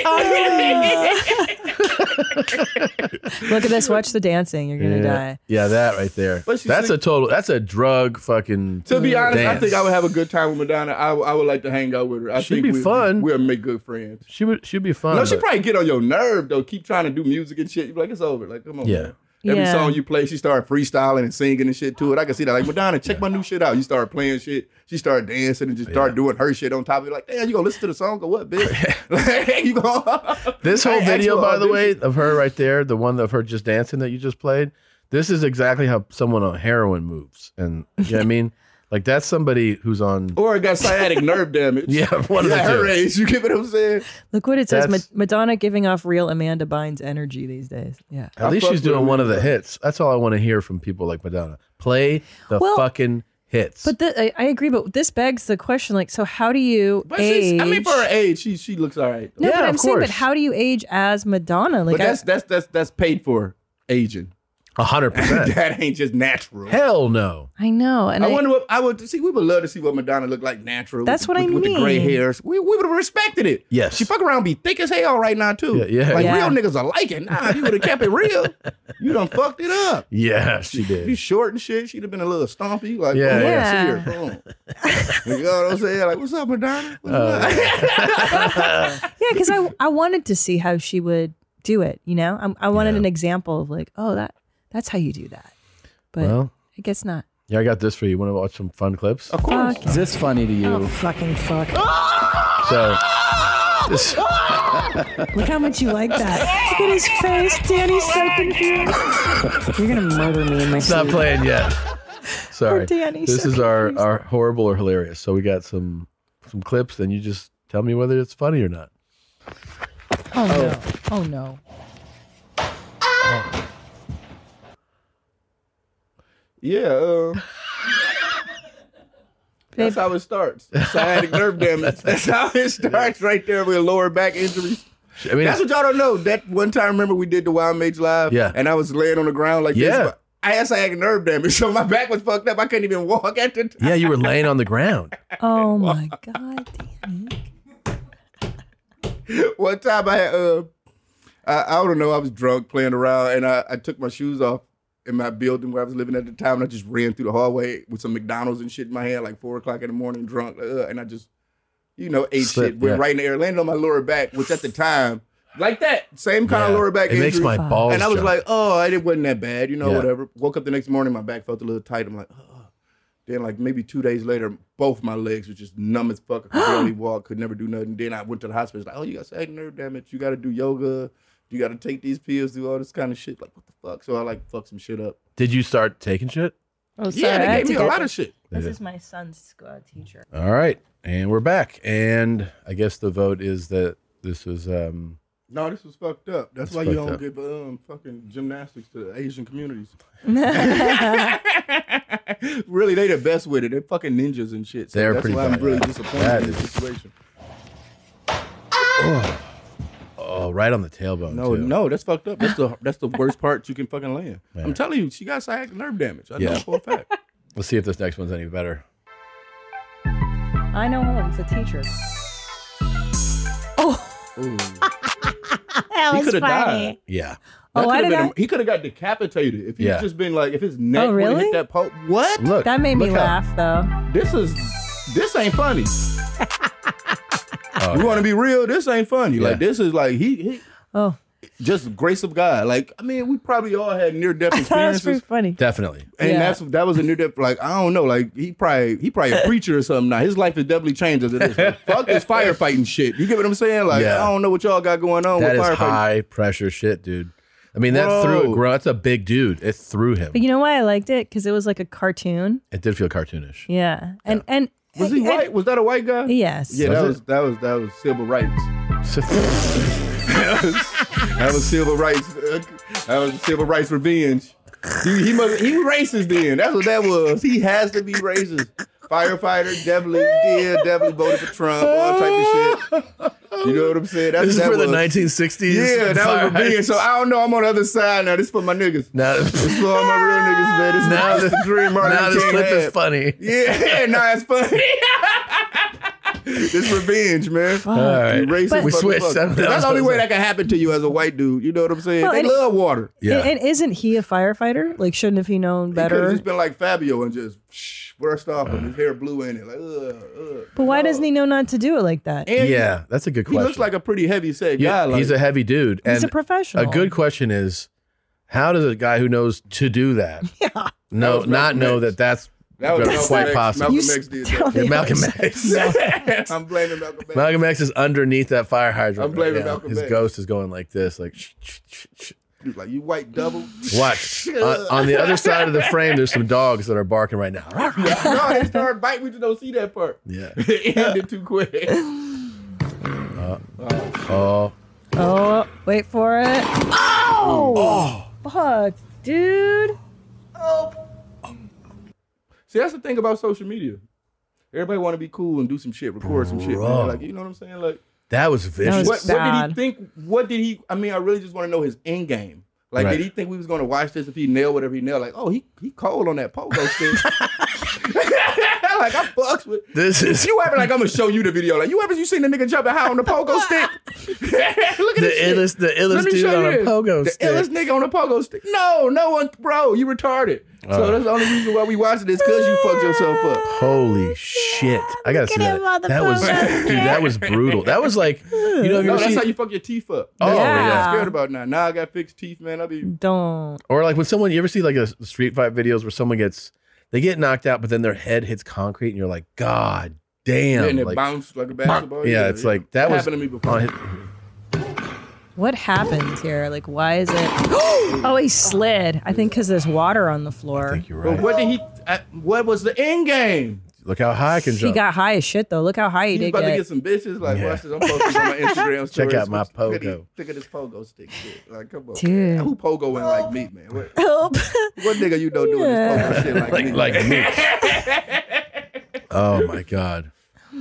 Speaker 3: Look at this. Watch the dancing. You're gonna
Speaker 1: yeah.
Speaker 3: die.
Speaker 1: Yeah, that right there.
Speaker 2: But
Speaker 1: That's
Speaker 2: she
Speaker 1: a total. That's a drug fucking.
Speaker 2: To be honest, I
Speaker 1: dance.
Speaker 2: think I would have a good time with Madonna. I, I would like to hang out with her. I
Speaker 1: She'd
Speaker 2: think
Speaker 1: be
Speaker 2: we,
Speaker 1: fun.
Speaker 2: We'll make good friends.
Speaker 1: She would. She'd be fun.
Speaker 2: no, she
Speaker 1: but-
Speaker 2: probably get on your nerve though. Keep trying to do music and shit. You be like, it's over. Like, come on.
Speaker 1: Yeah.
Speaker 2: man. Every
Speaker 1: Yeah.
Speaker 2: song you play, she started freestyling and singing and shit to it. I can see that. Like Madonna, check my new shit out. You start playing shit. She started dancing and just start doing her shit on top of it. Like, damn, you gonna listen to the song or what, bitch? like, you gonna
Speaker 1: This
Speaker 2: I
Speaker 1: whole
Speaker 2: asked
Speaker 1: video,
Speaker 2: for
Speaker 1: by the way,
Speaker 2: audition.
Speaker 1: of her right there, the one of her just dancing that you just played, this is exactly how someone on heroin moves. And you know what I mean? Like that's somebody who's on.
Speaker 2: or got sciatic nerve damage?
Speaker 1: Yeah, one of
Speaker 2: yeah,
Speaker 1: the
Speaker 2: her
Speaker 1: two.
Speaker 2: age. You get what I'm saying?
Speaker 3: Look what it says. Ma-
Speaker 1: That's-
Speaker 3: Madonna giving off real Amanda Bynes energy these days. Yeah.
Speaker 1: At least she's doing one of the hits. That's all I want to hear from people like Madonna. Play the
Speaker 3: Well-
Speaker 1: fucking hits.
Speaker 3: But the, I, I agree. But this begs the question: like, so how do you
Speaker 2: But
Speaker 3: age?
Speaker 2: she's, I mean, for her age, she she looks all right.
Speaker 3: no, but I'm saying, but how do you age as Madonna? Like,
Speaker 2: but that's that's that's that's paid for aging.
Speaker 1: A hundred percent.
Speaker 2: That ain't just natural.
Speaker 1: Hell no.
Speaker 3: I, I know, and
Speaker 2: I,
Speaker 3: I,
Speaker 2: wonder what I would see. We would love to see what Madonna looked like natural.
Speaker 3: That's
Speaker 2: with,
Speaker 3: what I
Speaker 2: with, With the gray
Speaker 3: mean.
Speaker 2: hairs, we, we would have respected it.
Speaker 1: Yes.
Speaker 2: she fuck around, be thick as hell right now too.
Speaker 1: Yeah, yeah.
Speaker 2: like
Speaker 1: Yeah.
Speaker 2: real niggas are liking. Nah, if you would have kept it real. You done fucked it up.
Speaker 1: yeah, she
Speaker 2: You
Speaker 1: did.
Speaker 2: short and shit. She'd have been a little stompy. Like, oh,
Speaker 1: Yeah,
Speaker 2: yeah,
Speaker 1: yeah.
Speaker 2: yeah. See her. Boom. you know what I'm saying? Like, what's up, Madonna?
Speaker 1: Uh,
Speaker 2: What's up?
Speaker 3: yeah, because I I wanted to see how she would do it. You know, I, I wanted
Speaker 1: Yeah.
Speaker 3: an example of like, oh, that that's how you do that. But
Speaker 1: Well.
Speaker 3: I guess not.
Speaker 1: Yeah, I got this for you. Want to watch some fun clips? Of
Speaker 3: course. Fuck.
Speaker 15: Is this funny to you?
Speaker 3: Oh fucking fuck!
Speaker 1: So, this,
Speaker 3: Look how much you like that. Look at his face. Danny's so confused. You're gonna murder me in my
Speaker 1: it's not
Speaker 3: sleep.
Speaker 1: playing yet. Sorry.
Speaker 3: Poor Danny,
Speaker 1: this
Speaker 3: so
Speaker 1: is our, our horrible or hilarious. So we got some some clips, and you just tell me whether it's funny or not.
Speaker 3: Oh no! Oh no!
Speaker 2: Yeah. Um, that's how it starts. Sciatic nerve damage. That's how it starts right there with lower back injuries.
Speaker 1: I mean,
Speaker 2: that's what y'all don't know. That one time, remember we did the Wild Mage live,
Speaker 1: Yeah.
Speaker 2: and I was laying on the ground like
Speaker 1: Yeah.
Speaker 2: this. I had sciatic nerve damage, so my back was fucked up. I couldn't even walk at the time.
Speaker 1: Yeah, you were laying on the ground.
Speaker 3: Oh my god!
Speaker 2: One time I had, uh, I, I don't know, I was drunk playing around and I, I took my shoes off in my building where I was living at the time and I just ran through the hallway with some McDonald's and shit in my hand, like four o'clock in the morning, drunk. Uh, and I just, you know, ate
Speaker 1: Slip,
Speaker 2: shit, went
Speaker 1: yeah.
Speaker 2: right in the air, landed on my lower back, which at the time, like that, same kind
Speaker 1: Yeah.
Speaker 2: of lower back
Speaker 1: It
Speaker 2: injury.
Speaker 1: makes my balls
Speaker 2: And I was
Speaker 1: jump.
Speaker 2: like, oh, it wasn't that bad, you know,
Speaker 1: Yeah.
Speaker 2: whatever. Woke up the next morning, my back felt a little tight. I'm like, then, like maybe two days later, both my legs were just numb as fuck. I could barely walk, could never do nothing. Then I went to the hospital. It's like, oh, you got sciatic nerve damage. You got to do yoga. You got to take these pills, do all this kind of shit. Like, what the fuck? So I like fucked some shit up.
Speaker 1: Did you start taking shit?
Speaker 3: Oh,
Speaker 2: Yeah, they gave me a lot of shit.
Speaker 3: This
Speaker 1: Yeah.
Speaker 3: is my son's uh, teacher.
Speaker 1: All right, and we're back. And I guess the vote is that this was. Um,
Speaker 2: No, this was fucked up. That's
Speaker 1: It's
Speaker 2: why you
Speaker 1: fucked
Speaker 2: don't
Speaker 1: up.
Speaker 2: give um fucking gymnastics to the Asian communities. really, they the best with it. They're fucking ninjas and shit. So
Speaker 1: They're
Speaker 2: that's
Speaker 1: pretty
Speaker 2: why I'm
Speaker 1: bad.
Speaker 2: really disappointed
Speaker 1: That
Speaker 2: in this
Speaker 1: is-
Speaker 2: situation.
Speaker 1: oh, oh, right on the tailbone.
Speaker 2: No,
Speaker 1: too.
Speaker 2: no, that's fucked up. That's the that's the worst part you can fucking land.
Speaker 1: Yeah.
Speaker 2: I'm telling you, she got sciatic nerve damage. I
Speaker 1: Yeah.
Speaker 2: know for a fact.
Speaker 1: Let's see if this next one's any better.
Speaker 3: I know him. It's a teacher. Oh,
Speaker 2: He
Speaker 3: that
Speaker 2: was coulda funny. died.
Speaker 1: Yeah.
Speaker 3: Oh,
Speaker 2: That
Speaker 3: why
Speaker 2: coulda
Speaker 3: did
Speaker 2: been
Speaker 3: I-
Speaker 2: a- he could have got decapitated if he'd
Speaker 1: Yeah.
Speaker 2: just been like, if his neck
Speaker 3: Oh,
Speaker 2: would've
Speaker 3: really?
Speaker 2: hit that pole. What?
Speaker 1: Look,
Speaker 3: that made me
Speaker 1: look how-
Speaker 3: laugh though.
Speaker 2: This is, this ain't funny. you want to be real? This ain't funny. Like this is like he, he,
Speaker 3: Oh,
Speaker 2: just grace of God. Like I mean, we probably all had near death
Speaker 3: that was
Speaker 2: experiences.
Speaker 3: pretty funny.
Speaker 1: Definitely.
Speaker 2: And
Speaker 3: Yeah.
Speaker 2: that's that was a near death. Like I don't know. Like he probably he probably a preacher or something. Now his life is definitely changed. After this. Like, fuck this firefighting shit. You get what I'm saying? Like
Speaker 1: Yeah.
Speaker 2: I don't know what y'all got going on
Speaker 1: That
Speaker 2: with
Speaker 1: is
Speaker 2: firefighting.
Speaker 1: high pressure shit, dude. I mean, that threw a
Speaker 2: Whoa.
Speaker 1: grunt. That's a big dude. It threw him.
Speaker 3: But you know why I liked it? Because it was like a cartoon.
Speaker 1: It did feel cartoonish.
Speaker 3: Yeah, and and
Speaker 2: Was he
Speaker 3: and-
Speaker 2: white? Was that a white guy?
Speaker 3: Yes.
Speaker 2: Yeah, that
Speaker 1: Was
Speaker 2: was that was that was civil rights. that, was, that was civil rights. uh, That was civil rights revenge. He he, must, he was racist then. That's what that was. He has to be racist. Firefighter, definitely did, definitely voted for Trump, all type of shit. You know what I'm saying? That's
Speaker 1: This is
Speaker 2: that
Speaker 1: for the
Speaker 2: was-
Speaker 1: 1960s.
Speaker 2: Yeah, that was revenge. So I don't know. I'm on the other side now. This is for my niggas.
Speaker 1: Now,
Speaker 2: This is for all my real niggas, man. This is
Speaker 1: Now
Speaker 2: this is the dream Martin
Speaker 1: now
Speaker 2: Luther
Speaker 1: this
Speaker 2: King
Speaker 1: clip
Speaker 2: had.
Speaker 1: is funny.
Speaker 2: Yeah, now it's funny. It's revenge, man.
Speaker 1: All right.
Speaker 2: You racist
Speaker 1: But- We switched.
Speaker 2: motherfucker.
Speaker 1: That was-
Speaker 2: That's the only way that can happen to you as a white dude. You know what I'm saying?
Speaker 3: Well,
Speaker 2: they
Speaker 3: and-
Speaker 2: love water.
Speaker 3: And, and isn't he a firefighter? Like, shouldn't have he known
Speaker 2: Because
Speaker 3: better?
Speaker 2: he's been like Fabio and just shh, burst off and his hair blew in it. Like, ugh, ugh.
Speaker 3: but why doesn't he know not to do it like that?
Speaker 2: And
Speaker 1: Yeah, that's a good
Speaker 2: He
Speaker 1: question.
Speaker 2: looks like a pretty heavy set
Speaker 1: Yeah,
Speaker 2: guy. Like,
Speaker 1: he's a heavy dude.
Speaker 3: He's
Speaker 1: and
Speaker 3: a professional.
Speaker 1: A good question is, how does a guy who knows to do that, no, not know that that's
Speaker 2: That was
Speaker 1: that's
Speaker 2: Malcolm
Speaker 1: quite
Speaker 2: X.
Speaker 1: possible?
Speaker 2: Malcolm X did that.
Speaker 1: Yeah, Malcolm X.
Speaker 2: I'm blaming Malcolm X.
Speaker 1: Malcolm X is underneath that fire hydrant.
Speaker 2: I'm blaming
Speaker 1: right now.
Speaker 2: Malcolm
Speaker 1: His
Speaker 2: X.
Speaker 1: ghost is going like this, like shh, shh, shh, shh.
Speaker 2: He was like, you white double.
Speaker 1: watch. on, on the other side of the frame, there's some dogs that are barking right now.
Speaker 2: no, they started biting. We just don't see that part.
Speaker 1: Yeah.
Speaker 2: it ended too quick.
Speaker 1: Uh, oh,
Speaker 3: Oh, wait for it. Oh, fuck, dude.
Speaker 2: See, that's the thing about social media. Everybody want to be cool and do some shit, record some shit.
Speaker 1: Bro.
Speaker 2: man. Like, you know what I'm saying? Like,
Speaker 1: that was vicious.
Speaker 2: what, what did he think? What did he? I mean, I really just want to know his end game. Like,
Speaker 1: Right.
Speaker 2: did he think we was going to watch this if he nailed whatever he nailed? Like, oh, he he cold on that pogo stick. like I fucks with
Speaker 1: This is-
Speaker 2: you ever like I'm gonna show you the video like you ever you seen the nigga jumping high on the pogo stick? Look at
Speaker 1: The
Speaker 2: this shit.
Speaker 1: illest- the illest
Speaker 2: Let me
Speaker 1: dude
Speaker 2: show
Speaker 1: on
Speaker 2: you
Speaker 1: a
Speaker 2: this.
Speaker 1: pogo
Speaker 2: The
Speaker 1: stick.
Speaker 2: illest nigga on a pogo stick. No, no one, bro, you retarded.
Speaker 1: Oh.
Speaker 2: So that's the only reason why we watching this because you fucked yourself up. Oh,
Speaker 1: Holy shit! I gotta see that. That was, dude. That was brutal. That was like, you know, have you
Speaker 2: no,
Speaker 1: ever
Speaker 2: that's
Speaker 1: seen-
Speaker 2: how you fuck your teeth up.
Speaker 1: Oh,
Speaker 2: That's what I'm
Speaker 1: yeah.
Speaker 2: scared about now. Now I got fixed teeth, man. I be
Speaker 3: Don't.
Speaker 1: Or like when someone you ever see like a street fight videos where someone gets they get knocked out, but then their head hits concrete, and you're like, God damn!
Speaker 2: and it
Speaker 1: like,
Speaker 2: bounced like a basketball.
Speaker 1: Yeah, it's like that was
Speaker 2: happened to me before.
Speaker 1: on his-
Speaker 3: What happened here? Like, why is it? oh, he slid. I think because there's water on the floor.
Speaker 2: But what did he? I, what was the end game?
Speaker 1: look how high I can
Speaker 3: He
Speaker 1: jump.
Speaker 3: got high as shit though. Look how high he,
Speaker 2: He's
Speaker 3: did
Speaker 2: about
Speaker 3: get.
Speaker 2: to get some bitches. Like,
Speaker 1: Yeah.
Speaker 2: watch this. I'm posting on my Instagram story.
Speaker 1: Check out my
Speaker 2: Look at,
Speaker 1: pogo.
Speaker 2: these- look at this pogo stick shit. Like, come on.
Speaker 1: Dude.
Speaker 2: Who pogoing like me, man? What,
Speaker 3: Help.
Speaker 2: what nigga you don't doing this pogo shit like, me?
Speaker 1: Like- like oh my god!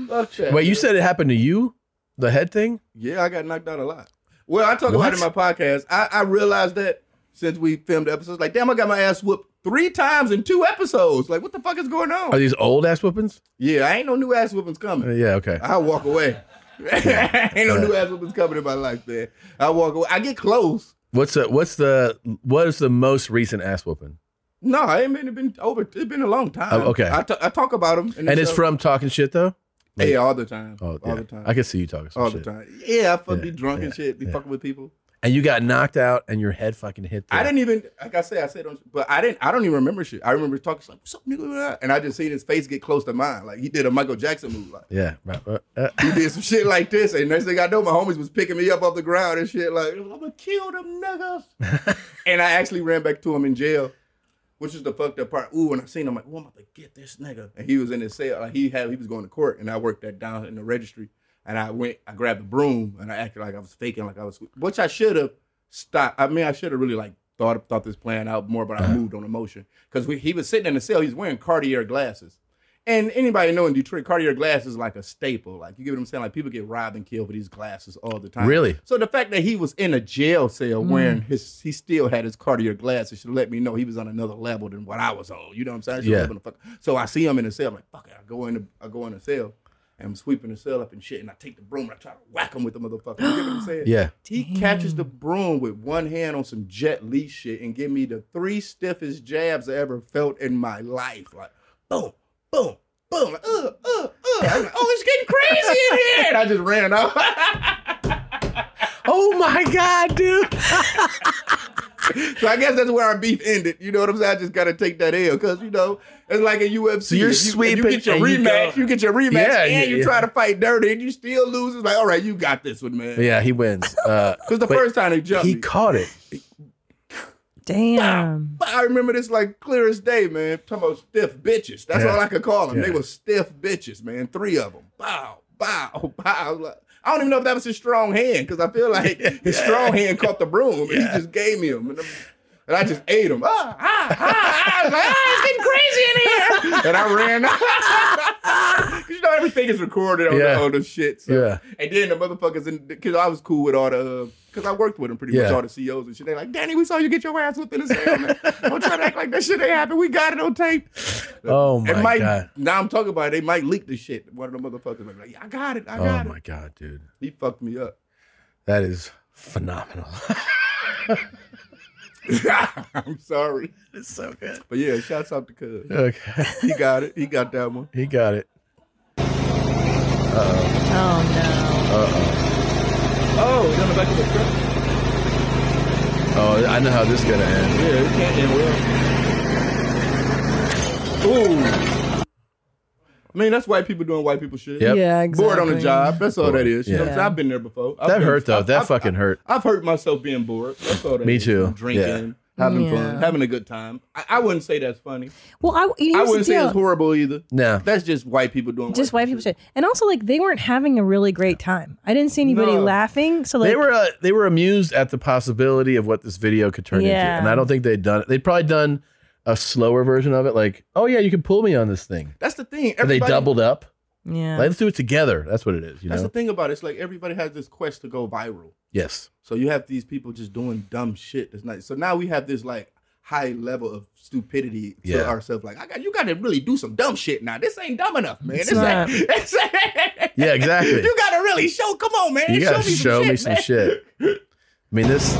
Speaker 2: Fuck that,
Speaker 1: Wait, you
Speaker 2: man.
Speaker 1: said it happened to you, the head thing?
Speaker 2: Yeah, I got knocked out a lot. Well, I talk
Speaker 1: What?
Speaker 2: about it in my podcast. I, I realized that since we filmed episodes, like, damn, I got my ass whooped three times in two episodes. Like, what the fuck is going on?
Speaker 1: Are these old ass whoopings?
Speaker 2: Yeah, I ain't no new ass whoopings coming.
Speaker 1: Uh, yeah, okay.
Speaker 2: I walk away. ain't no new ass whoopings coming in my life, man. I walk away. I get close.
Speaker 1: What's the what's the what is the most recent ass whooping?
Speaker 2: No, I ain't been, it been over. It's been a long time.
Speaker 1: Oh, okay.
Speaker 2: I ta- I talk about them.
Speaker 1: And it's from talking shit though.
Speaker 2: Yeah, all the time.
Speaker 1: Oh,
Speaker 2: all
Speaker 1: yeah.
Speaker 2: the time.
Speaker 1: I can see you talking some
Speaker 2: all
Speaker 1: shit.
Speaker 2: the time. Yeah, I fuck
Speaker 1: Yeah,
Speaker 2: be drunk and shit. Be fucking with people.
Speaker 1: And you got knocked out, and your head fucking hit. The,
Speaker 2: I didn't even like I said. I said, on- but I didn't. I don't even remember shit. I remember talking like, "What's up, nigga?" And I just seen his face get close to mine. Like he did a Michael Jackson move. Like
Speaker 1: Yeah. right, right, uh,
Speaker 2: he did some shit like this. And next thing I know, my homies was picking me up off the ground and shit. Like I'm gonna kill them niggas. and I actually ran back to him in jail, which is the fucked up part. Ooh, and I seen him like, "Ooh, I'm about to get this nigga." And he was in his cell. Like he had, he was going to court, and I worked that down in the registry. And I went, I grabbed the broom, and I acted like I was faking, like I was, which I should have stopped. I mean, I should have really like thought thought this plan out more, but I moved on emotion because he was sitting in the cell. He's wearing Cartier glasses. And anybody know in Detroit, Cartier glasses is like a staple. Like you get what I'm saying? Like people get robbed and killed for these glasses all the time.
Speaker 1: Really?
Speaker 2: So the fact that he was in a jail cell
Speaker 1: Mm.
Speaker 2: wearing his, he still had his Cartier glasses should let me know he was on another level than what I was on. You know what I'm saying? I should've
Speaker 1: Yeah.
Speaker 2: been a fuck- So I see him in the cell. I'm like, fuck it. I go in, the, I go in the cell. And I'm sweeping the cell up and shit. And I take the broom and I try to whack him with the motherfucker. You get what I'm saying?
Speaker 1: Yeah.
Speaker 2: He catches the broom with one hand on some jet leash shit and give me the three stiffest jabs I ever felt in my life. Like, boom, boom, boom. Like, uh, uh, uh. I'm like, oh, it's getting crazy in here. And I just ran off.
Speaker 1: oh my God, dude.
Speaker 2: so I guess that's where our beef ended. You know what I'm saying? I just gotta take that L because you know it's like a UFC.
Speaker 1: So you're
Speaker 2: If you, if
Speaker 1: sweeping
Speaker 2: You get your
Speaker 1: and you
Speaker 2: rematch.
Speaker 1: go-
Speaker 2: You, get your rematch,
Speaker 1: Yeah,
Speaker 2: and
Speaker 1: yeah,
Speaker 2: you
Speaker 1: yeah.
Speaker 2: try to fight dirty, and you still lose. It's like, all right, you got this one, man.
Speaker 1: Yeah, he wins. Because
Speaker 2: the first time he jumped
Speaker 1: he
Speaker 2: me.
Speaker 1: caught it.
Speaker 3: Damn.
Speaker 2: But I remember this like clear as day, man. Talking about stiff bitches. That's
Speaker 1: Yeah.
Speaker 2: all I could call them. They
Speaker 1: Yeah.
Speaker 2: were stiff bitches, man. Three of them. Bow, bow, bow. Like, I don't even know if that was his strong hand because I feel like his strong hand caught the broom and he just gave me him. And I'm- and I just ate them. Ah, ah, ah, I was like, ah, it's getting crazy in here. and I ran. Because you know everything is recorded on
Speaker 1: Yeah.
Speaker 2: the, on the shit. So.
Speaker 1: Yeah.
Speaker 2: And then the motherfuckers, in because I was cool with all the, because I worked with them pretty much
Speaker 1: Yeah.
Speaker 2: all the CEOs and shit. They like, Danny, we saw you get your ass whooped in the cell. man. Don't try to act like that shit ain't happened. We got it on tape.
Speaker 1: Oh my
Speaker 2: it might,
Speaker 1: god.
Speaker 2: Now I'm talking about it. They might leak the shit. One of the motherfuckers might be like, I got it. I
Speaker 1: Oh
Speaker 2: got
Speaker 1: my
Speaker 2: it.
Speaker 1: god, dude.
Speaker 2: He fucked me up.
Speaker 1: That is phenomenal.
Speaker 2: I'm sorry.
Speaker 1: It's so good.
Speaker 2: But yeah, shouts out to Cuz.
Speaker 1: Okay.
Speaker 2: He got it. He got that one.
Speaker 1: He got it. Uh-oh.
Speaker 3: Oh
Speaker 1: Uh-oh.
Speaker 2: Oh, he's on the back of the truck.
Speaker 1: Oh, I know how this is gonna end.
Speaker 2: Yeah, it can't end well. Ooh. I mean, that's white people doing white people shit.
Speaker 1: Oh, Yep. Yeah,
Speaker 2: Bored on the
Speaker 1: exactly.
Speaker 2: job. That's all that is. You know what I'm
Speaker 1: Yeah.
Speaker 2: saying? I've been there before. I've
Speaker 1: That
Speaker 2: been-
Speaker 1: hurt though.
Speaker 2: I've-
Speaker 1: That
Speaker 2: I've-
Speaker 1: fucking hurt.
Speaker 2: I've hurt myself being bored. That's all that
Speaker 1: Me
Speaker 2: is.
Speaker 1: too.
Speaker 2: Drinking,
Speaker 1: Yeah.
Speaker 2: having
Speaker 1: Yeah.
Speaker 2: fun, having a good time. I, I wouldn't say that's funny.
Speaker 3: Well, I, here's
Speaker 2: I
Speaker 3: the
Speaker 2: wouldn't say
Speaker 3: deal.
Speaker 2: it's horrible either.
Speaker 1: No.
Speaker 2: That's just white people doing
Speaker 3: just white people shit. And also, like, they weren't having a really great time. I didn't see anybody
Speaker 1: No.
Speaker 3: laughing. So, like,
Speaker 1: they were uh, they were amused at the possibility of what this video could turn into,
Speaker 3: Yeah.
Speaker 1: and I don't think they'd done it. They'd probably done a slower version of it, like, oh yeah, you can pull me on this thing.
Speaker 2: That's the thing.
Speaker 1: Or they
Speaker 2: Everybody-
Speaker 1: doubled up.
Speaker 3: Yeah.
Speaker 1: Like, let's do it together. That's what it is. You
Speaker 2: That's
Speaker 1: know.
Speaker 2: the thing about it. It's like everybody has this quest to go viral.
Speaker 1: Yes.
Speaker 2: So you have these people just doing dumb shit. That's nice. So now we have this like high level of stupidity to
Speaker 1: Yeah.
Speaker 2: ourselves. Like I got you got to really do some dumb shit now. This ain't dumb enough, man.
Speaker 1: It's
Speaker 2: this
Speaker 1: not.
Speaker 2: ain't, this ain't-
Speaker 1: Yeah, exactly.
Speaker 2: You got to really show. Come on, man.
Speaker 1: you gotta
Speaker 2: show me some
Speaker 1: show
Speaker 2: shit.
Speaker 1: me some
Speaker 2: man.
Speaker 1: shit. I mean, this.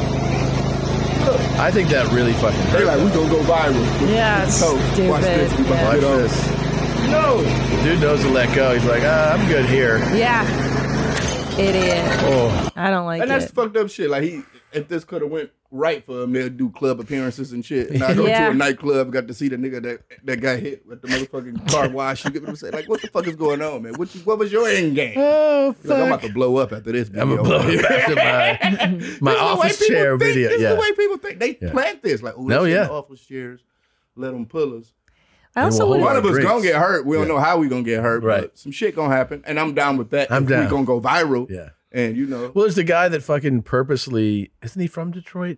Speaker 1: I think that really fucking hurt.
Speaker 2: They like we gonna go viral.
Speaker 3: Yeah,
Speaker 2: so, watch this. We about to
Speaker 1: Watch
Speaker 2: get on.
Speaker 1: this.
Speaker 2: No.
Speaker 1: The dude knows to let go. He's like, ah, I'm good here.
Speaker 3: yeah. Idiot.
Speaker 1: Oh,
Speaker 3: I don't like
Speaker 2: and that's
Speaker 3: it.
Speaker 2: fucked up shit. Like he, if this could have went right for him, they'll do club appearances and shit. And I go
Speaker 3: Yeah.
Speaker 2: to a nightclub, got to see the nigga that that got hit with the motherfucking car wash. You get what I'm saying? Like, what the fuck is going on, man? What you, what was your end game?
Speaker 1: Oh,
Speaker 2: You're Like, I'm about to blow up after this. Video.
Speaker 1: I'm gonna blow it back to my my
Speaker 2: This is the way
Speaker 1: office
Speaker 2: people
Speaker 1: chair
Speaker 2: think.
Speaker 1: video.
Speaker 2: This
Speaker 1: yeah.
Speaker 2: is the way people think. They
Speaker 1: Yeah.
Speaker 2: plant this. Like, oh,
Speaker 1: No,
Speaker 2: no,
Speaker 1: yeah.
Speaker 2: yeah, office chairs. Let them pull us.
Speaker 3: I also
Speaker 1: Well, hold
Speaker 2: One
Speaker 1: on.
Speaker 2: of us
Speaker 1: Drinks.
Speaker 2: gonna get hurt. We don't
Speaker 1: Yeah.
Speaker 2: know how we gonna get hurt.
Speaker 1: Right.
Speaker 2: But some shit gonna happen, and I'm down with that.
Speaker 1: I'm
Speaker 2: If
Speaker 1: down.
Speaker 2: We gonna go viral.
Speaker 1: Yeah.
Speaker 2: And you know,
Speaker 1: Well, there's the guy that fucking purposely isn't he from Detroit?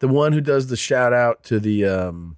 Speaker 1: The one who does the shout out to the um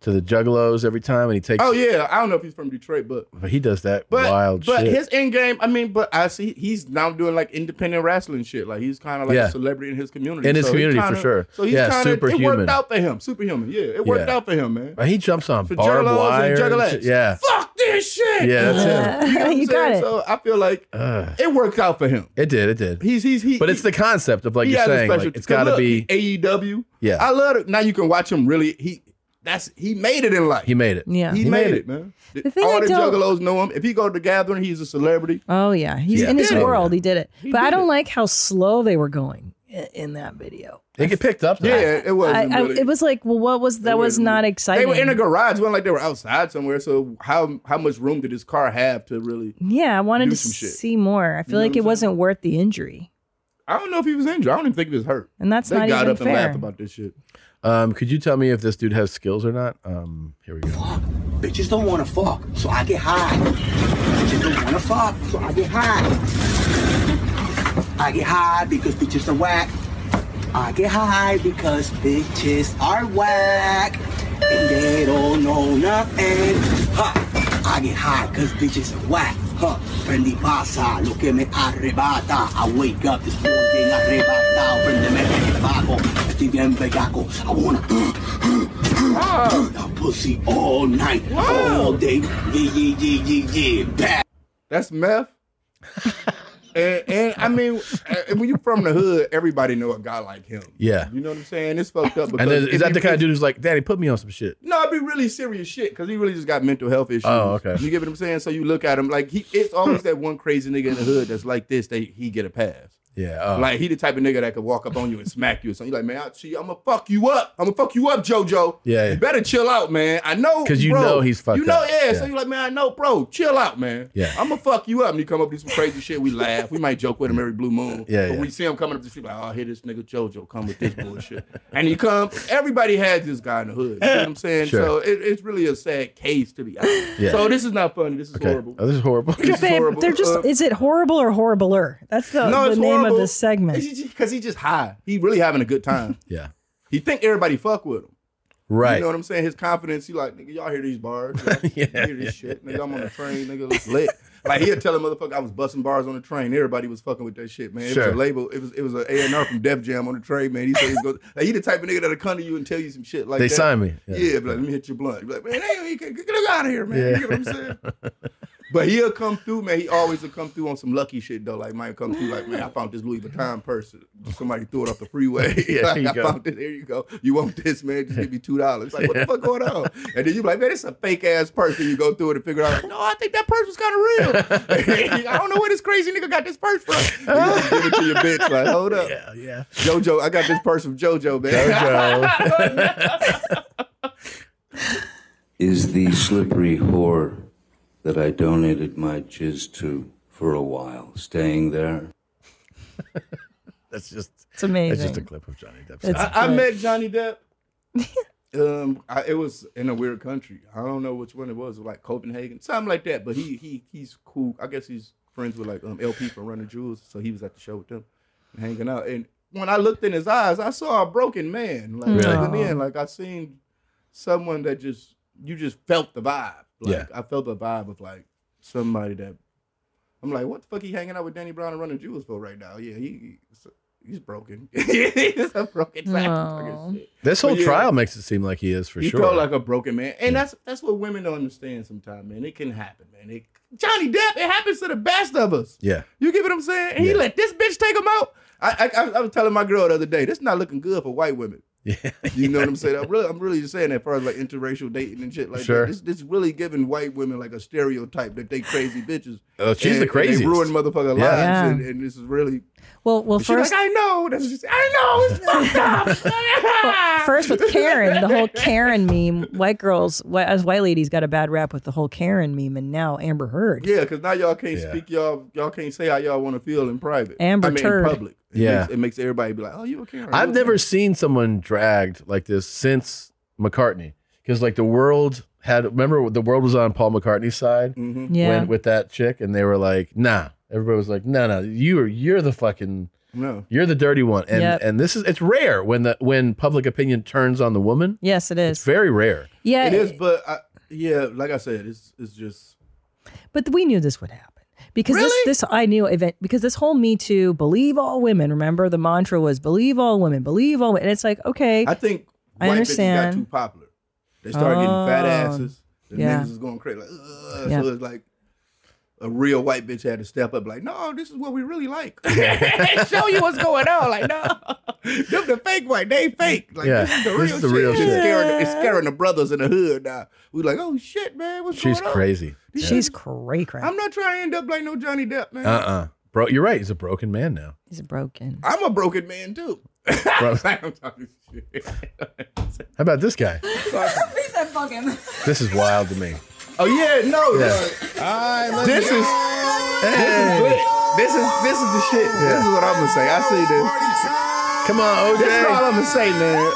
Speaker 1: to the juggalos every time and he takes
Speaker 2: oh yeah, I don't know if he's from Detroit, but
Speaker 1: but he does that
Speaker 2: But
Speaker 1: wild
Speaker 2: but
Speaker 1: shit.
Speaker 2: his end game, I mean, but I see he's now doing like independent wrestling shit. Like he's kind of like
Speaker 1: Yeah.
Speaker 2: a celebrity in his community.
Speaker 1: In his
Speaker 2: So he
Speaker 1: community, for
Speaker 2: kinda-
Speaker 1: sure.
Speaker 2: So he's
Speaker 1: Yeah,
Speaker 2: kind of It
Speaker 1: superhuman.
Speaker 2: worked out for him. Superhuman. Yeah, it worked
Speaker 1: Yeah.
Speaker 2: out for him, man.
Speaker 1: he jumps on
Speaker 2: For
Speaker 1: barbed
Speaker 2: juggalos and
Speaker 1: wire. and
Speaker 2: juggalettes.
Speaker 1: shit. yeah.
Speaker 2: Fuck this shit.
Speaker 1: Yeah, that's
Speaker 2: You, know what I'm
Speaker 3: You got
Speaker 2: saying?
Speaker 3: it.
Speaker 2: So I feel like
Speaker 1: Ugh.
Speaker 2: it worked out for him.
Speaker 1: It did, it did.
Speaker 2: He's he's he.
Speaker 1: but it's the concept of like you're saying, like, it's got to be
Speaker 2: AEW.
Speaker 1: Yeah.
Speaker 2: E I love it. Now you can watch him. Really, he that's he made it in life.
Speaker 1: he made it.
Speaker 3: Yeah.
Speaker 2: He, made, it, man.
Speaker 3: The thing
Speaker 2: All
Speaker 3: I
Speaker 2: the
Speaker 3: don't-
Speaker 2: juggalos know him. If he go to the gathering, he's a celebrity.
Speaker 3: Oh, yeah. He's
Speaker 2: Yeah.
Speaker 3: in his
Speaker 2: Did it.
Speaker 3: world. He did it.
Speaker 2: He
Speaker 3: but I
Speaker 2: did
Speaker 3: don't
Speaker 2: it.
Speaker 3: like how slow they were going i- in that video.
Speaker 1: It get picked up. though.
Speaker 2: Yeah, it
Speaker 3: I,
Speaker 2: wasn't.
Speaker 3: I,
Speaker 2: really-
Speaker 3: it was like, well, what was that? Was not
Speaker 2: they
Speaker 3: exciting.
Speaker 2: were in a garage. It wasn't like they were outside somewhere. So how how much room did his car have to really?
Speaker 3: yeah, I wanted
Speaker 2: do
Speaker 3: to
Speaker 2: some shit.
Speaker 3: see more. I
Speaker 2: know
Speaker 3: feel
Speaker 2: what
Speaker 3: like
Speaker 2: I'm
Speaker 3: it
Speaker 2: saying?
Speaker 3: wasn't worth the injury.
Speaker 2: I don't know if he was injured. I don't even think he was hurt.
Speaker 3: And that's
Speaker 2: they
Speaker 3: not
Speaker 2: got
Speaker 3: even
Speaker 2: up and
Speaker 3: fair.
Speaker 2: laughed about this shit.
Speaker 1: Um, could you tell me if this dude has skills or not? Um, here we go.
Speaker 10: Bitches don't wanna fuck, so I get high. Bitches don't wanna fuck, so I get high. I get high because bitches are whack. I get high because bitches are whack. And they don't know nothing. Huh. I get high because bitches are whack. Huh. Prendí pasa, lo que me arrebata. I wake up this morning arrebatado. Prendeme el tabaco. Estoy bien bellaco. I wanna uh, the uh, pussy all night, all day. Yeah, yeah, yeah, yeah, yeah. Bad.
Speaker 2: That's meth. and, and I mean, and when you're from the hood, everybody know a guy like him.
Speaker 1: Yeah.
Speaker 2: You know what I'm saying? It's fucked up.
Speaker 1: And
Speaker 2: Because
Speaker 1: then
Speaker 2: if
Speaker 1: is that
Speaker 2: he-
Speaker 1: the kind of dude who's like, Daddy, put me on some shit?
Speaker 2: No, it'd be really serious shit because he really just got mental health issues.
Speaker 1: Oh, okay.
Speaker 2: You get what I'm saying? So you look at him like he. It's always that one crazy nigga in the hood that's like this. They he get a pass.
Speaker 1: Yeah. Oh.
Speaker 2: Like he the type of nigga that could walk up on you and smack you or something. You like, man, I, see, I'm gonna fuck you up. I'm gonna fuck you up, JoJo.
Speaker 1: Yeah, yeah.
Speaker 2: You better chill out, man. I know
Speaker 1: 'Cause you
Speaker 2: bro.
Speaker 1: know he's fucked
Speaker 2: You know,
Speaker 1: up.
Speaker 2: yeah.
Speaker 1: Yeah.
Speaker 2: So you like, man, I know, bro. Chill out, man.
Speaker 1: Yeah.
Speaker 2: I'm gonna fuck you up. And you come up with some crazy shit. We laugh. We might joke with him every blue moon.
Speaker 1: Yeah,
Speaker 2: But
Speaker 1: yeah.
Speaker 2: we see him coming up the street like, oh, here this nigga JoJo come with this bullshit. and he come. Everybody has this guy in the hood. You know what I'm saying?
Speaker 1: Sure.
Speaker 2: So it, it's really a sad case to be honest.
Speaker 1: Yeah.
Speaker 2: So this is not funny. This is
Speaker 1: Okay.
Speaker 2: horrible.
Speaker 1: Oh, this is horrible.
Speaker 2: This is
Speaker 3: Babe,
Speaker 2: horrible.
Speaker 3: they're just,
Speaker 2: Uh,
Speaker 3: is it horrible or horribler? That's the, the Uh, name of this segment.
Speaker 2: Because he's just high. He really having a good time.
Speaker 1: Yeah.
Speaker 2: He think everybody fuck with him.
Speaker 1: Right.
Speaker 2: You know what I'm saying? His confidence, he like, nigga, y'all hear these bars. Y'all
Speaker 1: Yeah,
Speaker 2: hear this shit. Nigga, I'm on the train, nigga, it's lit. Like he'll tell a motherfucker I was busting bars on the train. Everybody was fucking with that shit, man. It
Speaker 1: Sure.
Speaker 2: was a label, it was it was an A and R from Def Jam on the train, man. He said he's going like he the type of nigga that'll come to you and tell you some shit like
Speaker 1: They
Speaker 2: that.
Speaker 1: signed me.
Speaker 2: Yeah,
Speaker 1: Yeah.
Speaker 2: be like, let me hit your blunt. Be like, man, hey, get, get the fuck out of here, man.
Speaker 1: Yeah.
Speaker 2: You get what I'm saying? But he'll come through, man. He always will come through on some lucky shit though. Like might come through, like man, I found this Louis Vuitton purse. Somebody threw it off the freeway. Like,
Speaker 1: Yeah, there you
Speaker 2: I
Speaker 1: go.
Speaker 2: found this. Here you go. You want this, man? Just give me two dollars. Like what the fuck going on? And then you be like, man, it's a fake ass purse. And you go through it and figure out, like, no, I think that purse was kind of real. I don't know where this crazy nigga got this purse from. And you just give it to your bitch. Like hold up,
Speaker 1: Yeah, yeah.
Speaker 2: JoJo, I got this purse from JoJo, man.
Speaker 15: is the slippery whore that I donated my jizz to for a while, staying there.
Speaker 1: That's just
Speaker 3: It's amazing.
Speaker 1: That's just a clip of Johnny Depp.
Speaker 2: I, I met Johnny Depp. um, I, it was in a weird country. I don't know which one it was, like Copenhagen, something like that. But he he he's cool. I guess he's friends with like um LP from Running Jewels, so he was at the show with them, hanging out. And when I looked in his eyes, I saw a broken man. Like
Speaker 1: Really?
Speaker 2: looking in, like I seen someone that just you just felt the vibe. Like
Speaker 1: Yeah.
Speaker 2: I felt the vibe of like somebody that I'm like, what the fuck? He hanging out with Danny Brown and Running Jewels for right now? Yeah, he he's broken. he's a broken.
Speaker 3: No.
Speaker 1: This whole
Speaker 2: But yeah.
Speaker 1: trial makes it seem like he is for
Speaker 2: he
Speaker 1: sure.
Speaker 2: felt like a broken man, and that's that's what women don't understand sometimes, man. It can happen, man. It, Johnny Depp, it happens to the best of us.
Speaker 1: yeah.
Speaker 2: You get what I'm saying? And he let this bitch take him out. I, I I was telling my girl the other day, this not looking good for white women.
Speaker 1: Yeah.
Speaker 2: You know what I'm saying? I'm really, I'm really just saying that as far as like interracial dating and shit like
Speaker 1: Sure.
Speaker 2: that. This, this really giving white women like a stereotype that they crazy bitches.
Speaker 1: Oh, she's
Speaker 2: and,
Speaker 1: the craziest.
Speaker 2: And they ruin motherfucker lives,
Speaker 1: Yeah.
Speaker 3: Yeah.
Speaker 2: and, and this is really.
Speaker 3: Well, well,
Speaker 2: And she
Speaker 3: first,
Speaker 2: like, I know. That's just, I know. It's fucked up. "Ah!"
Speaker 3: well, first with Karen, the whole Karen meme. White girls, wh- as white ladies, got a bad rap with the whole Karen meme, and now Amber Heard.
Speaker 2: Yeah, because now y'all can't speak y'all y'all can't say how y'all want to feel in private.
Speaker 3: Amber
Speaker 2: I mean,
Speaker 3: Turd.
Speaker 2: in public. It
Speaker 1: Yeah.
Speaker 2: makes, it makes everybody be like, "Oh, you a Karen."
Speaker 1: I've
Speaker 2: You a
Speaker 1: never seen someone dragged like this since McCartney, because like the world had remember the world was on Paul McCartney's side
Speaker 2: Mhm.
Speaker 3: Yeah.
Speaker 1: when, with that chick, and they were like, "Nah." Everybody was like, "No, no, you are you're the fucking
Speaker 2: no,
Speaker 1: you're the dirty one." And
Speaker 3: Yep.
Speaker 1: and this is it's rare when the when public opinion turns on the woman.
Speaker 3: Yes, it
Speaker 1: It's
Speaker 3: is.
Speaker 1: very rare.
Speaker 3: Yeah,
Speaker 2: It is, but I, yeah, like I said, it's it's just
Speaker 3: But we knew this would happen because this, this I knew event because this whole Me Too, believe all women. Remember the mantra was believe all women, believe all women, and it's like okay,
Speaker 2: I think
Speaker 3: I
Speaker 2: white bitches
Speaker 3: understand.
Speaker 2: got too popular. They started getting fat
Speaker 3: Oh.
Speaker 2: asses. The
Speaker 3: Yeah.
Speaker 2: niggas is going crazy. Like, Ugh.
Speaker 3: Yeah.
Speaker 2: So it's like a real white bitch had to step up. Like, no, this is what we really like. Show you what's going on. Like, no, them the fake white, they fake. Like,
Speaker 1: Yeah.
Speaker 2: this is the
Speaker 1: This
Speaker 2: real
Speaker 1: is
Speaker 2: shit.
Speaker 1: the real
Speaker 2: It's,
Speaker 1: shit.
Speaker 2: scaring, it's scaring the brothers in the hood now. We like, oh shit, man, what's
Speaker 1: She's
Speaker 2: going on?
Speaker 1: crazy.
Speaker 2: These
Speaker 3: she's
Speaker 2: niggas-
Speaker 3: cray cray.
Speaker 2: I'm not trying to end up like no Johnny Depp, man.
Speaker 1: Uh uh Bro, you're right. He's a broken man now.
Speaker 3: He's broken.
Speaker 2: I'm a broken man too.
Speaker 1: Bro-
Speaker 2: I'm talking shit.
Speaker 1: How about this guy?
Speaker 14: Please don't fuck him.
Speaker 1: This is wild to me.
Speaker 2: Oh yeah, no.
Speaker 1: Yeah.
Speaker 2: look. this is this is lit. This is this is the shit. This is what I'm gonna say. I see this.
Speaker 1: Come on, OJ.
Speaker 2: This is all I'm gonna say, man.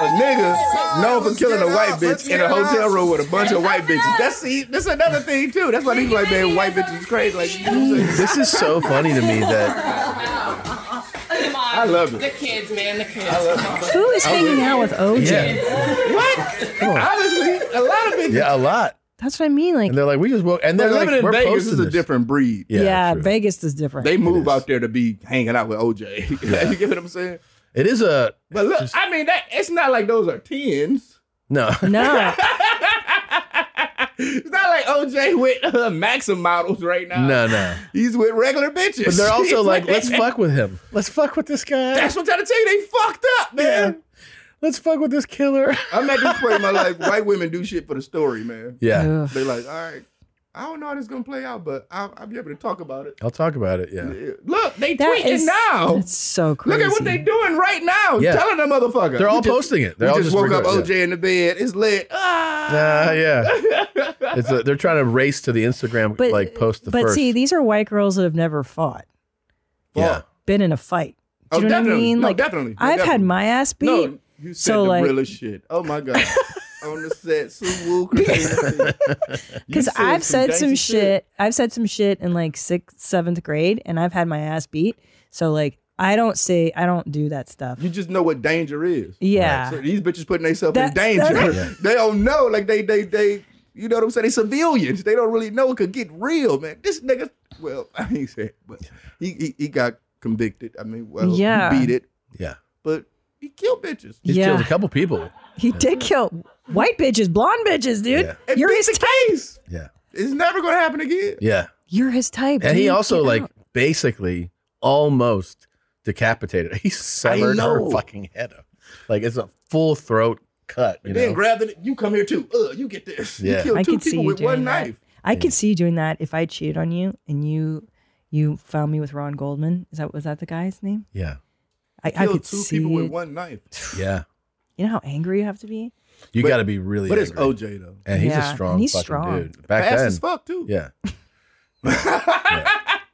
Speaker 2: A nigga known for killing a white bitch in a hotel room with a bunch of white bitches. That's see, that's another thing too. That's why people like, man, white bitches is crazy. Like, you know what I'm saying?
Speaker 1: This is so funny to me that
Speaker 2: I love it.
Speaker 16: The kids, man, the kids.
Speaker 3: Who is
Speaker 1: I
Speaker 3: hanging
Speaker 1: would-
Speaker 3: out with OJ?
Speaker 2: What? Honestly, a lot of bitches.
Speaker 1: yeah, a lot.
Speaker 3: That's what I mean. Like,
Speaker 1: And they're like, we just woke and they're
Speaker 2: But
Speaker 1: like,
Speaker 2: living in
Speaker 1: we're
Speaker 2: Vegas
Speaker 1: posting
Speaker 2: is a
Speaker 1: this.
Speaker 2: different breed.
Speaker 3: yeah,
Speaker 1: Yeah,
Speaker 3: Vegas is different.
Speaker 2: They move out there to be hanging out with OJ. you get what I'm saying?
Speaker 1: It is a
Speaker 2: But look, I mean, that it's not like those are tens.
Speaker 1: no.
Speaker 3: No,
Speaker 2: It's not like OJ with uh, Maxim models right now.
Speaker 1: No, no.
Speaker 2: He's with regular bitches.
Speaker 1: But they're also
Speaker 2: He's
Speaker 1: like, let's fuck with him. Let's fuck with this guy.
Speaker 2: That's what I'm trying to tell you. They fucked up, man.
Speaker 1: Let's fuck with this killer.
Speaker 2: I'm at this point in my life. White women do shit for the story, man.
Speaker 1: Yeah.
Speaker 3: Ugh.
Speaker 2: They like, all right, I don't know how this is gonna play out, but I'll, I'll be able to talk about it.
Speaker 1: I'll talk about it. Yeah.
Speaker 2: Look, they
Speaker 3: that
Speaker 2: tweeting
Speaker 3: is
Speaker 2: now.
Speaker 3: That's so
Speaker 2: Oh. Look
Speaker 3: crazy.
Speaker 2: at what they doing right now.
Speaker 1: Yeah.
Speaker 2: Telling that motherfucker.
Speaker 1: They're all
Speaker 2: We just-
Speaker 1: posting it. They're
Speaker 2: we
Speaker 1: all
Speaker 2: just,
Speaker 1: just
Speaker 2: woke up
Speaker 1: regular-
Speaker 2: OJ in the bed. It's lit. Ah.
Speaker 1: Uh, yeah. It's a, they're trying to race to the Instagram
Speaker 3: But-
Speaker 1: like post the
Speaker 3: but
Speaker 1: first.
Speaker 3: see, these are white girls that have never fought,
Speaker 1: yeah.
Speaker 3: been in a fight. Do you know
Speaker 2: Oh,
Speaker 3: what I
Speaker 2: definitely.
Speaker 3: mean?
Speaker 2: No,
Speaker 3: like,
Speaker 2: definitely. No,
Speaker 3: I've had
Speaker 2: definitely.
Speaker 3: my ass beat.
Speaker 2: No, you said
Speaker 3: so
Speaker 2: the
Speaker 3: like,
Speaker 2: realest shit. Oh my god. On the set, Sue Woo, because
Speaker 3: because I've said some shit. I've said some shit in like sixth, seventh grade, and I've had my ass beat. So like, I don't say I don't do that stuff.
Speaker 2: You just know what danger is.
Speaker 3: Yeah.
Speaker 2: So these bitches putting themselves in
Speaker 3: That-
Speaker 2: danger.
Speaker 3: that-
Speaker 2: they don't know. Like they they they you know what I'm saying? They civilians. They don't really know it could get real, man. This nigga well, I ain't said but he he, he got convicted. I mean, well
Speaker 9: Yeah.
Speaker 2: he beat it.
Speaker 1: Yeah.
Speaker 2: But he killed bitches.
Speaker 1: He's
Speaker 9: Yeah.
Speaker 1: killed a couple people.
Speaker 9: He did kill white bitches, blonde bitches, dude.
Speaker 2: And
Speaker 9: You're
Speaker 2: beat
Speaker 9: his
Speaker 2: the
Speaker 9: type.
Speaker 2: case.
Speaker 1: Yeah.
Speaker 2: It's never gonna happen again.
Speaker 1: Yeah.
Speaker 9: You're his type.
Speaker 1: And he
Speaker 9: dude.
Speaker 1: also
Speaker 9: Get
Speaker 1: like
Speaker 9: out.
Speaker 1: basically almost decapitated. He severed her
Speaker 2: know.
Speaker 1: fucking head up. Like it's a full throat cut. You
Speaker 2: And then
Speaker 1: know?
Speaker 2: grabbed it. You come here too. Ugh, you get this.
Speaker 1: Yeah.
Speaker 2: You killed
Speaker 3: I
Speaker 2: two
Speaker 3: could see
Speaker 2: people
Speaker 3: you
Speaker 2: with
Speaker 3: doing
Speaker 2: one
Speaker 3: that.
Speaker 2: knife.
Speaker 3: I could see you doing that if I cheated on you and you you found me with Ron Goldman. Is that was that the guy's name?
Speaker 1: yeah.
Speaker 3: I, I
Speaker 2: killed
Speaker 3: could
Speaker 2: two
Speaker 3: see
Speaker 2: people
Speaker 3: it.
Speaker 2: with one knife.
Speaker 1: Yeah.
Speaker 3: You know how angry you have to be.
Speaker 1: You
Speaker 2: But-
Speaker 1: got to be really.
Speaker 2: but it's
Speaker 1: angry.
Speaker 2: OJ though.
Speaker 1: And he's
Speaker 3: Yeah,
Speaker 1: a
Speaker 3: and
Speaker 1: strong
Speaker 3: he's
Speaker 1: fucking
Speaker 3: strong.
Speaker 1: dude. Back
Speaker 2: Fast
Speaker 1: then.
Speaker 2: as fuck, too.
Speaker 1: Yeah.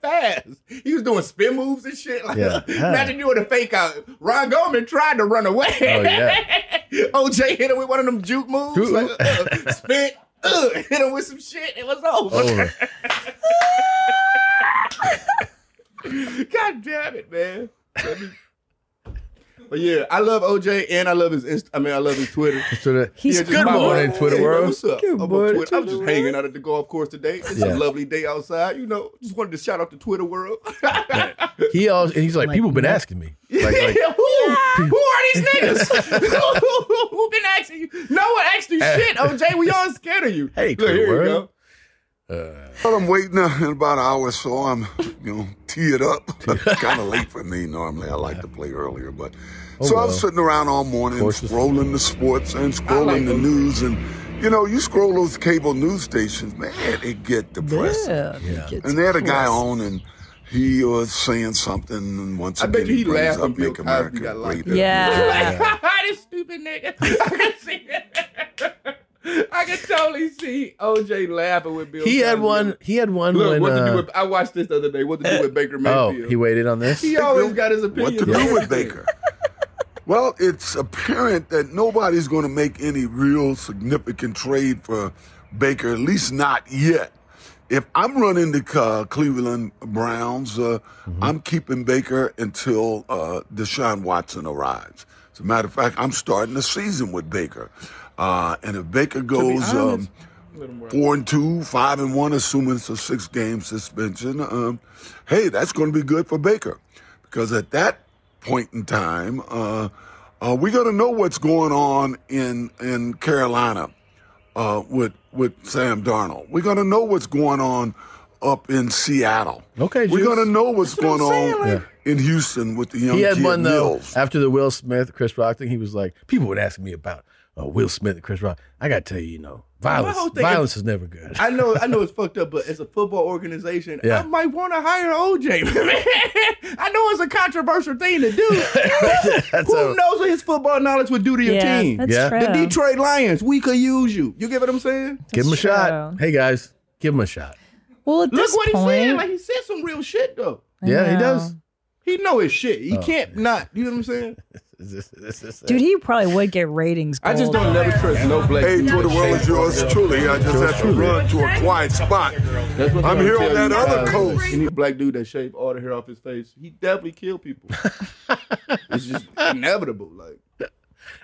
Speaker 2: fast. He was doing spin moves and shit. Like,
Speaker 1: Yeah.
Speaker 2: imagine doing a fake out. Ron Goldman tried to run away.
Speaker 1: Oh, yeah.
Speaker 2: OJ hit him with one of them juke moves.
Speaker 1: Who-
Speaker 2: Like, uh, spin, uh, hit him with some shit. It was over.
Speaker 1: Over.
Speaker 2: God damn it, man. Let me- But yeah, I love OJ and I love his. Inst- I mean, I love his Twitter.
Speaker 1: Twitter. He's
Speaker 2: just
Speaker 1: good
Speaker 2: my
Speaker 1: morning, Twitter
Speaker 2: Hey,
Speaker 1: world.
Speaker 2: What's up?
Speaker 1: Good
Speaker 2: I'm, on
Speaker 1: morning,
Speaker 2: Twitter. I'm just
Speaker 1: Twitter
Speaker 2: hanging out at the golf course today. It's
Speaker 1: Yeah.
Speaker 2: a lovely day outside. You know, just wanted to shout out to Twitter world.
Speaker 1: He also, he's like, people been asking me. Like, like,
Speaker 2: who, who are these niggas? who, who, who been asking you? No one asked you shit, OJ. We all scared of you.
Speaker 1: Hey,
Speaker 2: Look, here you go.
Speaker 16: Well, I'm waiting uh, in about an hour or so. I'm, you know, teared up. kind of late for me. Normally, I like to play earlier, but
Speaker 17: Oh,
Speaker 16: so I'm
Speaker 17: well.
Speaker 16: sitting around all morning scrolling the sports and scrolling the news, and you know, you scroll those cable news stations, man, it get depressing.
Speaker 17: Yeah, it Yeah. gets
Speaker 16: and they had a guy
Speaker 17: depressing.
Speaker 16: on and. He was saying something, and once
Speaker 2: I
Speaker 16: again,
Speaker 2: bet you he
Speaker 16: brings
Speaker 2: laughed
Speaker 16: up
Speaker 2: when Bill
Speaker 16: Make
Speaker 2: Cosby
Speaker 16: America
Speaker 2: got
Speaker 16: Great
Speaker 2: locked
Speaker 16: Again.
Speaker 2: up. Yeah.
Speaker 6: this stupid nigga. I can see it.
Speaker 2: I can totally see OJ laughing with Bill.
Speaker 1: He had
Speaker 2: Cosby.
Speaker 1: one. He had one
Speaker 2: Look,
Speaker 1: when.
Speaker 2: what to
Speaker 1: uh,
Speaker 2: do with, I watched this the other day. What to do with Baker
Speaker 1: oh,
Speaker 2: Mayfield?
Speaker 1: he waited on this.
Speaker 2: he always got his opinion.
Speaker 16: What to do with Baker? well, it's apparent that nobody's going to make any real significant trade for Baker, at least not yet. If I'm running the uh, Cleveland Browns, uh, I'm keeping Baker until uh, Deshaun Watson arrives. As a matter of fact, I'm starting the season with Baker. Uh, and if Baker goes um, four and two, five and one, assuming it's a six game suspension, um, hey, that's going to be good for Baker because at that point in time, uh, uh, we're going to know what's going on in in Carolina uh, with with Sam Darnold. We're going to know what's going on up in Seattle.
Speaker 1: Okay,
Speaker 16: we're
Speaker 1: Juice.
Speaker 16: going to know what's going on
Speaker 1: like-
Speaker 16: in Houston with the young
Speaker 1: he had
Speaker 16: kid
Speaker 1: one though
Speaker 16: Mills.
Speaker 1: after the Will Smith Chris Rock thing. He was like, people would ask me about uh, Will Smith and Chris Rock. I got to tell you, you know, violence.
Speaker 2: whole thing
Speaker 1: Violence
Speaker 2: is-
Speaker 1: is never good.
Speaker 2: I know, I know it's fucked up, but as a football organization,
Speaker 1: Yeah.
Speaker 2: I might want to hire OJ. man. I know it's a controversial thing to do. Who
Speaker 1: a-
Speaker 2: knows what his football knowledge would do to your
Speaker 1: Yeah,
Speaker 2: team?
Speaker 1: that's Yeah.
Speaker 2: The
Speaker 1: true.
Speaker 2: Detroit Lions, we could use you. You get what I'm saying?
Speaker 1: give him a shot. Hey guys, give him a shot.
Speaker 3: Well,
Speaker 2: Look what he said. Like he said some real shit though.
Speaker 1: yeah, he does.
Speaker 2: He know his shit. He
Speaker 1: Oh.
Speaker 2: can't not. You know what I'm saying?
Speaker 3: Dude, he probably would get ratings.
Speaker 2: I just
Speaker 3: gold.
Speaker 2: don't never trust no black.
Speaker 16: Hey,
Speaker 2: dude.
Speaker 16: to the world is yours truly. I just have to run to a quiet spot.
Speaker 2: That's what
Speaker 16: I'm
Speaker 2: gonna
Speaker 16: here
Speaker 2: tell
Speaker 16: on that
Speaker 2: you
Speaker 16: other
Speaker 2: guys.
Speaker 16: coast.
Speaker 2: Any black dude that shaved all the hair off his face, he definitely killed people. it's just inevitable. Like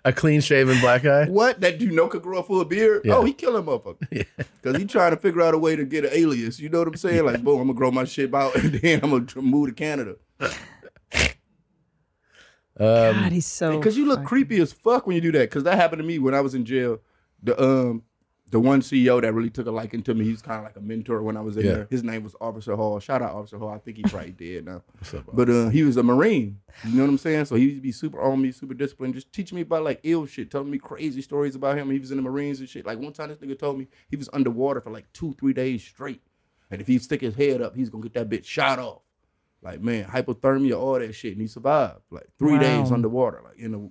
Speaker 1: A clean shaven black guy.
Speaker 2: what that you know could grow a full beard?
Speaker 1: Yeah.
Speaker 2: Oh, he killing motherfucker. Cause he trying to figure out a way to get an alias. You know what I'm saying? Like, boom, I'm gonna grow my shit out, and then I'm gonna tr- move to Canada.
Speaker 1: Um,
Speaker 3: God, he's so.
Speaker 2: Cause you look creepy as fuck when you do that. Cause that happened to me when I was in jail. The um, the one CEO that really took a liking to me, he was kind of like a mentor when I was in
Speaker 1: Yeah.
Speaker 2: there. His name was Officer Hall. Shout out Officer Hall. I think he probably dead now. But uh, he was a Marine. You know what I'm saying? So he used to be super on me, super disciplined, just teaching me about like ill shit, telling me crazy stories about him. He was in the Marines and shit. Like one time this nigga told me he was underwater for like two, three days straight. And if he stick his head up, he's gonna get that bitch shot off. Like, man, hypothermia, all that shit. And he survived. Like three
Speaker 1: Wow.
Speaker 2: days underwater, like in the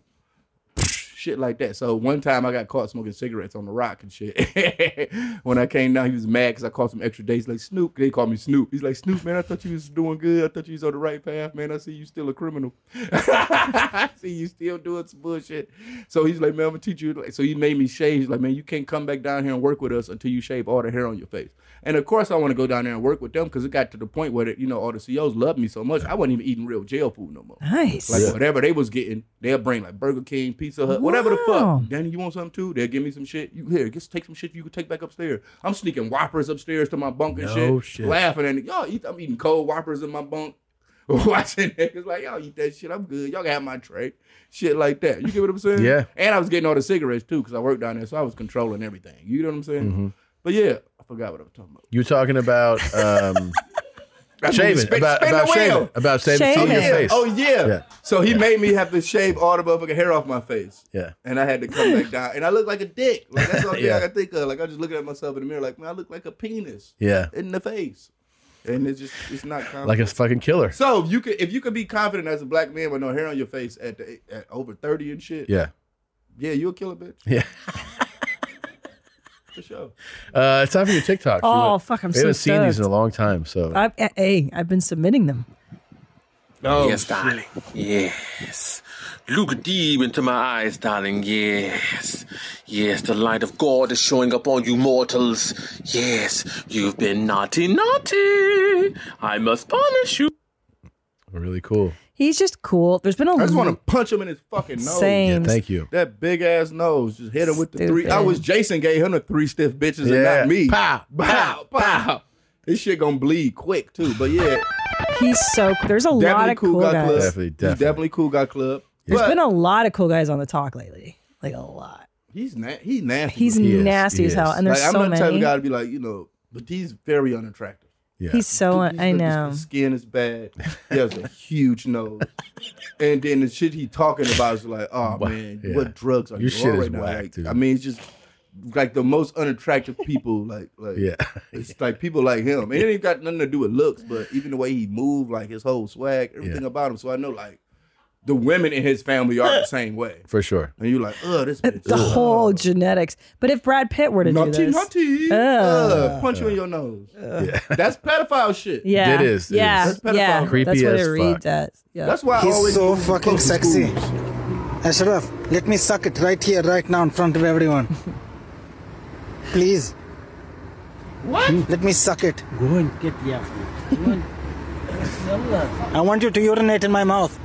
Speaker 2: shit like that. So one time I got caught smoking cigarettes on the rock and shit. when I came down, he was mad because I caught some extra days. Like Snoop, they called me Snoop. He's like Snoop, man. I thought you was doing good. I thought you was on the right path, man. I see you still a criminal. I see you still doing some bullshit. So he's like, man, I'm gonna teach you. Like, so he made me shave. He's like, man, you can't come back down here and work with us until you shave all the hair on your face. And of course, I want to go down there and work with them because it got to the point where, you know, all the CEOs loved me so much, I wasn't even eating real jail food no more.
Speaker 9: Nice.
Speaker 2: Like whatever they was getting, they'll bring like Burger King, Pizza Hut, whatever the fuck. Danny, you want something too? They'll give me some shit. You here, just take some shit you can take back upstairs. I'm sneaking whoppers upstairs to my bunk and
Speaker 1: No
Speaker 2: shit,
Speaker 1: shit.
Speaker 2: Laughing at it. Y'all eat I'm eating cold whoppers in my bunk. Watching niggas like y'all eat that shit. I'm good. Y'all can have my tray. Shit like that. You get what I'm saying?
Speaker 1: Yeah.
Speaker 2: And I was getting all the cigarettes too, because I worked down there, so I was controlling everything. You know what I'm saying?
Speaker 1: Mhm.
Speaker 2: But yeah, I forgot what I was talking about.
Speaker 1: You're talking about um, shaving,
Speaker 2: Spin-
Speaker 1: about,
Speaker 2: spin
Speaker 1: about
Speaker 2: the wheel.
Speaker 1: shaving, about shaving,
Speaker 2: Oh,
Speaker 1: on your
Speaker 2: yeah.
Speaker 1: face.
Speaker 2: Oh yeah.
Speaker 1: Yeah.
Speaker 2: So he made me have to shave all the motherfucking hair off my face.
Speaker 1: Yeah.
Speaker 2: And I had to come back down. And I look like a dick. Like that's the only
Speaker 1: Yeah.
Speaker 2: thing I can think of. Like I just looking at myself in the mirror, like, man, I look like a penis.
Speaker 1: Yeah.
Speaker 2: In the face. And it's just it's not common.
Speaker 1: Like a fucking killer.
Speaker 2: So if you could if you could be confident as a black man with no hair on your face at the, at over 30 and shit.
Speaker 1: Yeah.
Speaker 2: Yeah, you a killer bitch.
Speaker 1: Yeah.
Speaker 2: For sure.
Speaker 1: Uh, it's time for your TikToks.
Speaker 3: Oh,
Speaker 1: You want-
Speaker 3: fuck, I'm
Speaker 1: we
Speaker 3: so
Speaker 1: haven't seen these in
Speaker 3: stoked.
Speaker 1: a long time. So
Speaker 2: Uh,
Speaker 3: I've, hey, I've been submitting them.
Speaker 2: Oh,
Speaker 17: yes, darling. Yes. Look deep into my eyes, darling. Yes. Yes, the light of God is showing up on you mortals. Yes, you've been naughty, naughty. I must punish you.
Speaker 1: really cool.
Speaker 3: He's just cool. There's been a
Speaker 2: I just want to punch him in his fucking nose.
Speaker 3: Same. Yeah, thank
Speaker 1: you.
Speaker 2: That big ass nose. Just hit him with the three. I
Speaker 1: Stupid.
Speaker 2: was Jason gave him the three stiff bitches and
Speaker 1: Yeah.
Speaker 2: not me.
Speaker 1: Pow,
Speaker 2: pow, pow. This shit gonna bleed quick too. But yeah,
Speaker 3: He's so there's a lot of cool,
Speaker 2: guy
Speaker 3: guys.
Speaker 2: club.
Speaker 1: Definitely,
Speaker 2: He's definitely cool guy club.
Speaker 3: There's
Speaker 2: But
Speaker 3: been a lot of cool guys on the talk lately. Like a lot.
Speaker 2: he's na- he's nasty.
Speaker 3: He's
Speaker 2: bro.
Speaker 3: nasty as hell, and there's
Speaker 2: like,
Speaker 3: so
Speaker 2: I'm not the type
Speaker 3: many.
Speaker 2: of guy to be like you know, but he's very unattractive.
Speaker 1: Yeah.
Speaker 3: He's so I
Speaker 2: He's like, his-
Speaker 3: know.
Speaker 2: His skin is bad. He has a huge nose. And then the shit he talking about is like, oh
Speaker 1: Wha-
Speaker 2: man,
Speaker 1: yeah.
Speaker 2: what drugs are
Speaker 1: Your
Speaker 2: you
Speaker 1: shit
Speaker 2: on
Speaker 1: is
Speaker 2: right now?
Speaker 1: whack,
Speaker 2: Like,
Speaker 1: dude.
Speaker 2: I mean, it's just like the most unattractive people. Like, like
Speaker 1: Yeah.
Speaker 2: it's like people like him. And it ain't got nothing to do with looks, but even the way he moved, like his whole swag, everything about him. So I know like the women in his family are the same way.
Speaker 1: for sure.
Speaker 2: And you're like, oh, this bitch.
Speaker 3: The whole genetics. But if Brad Pitt were to
Speaker 2: Naughty,
Speaker 3: do this,
Speaker 2: naughty.
Speaker 3: Ugh.
Speaker 2: Uh, punch you in your nose. That's pedophile shit.
Speaker 3: Yeah. It is, it Yeah, is.
Speaker 2: That's pedophile
Speaker 3: yeah.
Speaker 2: shit.
Speaker 3: Creepy That's what as it read fuck. as- yeah.
Speaker 2: That's why
Speaker 4: He's
Speaker 2: I always
Speaker 4: so
Speaker 2: do
Speaker 4: fucking
Speaker 2: fucking
Speaker 4: sexy.
Speaker 2: schools.
Speaker 4: Ashraf, let me suck it right here, right now, in front of everyone. Please. What? Let me suck it. Go and get yeah. I want you to urinate in my mouth.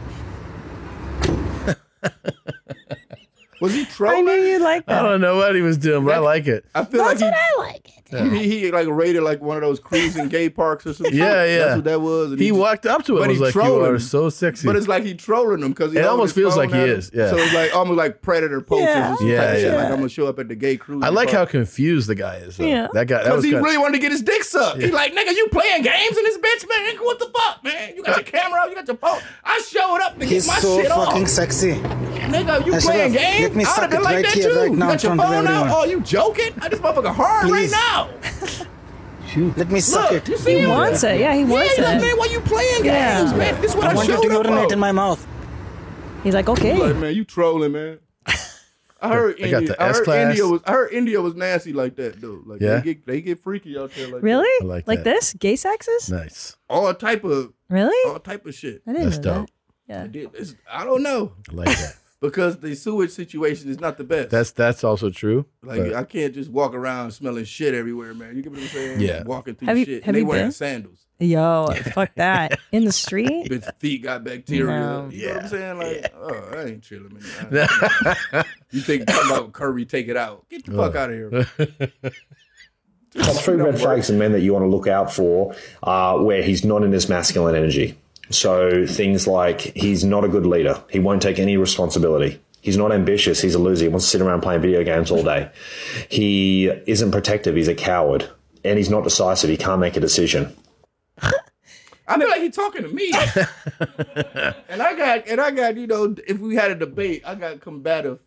Speaker 2: Was he trolling?
Speaker 3: I knew you like
Speaker 1: I don't know what he was doing, but I like it.
Speaker 2: I feel like he,
Speaker 3: I like.
Speaker 2: He, he like raided like one of those cruising gay parks or something.
Speaker 1: Yeah, yeah.
Speaker 2: That's what that was. and
Speaker 1: He
Speaker 2: just-
Speaker 1: walked up to it
Speaker 2: but
Speaker 1: and was
Speaker 2: he
Speaker 1: like, "You
Speaker 2: trolling
Speaker 1: are
Speaker 2: him."
Speaker 1: so sexy."
Speaker 2: But it's like he trolling him because
Speaker 1: It almost feels like he is, yeah.
Speaker 2: So it's like almost like predator poachers.
Speaker 1: Yeah.
Speaker 2: Yeah,
Speaker 1: Yeah,
Speaker 2: yeah.
Speaker 1: yeah.
Speaker 2: Like I'm gonna show up at the gay cruise.
Speaker 1: I like how confused the guy is. Though.
Speaker 2: Yeah.
Speaker 1: That guy. That
Speaker 2: because
Speaker 1: was
Speaker 2: he
Speaker 1: kinda-
Speaker 2: really wanted to get his dick sucked. He
Speaker 1: Yeah.
Speaker 2: like, nigga, you playing games in this bitch, man? Nigga, What the fuck, man? You got your camera, out, you got your phone. I showed up to get
Speaker 4: He's
Speaker 2: my
Speaker 4: so
Speaker 2: shit
Speaker 4: fucking
Speaker 2: off.
Speaker 4: sexy.
Speaker 2: Nigga, you
Speaker 4: Ashraf,
Speaker 2: playing games?
Speaker 4: let me
Speaker 2: I would've
Speaker 4: suck
Speaker 2: been
Speaker 4: it
Speaker 2: like
Speaker 4: right
Speaker 2: that
Speaker 4: here,
Speaker 2: too.
Speaker 4: right
Speaker 2: You
Speaker 4: now, in
Speaker 2: got your
Speaker 4: front of
Speaker 2: phone out?
Speaker 4: everyone.
Speaker 2: Oh, you joking? I just motherfucker hard
Speaker 4: Please.
Speaker 2: right now.
Speaker 4: Let me suck
Speaker 2: Look,
Speaker 4: it.
Speaker 2: you see
Speaker 3: He
Speaker 2: him?
Speaker 3: wants it. Yeah, he wants
Speaker 2: yeah,
Speaker 3: it.
Speaker 2: man, why you playing
Speaker 3: Yeah.
Speaker 2: games, man? This is what I,
Speaker 4: I want you
Speaker 2: showed
Speaker 4: to
Speaker 2: up
Speaker 4: urinate
Speaker 2: for.
Speaker 4: in my mouth.
Speaker 3: He's like,
Speaker 2: You Like,
Speaker 3: okay.
Speaker 2: man, you trolling, man. I heard
Speaker 1: I got
Speaker 2: India.
Speaker 1: the
Speaker 2: I heard
Speaker 1: S-class.
Speaker 2: India was. I heard India was nasty like that, though. Like
Speaker 1: Yeah?
Speaker 2: they get they get freaky out there. Like
Speaker 3: Really?
Speaker 1: I like that.
Speaker 3: this? Gay sexes?
Speaker 1: nice.
Speaker 2: all type of
Speaker 3: Really?
Speaker 2: all type of shit.
Speaker 3: I didn't
Speaker 1: That's
Speaker 3: know
Speaker 1: dope.
Speaker 3: that.
Speaker 2: They did- it's- I don't know
Speaker 1: I like that.
Speaker 2: because the sewage situation is not the best.
Speaker 1: That's that's also true.
Speaker 2: like
Speaker 1: but-
Speaker 2: I can't just walk around smelling shit everywhere, man. You get what I'm saying?
Speaker 1: Yeah.
Speaker 2: walking through
Speaker 3: Have you-
Speaker 2: shit. and
Speaker 3: have
Speaker 2: they
Speaker 3: you
Speaker 2: wearing
Speaker 3: been?
Speaker 2: sandals.
Speaker 3: Yeah. Yo, fuck that. In the street?
Speaker 2: Bitch, feet got bacteria.
Speaker 3: No.
Speaker 2: You know what I'm saying? Like, oh, I ain't chilling, man. I- you think talking about Curry, take it out. Get the fuck out of here.
Speaker 18: Top three red flags in men that you want to look out for are where he's not in his masculine energy. So things like he's not a good leader. He won't take any responsibility. He's not ambitious. He's a loser. He wants to sit around playing video games all day. He isn't protective. He's a coward. And he's not decisive. He can't make a decision.
Speaker 2: I feel like he talking to me. and I got and I got, you know, if we had a debate, I got combative.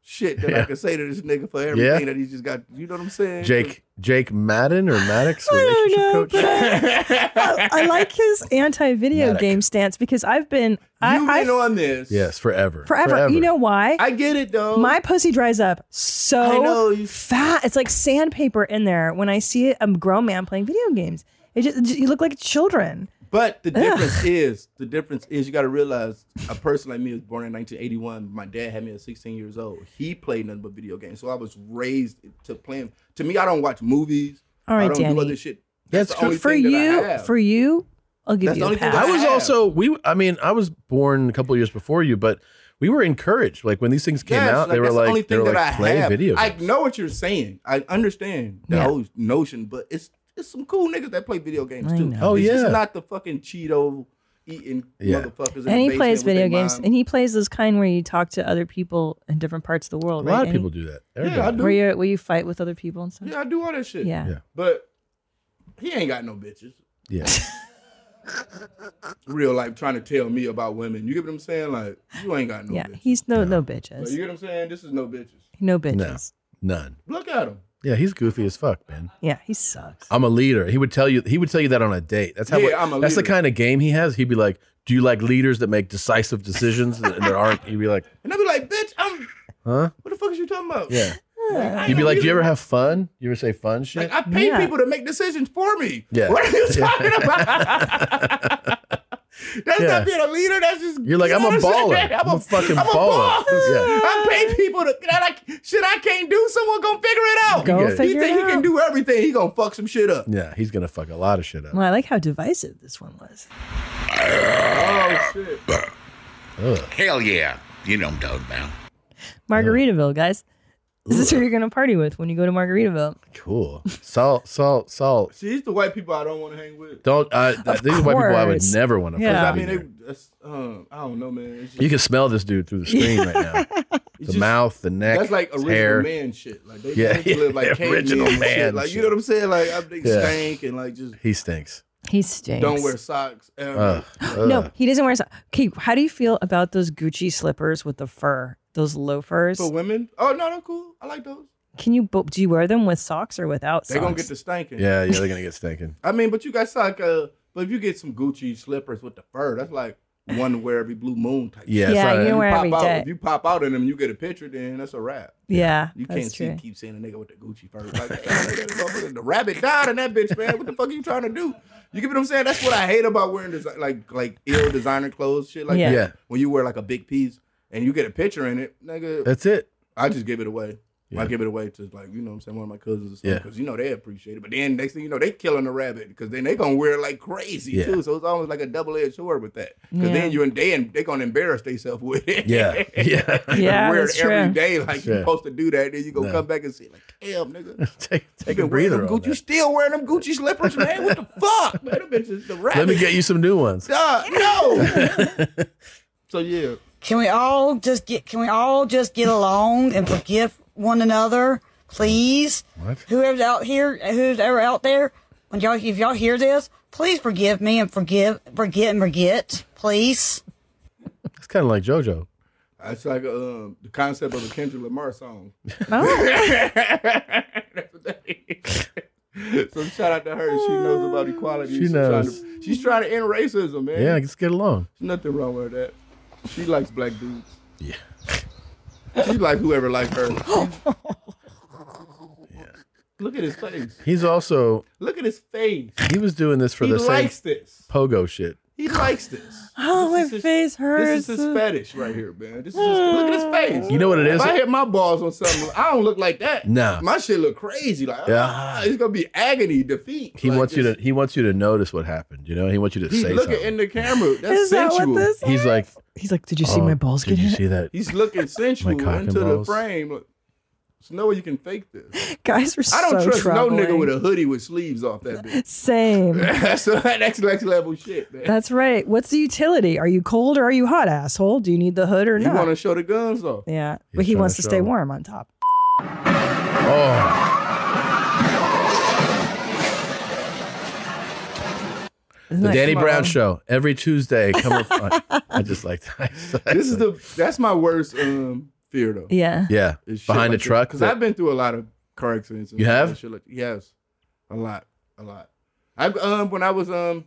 Speaker 2: shit that I
Speaker 1: Yeah.
Speaker 2: can say to this nigga for everything
Speaker 1: Yeah.
Speaker 2: that he just got. You know what I'm saying?
Speaker 1: Jake Jake Madden or Maddox relationship coach.
Speaker 3: I, I like his anti-video
Speaker 1: Matic.
Speaker 3: game stance because I've been I,
Speaker 2: You've
Speaker 3: I've
Speaker 2: been on this
Speaker 1: Yes, forever.
Speaker 3: forever. You know why? I
Speaker 2: get it though.
Speaker 3: My pussy dries up
Speaker 2: I know,
Speaker 3: so fat. It's like sandpaper in there when I see a grown man playing video games. It just, it just- you look like children.
Speaker 2: But the difference is the difference is you got to realize a person like me was born in 1981. My dad had me at 16 years old. He played nothing but video games, so I was raised to playing. To me, I don't watch movies.
Speaker 3: All right,
Speaker 2: I don't
Speaker 3: Danny.
Speaker 2: do other shit.
Speaker 1: That's
Speaker 2: the
Speaker 1: for-
Speaker 2: only
Speaker 3: for
Speaker 2: thing that I
Speaker 3: you,
Speaker 2: have.
Speaker 3: for you, I'll give
Speaker 2: That's
Speaker 3: you
Speaker 2: the
Speaker 3: a
Speaker 2: only thing
Speaker 3: pass.
Speaker 2: that
Speaker 1: I was
Speaker 2: have.
Speaker 1: also we. I mean, I was born a couple years before you, but we were encouraged. Like when these things came
Speaker 2: Yes,
Speaker 1: out, they were
Speaker 2: that's the only
Speaker 1: like they
Speaker 2: thing
Speaker 1: were
Speaker 2: that
Speaker 1: like
Speaker 2: I
Speaker 1: play
Speaker 2: have.
Speaker 1: video.
Speaker 2: I
Speaker 1: games.
Speaker 2: know what you're saying. I understand the
Speaker 1: Yeah.
Speaker 2: whole notion, but it's it's some cool niggas that play video games
Speaker 1: I
Speaker 2: too.
Speaker 1: know. Oh,
Speaker 2: it's just
Speaker 1: yeah.
Speaker 2: not the fucking Cheeto eating
Speaker 1: Yeah.
Speaker 2: motherfuckers. in the
Speaker 3: and he
Speaker 2: basement
Speaker 3: plays
Speaker 2: with
Speaker 3: video
Speaker 2: their
Speaker 3: games,
Speaker 2: mom.
Speaker 3: and he plays those kind where you talk to other people in different parts of the world.
Speaker 1: A lot
Speaker 3: right,
Speaker 1: of
Speaker 3: Danny?
Speaker 1: people do that.
Speaker 2: Yeah, Everybody. I do.
Speaker 3: Where you where you fight with other people and stuff.
Speaker 2: Yeah, I do all that shit.
Speaker 3: Yeah. Yeah.
Speaker 2: But he ain't got no bitches.
Speaker 1: Yeah.
Speaker 2: Real life trying to tell me about women. You get what I'm saying? Like, you ain't got no
Speaker 3: yeah,
Speaker 2: bitches.
Speaker 3: he's no no
Speaker 2: Like,
Speaker 3: bitches,
Speaker 2: you get what I'm saying? This is no bitches.
Speaker 3: no bitches.
Speaker 1: No, none.
Speaker 2: Look at him.
Speaker 1: Yeah, he's goofy as fuck, man.
Speaker 3: Yeah, he sucks.
Speaker 1: I'm a leader. He would tell you. He would tell you that on a date. That's how.
Speaker 2: Yeah,
Speaker 1: what-
Speaker 2: I'm a
Speaker 1: that's the
Speaker 2: leader.
Speaker 1: kind of game he has. He'd be like, "Do you like leaders that make decisive decisions?" and there aren't. He'd be like,
Speaker 2: And I'd be like, bitch, I'm
Speaker 1: "Huh?
Speaker 2: what the fuck is you talking about?
Speaker 1: Yeah."
Speaker 2: Like, I
Speaker 1: You'd be
Speaker 2: ain't
Speaker 1: like,
Speaker 2: no
Speaker 1: "Do
Speaker 2: leader.
Speaker 1: you ever have fun? You ever say fun shit?"
Speaker 2: Like, I pay
Speaker 1: Yeah.
Speaker 2: people to make decisions for me.
Speaker 1: Yeah.
Speaker 2: What are you talking about? That's
Speaker 1: Yeah.
Speaker 2: not being a leader. That's just
Speaker 1: You're like,
Speaker 2: you
Speaker 1: "I'm
Speaker 2: know
Speaker 1: a
Speaker 2: what
Speaker 1: baller.
Speaker 2: saying?
Speaker 1: I'm a fucking
Speaker 2: I'm a
Speaker 1: baller." Yeah.
Speaker 2: I pay people to that I, shit I can't do. Someone gonna figure it out.
Speaker 1: Go
Speaker 2: he
Speaker 1: figure
Speaker 2: think
Speaker 1: it
Speaker 2: he can
Speaker 1: out.
Speaker 2: do everything. He gonna fuck some shit up.
Speaker 1: Yeah, he's gonna fuck a lot of shit up.
Speaker 3: Well, I like how divisive this one was.
Speaker 2: Oh shit.
Speaker 19: Hell yeah. You know what I'm talking about.
Speaker 3: Margaritaville, guys. Is this who you're gonna party with when you go to Margaritaville?
Speaker 1: Cool. Salt, salt, salt.
Speaker 2: See, these the white people I don't want to hang with.
Speaker 1: Don't. Uh,
Speaker 3: Of
Speaker 1: these are white people I would
Speaker 3: course.
Speaker 1: never want to.
Speaker 3: Yeah.
Speaker 1: Yeah.
Speaker 2: I mean, they, that's, um, I don't know, man. It's just-
Speaker 1: you can smell this dude through the screen right now. The mouth, the neck,
Speaker 2: That's like
Speaker 1: his
Speaker 2: original
Speaker 1: hair.
Speaker 2: man shit. Like they,
Speaker 1: Yeah,
Speaker 2: they live like
Speaker 1: yeah,
Speaker 2: cavemen
Speaker 1: original
Speaker 2: and
Speaker 1: man
Speaker 2: shit. Like you
Speaker 1: shit.
Speaker 2: know what I'm saying? Like I think
Speaker 1: Yeah.
Speaker 2: stank and like just
Speaker 1: He stinks.
Speaker 3: He stinks.
Speaker 2: don't wear socks. Ever.
Speaker 1: Ugh.
Speaker 3: No,
Speaker 1: Ugh.
Speaker 3: he doesn't wear. so- Okay, how do you feel about those Gucci slippers with the fur? Those loafers.
Speaker 2: For women? Oh no, they're cool. I like those.
Speaker 3: Can you bo- do you wear them with socks or without?
Speaker 2: They're
Speaker 3: socks?
Speaker 2: gonna get the stanking.
Speaker 1: Yeah, yeah, they're gonna get stinking.
Speaker 2: I mean, but you got sock. Uh, but if you get some Gucci slippers with the fur, that's like one to wear every blue moon type.
Speaker 1: Yeah,
Speaker 2: shit.
Speaker 1: it's Yeah, not- you
Speaker 2: If
Speaker 1: wear
Speaker 2: pop
Speaker 1: every
Speaker 2: out,
Speaker 1: day.
Speaker 2: If you pop out in them, you get a picture. Then that's a wrap.
Speaker 3: Yeah,
Speaker 2: you
Speaker 3: that's
Speaker 2: can't see,
Speaker 3: true.
Speaker 2: keep seeing a nigga with the Gucci fur. Like, the rabbit died in that bitch, man. What the fuck are you trying to do? You get what I'm saying? That's what I hate about wearing desi- like like ill designer clothes, shit like
Speaker 1: Yeah.
Speaker 2: that.
Speaker 1: Yeah.
Speaker 2: When you wear like a big piece and you get a picture in it, nigga.
Speaker 1: That's it.
Speaker 2: I just give it away. I
Speaker 1: Yeah.
Speaker 2: give it away to like you know what I'm saying one of my cousins or something
Speaker 1: Yeah.
Speaker 2: because you know they appreciate it. But then next thing you know they killing the rabbit because then they gonna wear it like crazy
Speaker 1: Yeah.
Speaker 2: too. So it's almost like a double edged sword with that because
Speaker 1: Yeah.
Speaker 2: then you and they and they gonna embarrass themselves with it.
Speaker 1: Yeah. Yeah.
Speaker 2: You
Speaker 1: Yeah,
Speaker 2: wear
Speaker 1: that's
Speaker 2: it every
Speaker 1: true.
Speaker 2: day like
Speaker 1: Yeah.
Speaker 2: you're supposed to do that. Then you gonna
Speaker 1: No.
Speaker 2: come back and see like damn nigga,
Speaker 1: take take
Speaker 2: a
Speaker 1: breather on
Speaker 2: Gucci, you still wearing them Gucci slippers, man? What the fuck, man? Them bitches the rabbit.
Speaker 1: Let me get you some new ones.
Speaker 2: Duh, no. so yeah.
Speaker 20: Can we all just get can we all just get along and forgive one another, please?
Speaker 1: What?
Speaker 20: Whoever's out here who's ever out there, when y'all if y'all hear this, please forgive me and forgive forget and forget, please.
Speaker 1: It's kind of like JoJo.
Speaker 2: It's like um, the concept of a Kendrick Lamar song. so shout out to her. She knows about equality.
Speaker 1: She
Speaker 2: she's
Speaker 1: knows.
Speaker 2: Trying to, she's trying to end racism, man.
Speaker 1: Yeah, just get along.
Speaker 2: There's nothing wrong with that. She likes black dudes. Yeah. She like whoever like her. Look at his face.
Speaker 1: He's also
Speaker 2: Look at his face.
Speaker 1: he was doing this for
Speaker 2: He
Speaker 1: the
Speaker 2: likes
Speaker 1: same
Speaker 2: this.
Speaker 1: pogo shit.
Speaker 2: He likes this.
Speaker 3: Oh, my face hurts.
Speaker 2: This is his fetish right here, man. This is his, look at his face.
Speaker 1: You know what it is?
Speaker 2: If I hit my balls on something, I don't look like that.
Speaker 1: Nah.
Speaker 2: my shit look crazy. Like,
Speaker 1: Yeah.
Speaker 2: ah, it's gonna be agony, defeat.
Speaker 1: He
Speaker 2: Like,
Speaker 1: wants you
Speaker 2: just-
Speaker 1: to he wants you to notice what happened. You know, he wants you to
Speaker 2: He's
Speaker 1: say
Speaker 2: looking
Speaker 1: something.
Speaker 2: in the camera. That's
Speaker 1: Is that what
Speaker 2: sensual.
Speaker 1: this He's is? like-
Speaker 3: He's like, did you
Speaker 1: see my balls
Speaker 3: get
Speaker 1: Did you see that?
Speaker 2: He's looking sensual
Speaker 1: cock and
Speaker 2: into the
Speaker 1: balls.
Speaker 2: frame. Like, There's no way you can fake this.
Speaker 3: Guys are
Speaker 2: I don't
Speaker 3: so
Speaker 2: trust no nigga
Speaker 3: troubling.
Speaker 2: with a hoodie with sleeves off that bitch.
Speaker 3: Same.
Speaker 2: That's that next next level shit, man.
Speaker 3: That's right. What's the utility? Are you cold or are you hot, asshole? Do you need the hood or
Speaker 2: you
Speaker 3: not?
Speaker 2: want to show the guns off.
Speaker 3: yeah,
Speaker 2: He's
Speaker 3: but he
Speaker 2: trying
Speaker 3: wants to
Speaker 2: to show
Speaker 3: stay
Speaker 2: them.
Speaker 3: warm on top.
Speaker 1: Oh.
Speaker 3: Isn't
Speaker 1: the
Speaker 3: that
Speaker 1: Danny
Speaker 3: cool?
Speaker 1: Brown show every Tuesday. Come on, I just like that.
Speaker 2: this is the that's my worst um fear though.
Speaker 3: Yeah.
Speaker 1: Yeah.
Speaker 2: It's shit
Speaker 1: Behind
Speaker 2: like
Speaker 1: a truck.
Speaker 2: Because I've been through a lot of car accidents. and
Speaker 1: You have?
Speaker 2: shit like- yes, a lot, a lot. I um when I was um,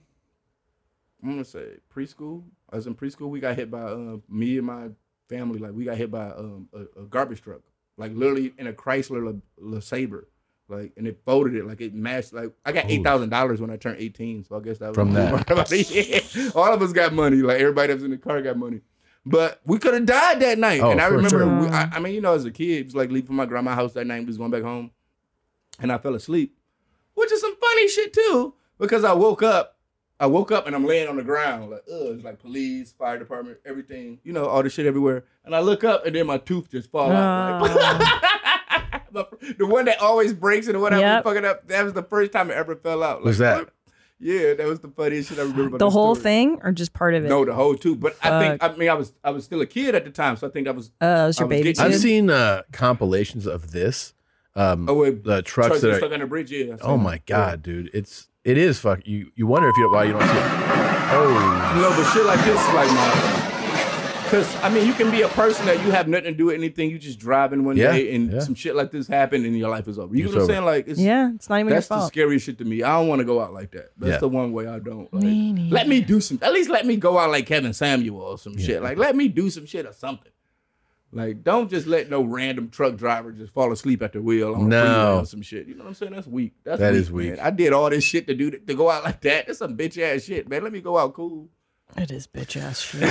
Speaker 2: I'm gonna say preschool. I was in preschool. We got hit by um me and my family. Like we got hit by um a, a garbage truck. Like literally in a Chrysler Le, Le Sabre. Like and it folded it like it matched like I got
Speaker 1: Ooh.
Speaker 2: eight thousand dollars when I turned eighteen so I guess that was
Speaker 1: From that.
Speaker 2: Yeah. all of us got money like everybody that was in the car got money but we could have died that night
Speaker 1: Oh,
Speaker 2: and I
Speaker 1: for
Speaker 2: remember
Speaker 1: sure.
Speaker 2: we,
Speaker 3: Mm.
Speaker 2: I, I mean you know as a kid it was like leaving my grandma's house that night we was going back home and I fell asleep which is some funny shit too because I woke up I woke up and I'm laying on the ground like ugh it's like police fire department everything you know all this shit everywhere and I look up and then my tooth just fall out like, the one that always breaks and the one I
Speaker 3: Yep.
Speaker 2: was fucking up that was the first time it ever fell out
Speaker 1: Was that?
Speaker 2: yeah, that was the funniest shit I remember. About
Speaker 3: The
Speaker 2: this
Speaker 3: whole
Speaker 2: story.
Speaker 3: thing or just part of it?
Speaker 2: No, the whole two. But I think I mean I was I was still a kid at the time, so I think that was.
Speaker 3: Oh, that was your
Speaker 2: I
Speaker 3: baby
Speaker 2: getting-
Speaker 1: I've seen uh, compilations of this. Um, the trucks
Speaker 2: trucks
Speaker 1: that
Speaker 2: that's
Speaker 1: are
Speaker 2: stuck on the bridge, yeah, I've
Speaker 1: Oh
Speaker 2: seen
Speaker 1: my
Speaker 2: that.
Speaker 1: god, dude! It's it is fuck. You you wonder if you why you don't see it. Oh,
Speaker 2: You know, but shit like this, like my. Because I mean, you can be a person that you have nothing to do with anything. You just driving one
Speaker 1: Yeah,
Speaker 2: day, and
Speaker 1: yeah.
Speaker 2: some shit like this happened, and your life is over. You
Speaker 1: It's
Speaker 2: know what I'm
Speaker 1: over.
Speaker 2: saying? Like, it's,
Speaker 3: Yeah, it's not even your
Speaker 2: that's the
Speaker 3: fault.
Speaker 2: scariest shit to me. I don't want to go out like that. That's
Speaker 1: Yeah.
Speaker 2: the one way I don't. Like, let me do some. At least let me go out like Kevin Samuel or some shit. Like, let me do some shit or something. Like, don't just let no random truck driver just fall asleep at the wheel on the
Speaker 1: No.
Speaker 2: freeway or some shit. You know what I'm saying? That's weak. That's
Speaker 1: That
Speaker 2: weak,
Speaker 1: is weak.
Speaker 2: man. I did all this shit to do to go out like that. That's some bitch ass shit, man. Let me go out cool.
Speaker 9: It is bitch ass shit.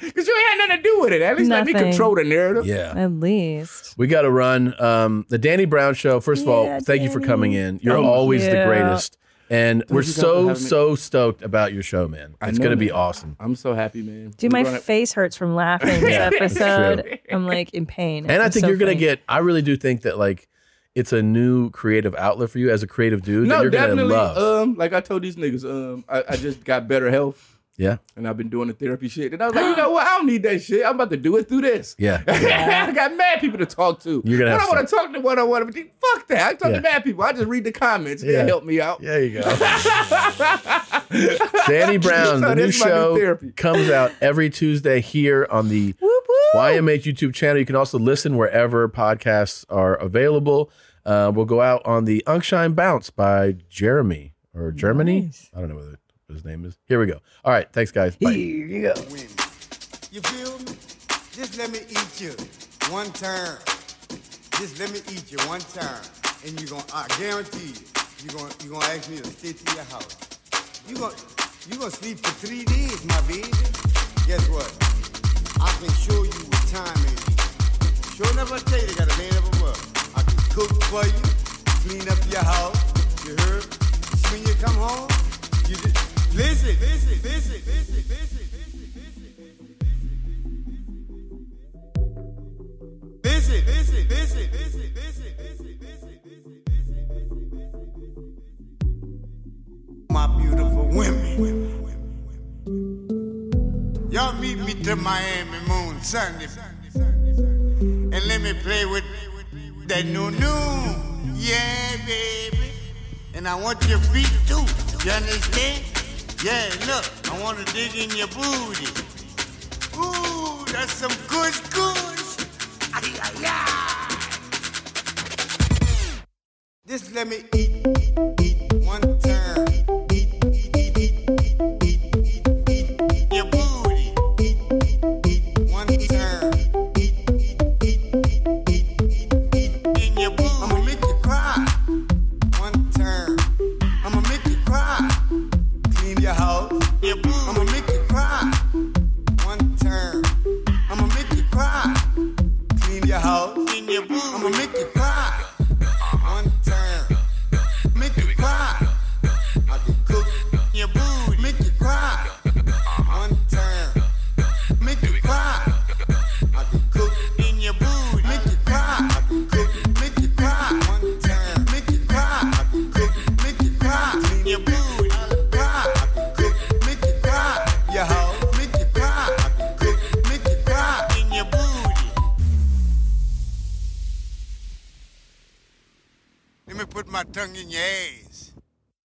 Speaker 2: Because you ain't had nothing to do with it. At least let me
Speaker 1: Nothing.
Speaker 2: control the narrative.
Speaker 1: Yeah.
Speaker 3: At least.
Speaker 1: we got to run. Um, the Danny Brown Show. First of all, thank you for coming in. You're
Speaker 2: Thank
Speaker 1: always the
Speaker 2: you.
Speaker 1: greatest, and
Speaker 2: Thank
Speaker 1: we're
Speaker 2: you guys for
Speaker 1: so
Speaker 2: having me.
Speaker 1: so stoked about your show, man.
Speaker 2: I
Speaker 1: It's
Speaker 2: know,
Speaker 1: gonna be
Speaker 2: man.
Speaker 1: awesome.
Speaker 2: I'm so happy, man.
Speaker 3: Dude,
Speaker 2: We're
Speaker 3: my
Speaker 2: gonna-
Speaker 3: face hurts from laughing this
Speaker 1: Yeah, that's true.
Speaker 3: episode. I'm like in pain.
Speaker 1: And I
Speaker 3: It's
Speaker 1: think
Speaker 3: so
Speaker 1: you're gonna
Speaker 3: funny.
Speaker 1: get. I really do think that like it's a new creative outlet for you as a creative dude that
Speaker 2: no,
Speaker 1: you're gonna
Speaker 2: definitely.
Speaker 1: love.
Speaker 2: Um, like I told these niggas, um, I, I just got better health
Speaker 1: yeah,
Speaker 2: and I've been doing the therapy shit. And I was like, you know what? I don't need that shit. I'm about to do it through this.
Speaker 1: yeah.
Speaker 2: I got mad people to talk to.
Speaker 1: You're gonna
Speaker 2: I
Speaker 1: have
Speaker 2: don't want to talk to one on one. Fuck that. I talk
Speaker 1: Yeah.
Speaker 2: to mad people. I just read the comments.
Speaker 1: Yeah.
Speaker 2: They help me out.
Speaker 1: There you go. Danny Brown,
Speaker 2: So
Speaker 1: the
Speaker 2: that's
Speaker 1: new
Speaker 2: my new
Speaker 1: show
Speaker 2: therapy.
Speaker 1: comes out every Tuesday here on the YMH YouTube channel. You can also listen wherever podcasts are available. Uh, we'll go out on the Unkshine Bounce by Jeremy or Germany. I don't know whether- what his name is. Here we go. All right. Thanks, guys. Bye.
Speaker 5: You feel me? Just let me eat you one time. Just let me eat you one time. And you're gonna, I guarantee you, you're gonna, you gonna ask me to stay to your house. you gonna, you gonna sleep for three days, my baby. Guess what? I can show you what time it is. Sure enough, I tell you, they got a man of a world. I can cook for you, clean up your house. You heard? When you come home, you just, listen, listen, listen, listen, listen. Listen, listen, listen, listen, listen, listen, listen, listen, listen. My beautiful women. Y'all meet me to Miami Moon Sunday. And let me play with that new new. Yeah, baby. And I want your feet too. You understand? Yeah, look, I want to dig in your booty. Ooh, that's some good, good. Ay, ay, ay. Just let me eat, eat, eat one time. Eat, eat, eat, eat, eat, eat, eat, eat, eat your booty. Eat, eat, eat one time. Eat, eat, eat, eat, eat, eat, eat in your booty. I'ma make you cry one time. I'ma make you cry. Clean your house. Your booty. I'ma make you cry one time. I'ma make you cry. Clean your house. Clean your booty. I'ma make you cry. One time. Make you cry. I can cook your booty. Make you cry. One time. Make you cry. I can cook in your booty. Make you cry. I can cook. Make you cry. One time. Make you cry. I can cook. Make you cry. Clean your booty. Cry. I can cook. Make you cry. Your house. Make you cry. I can cook. Make you cry. In your booty. Let me put my tongue in your ass.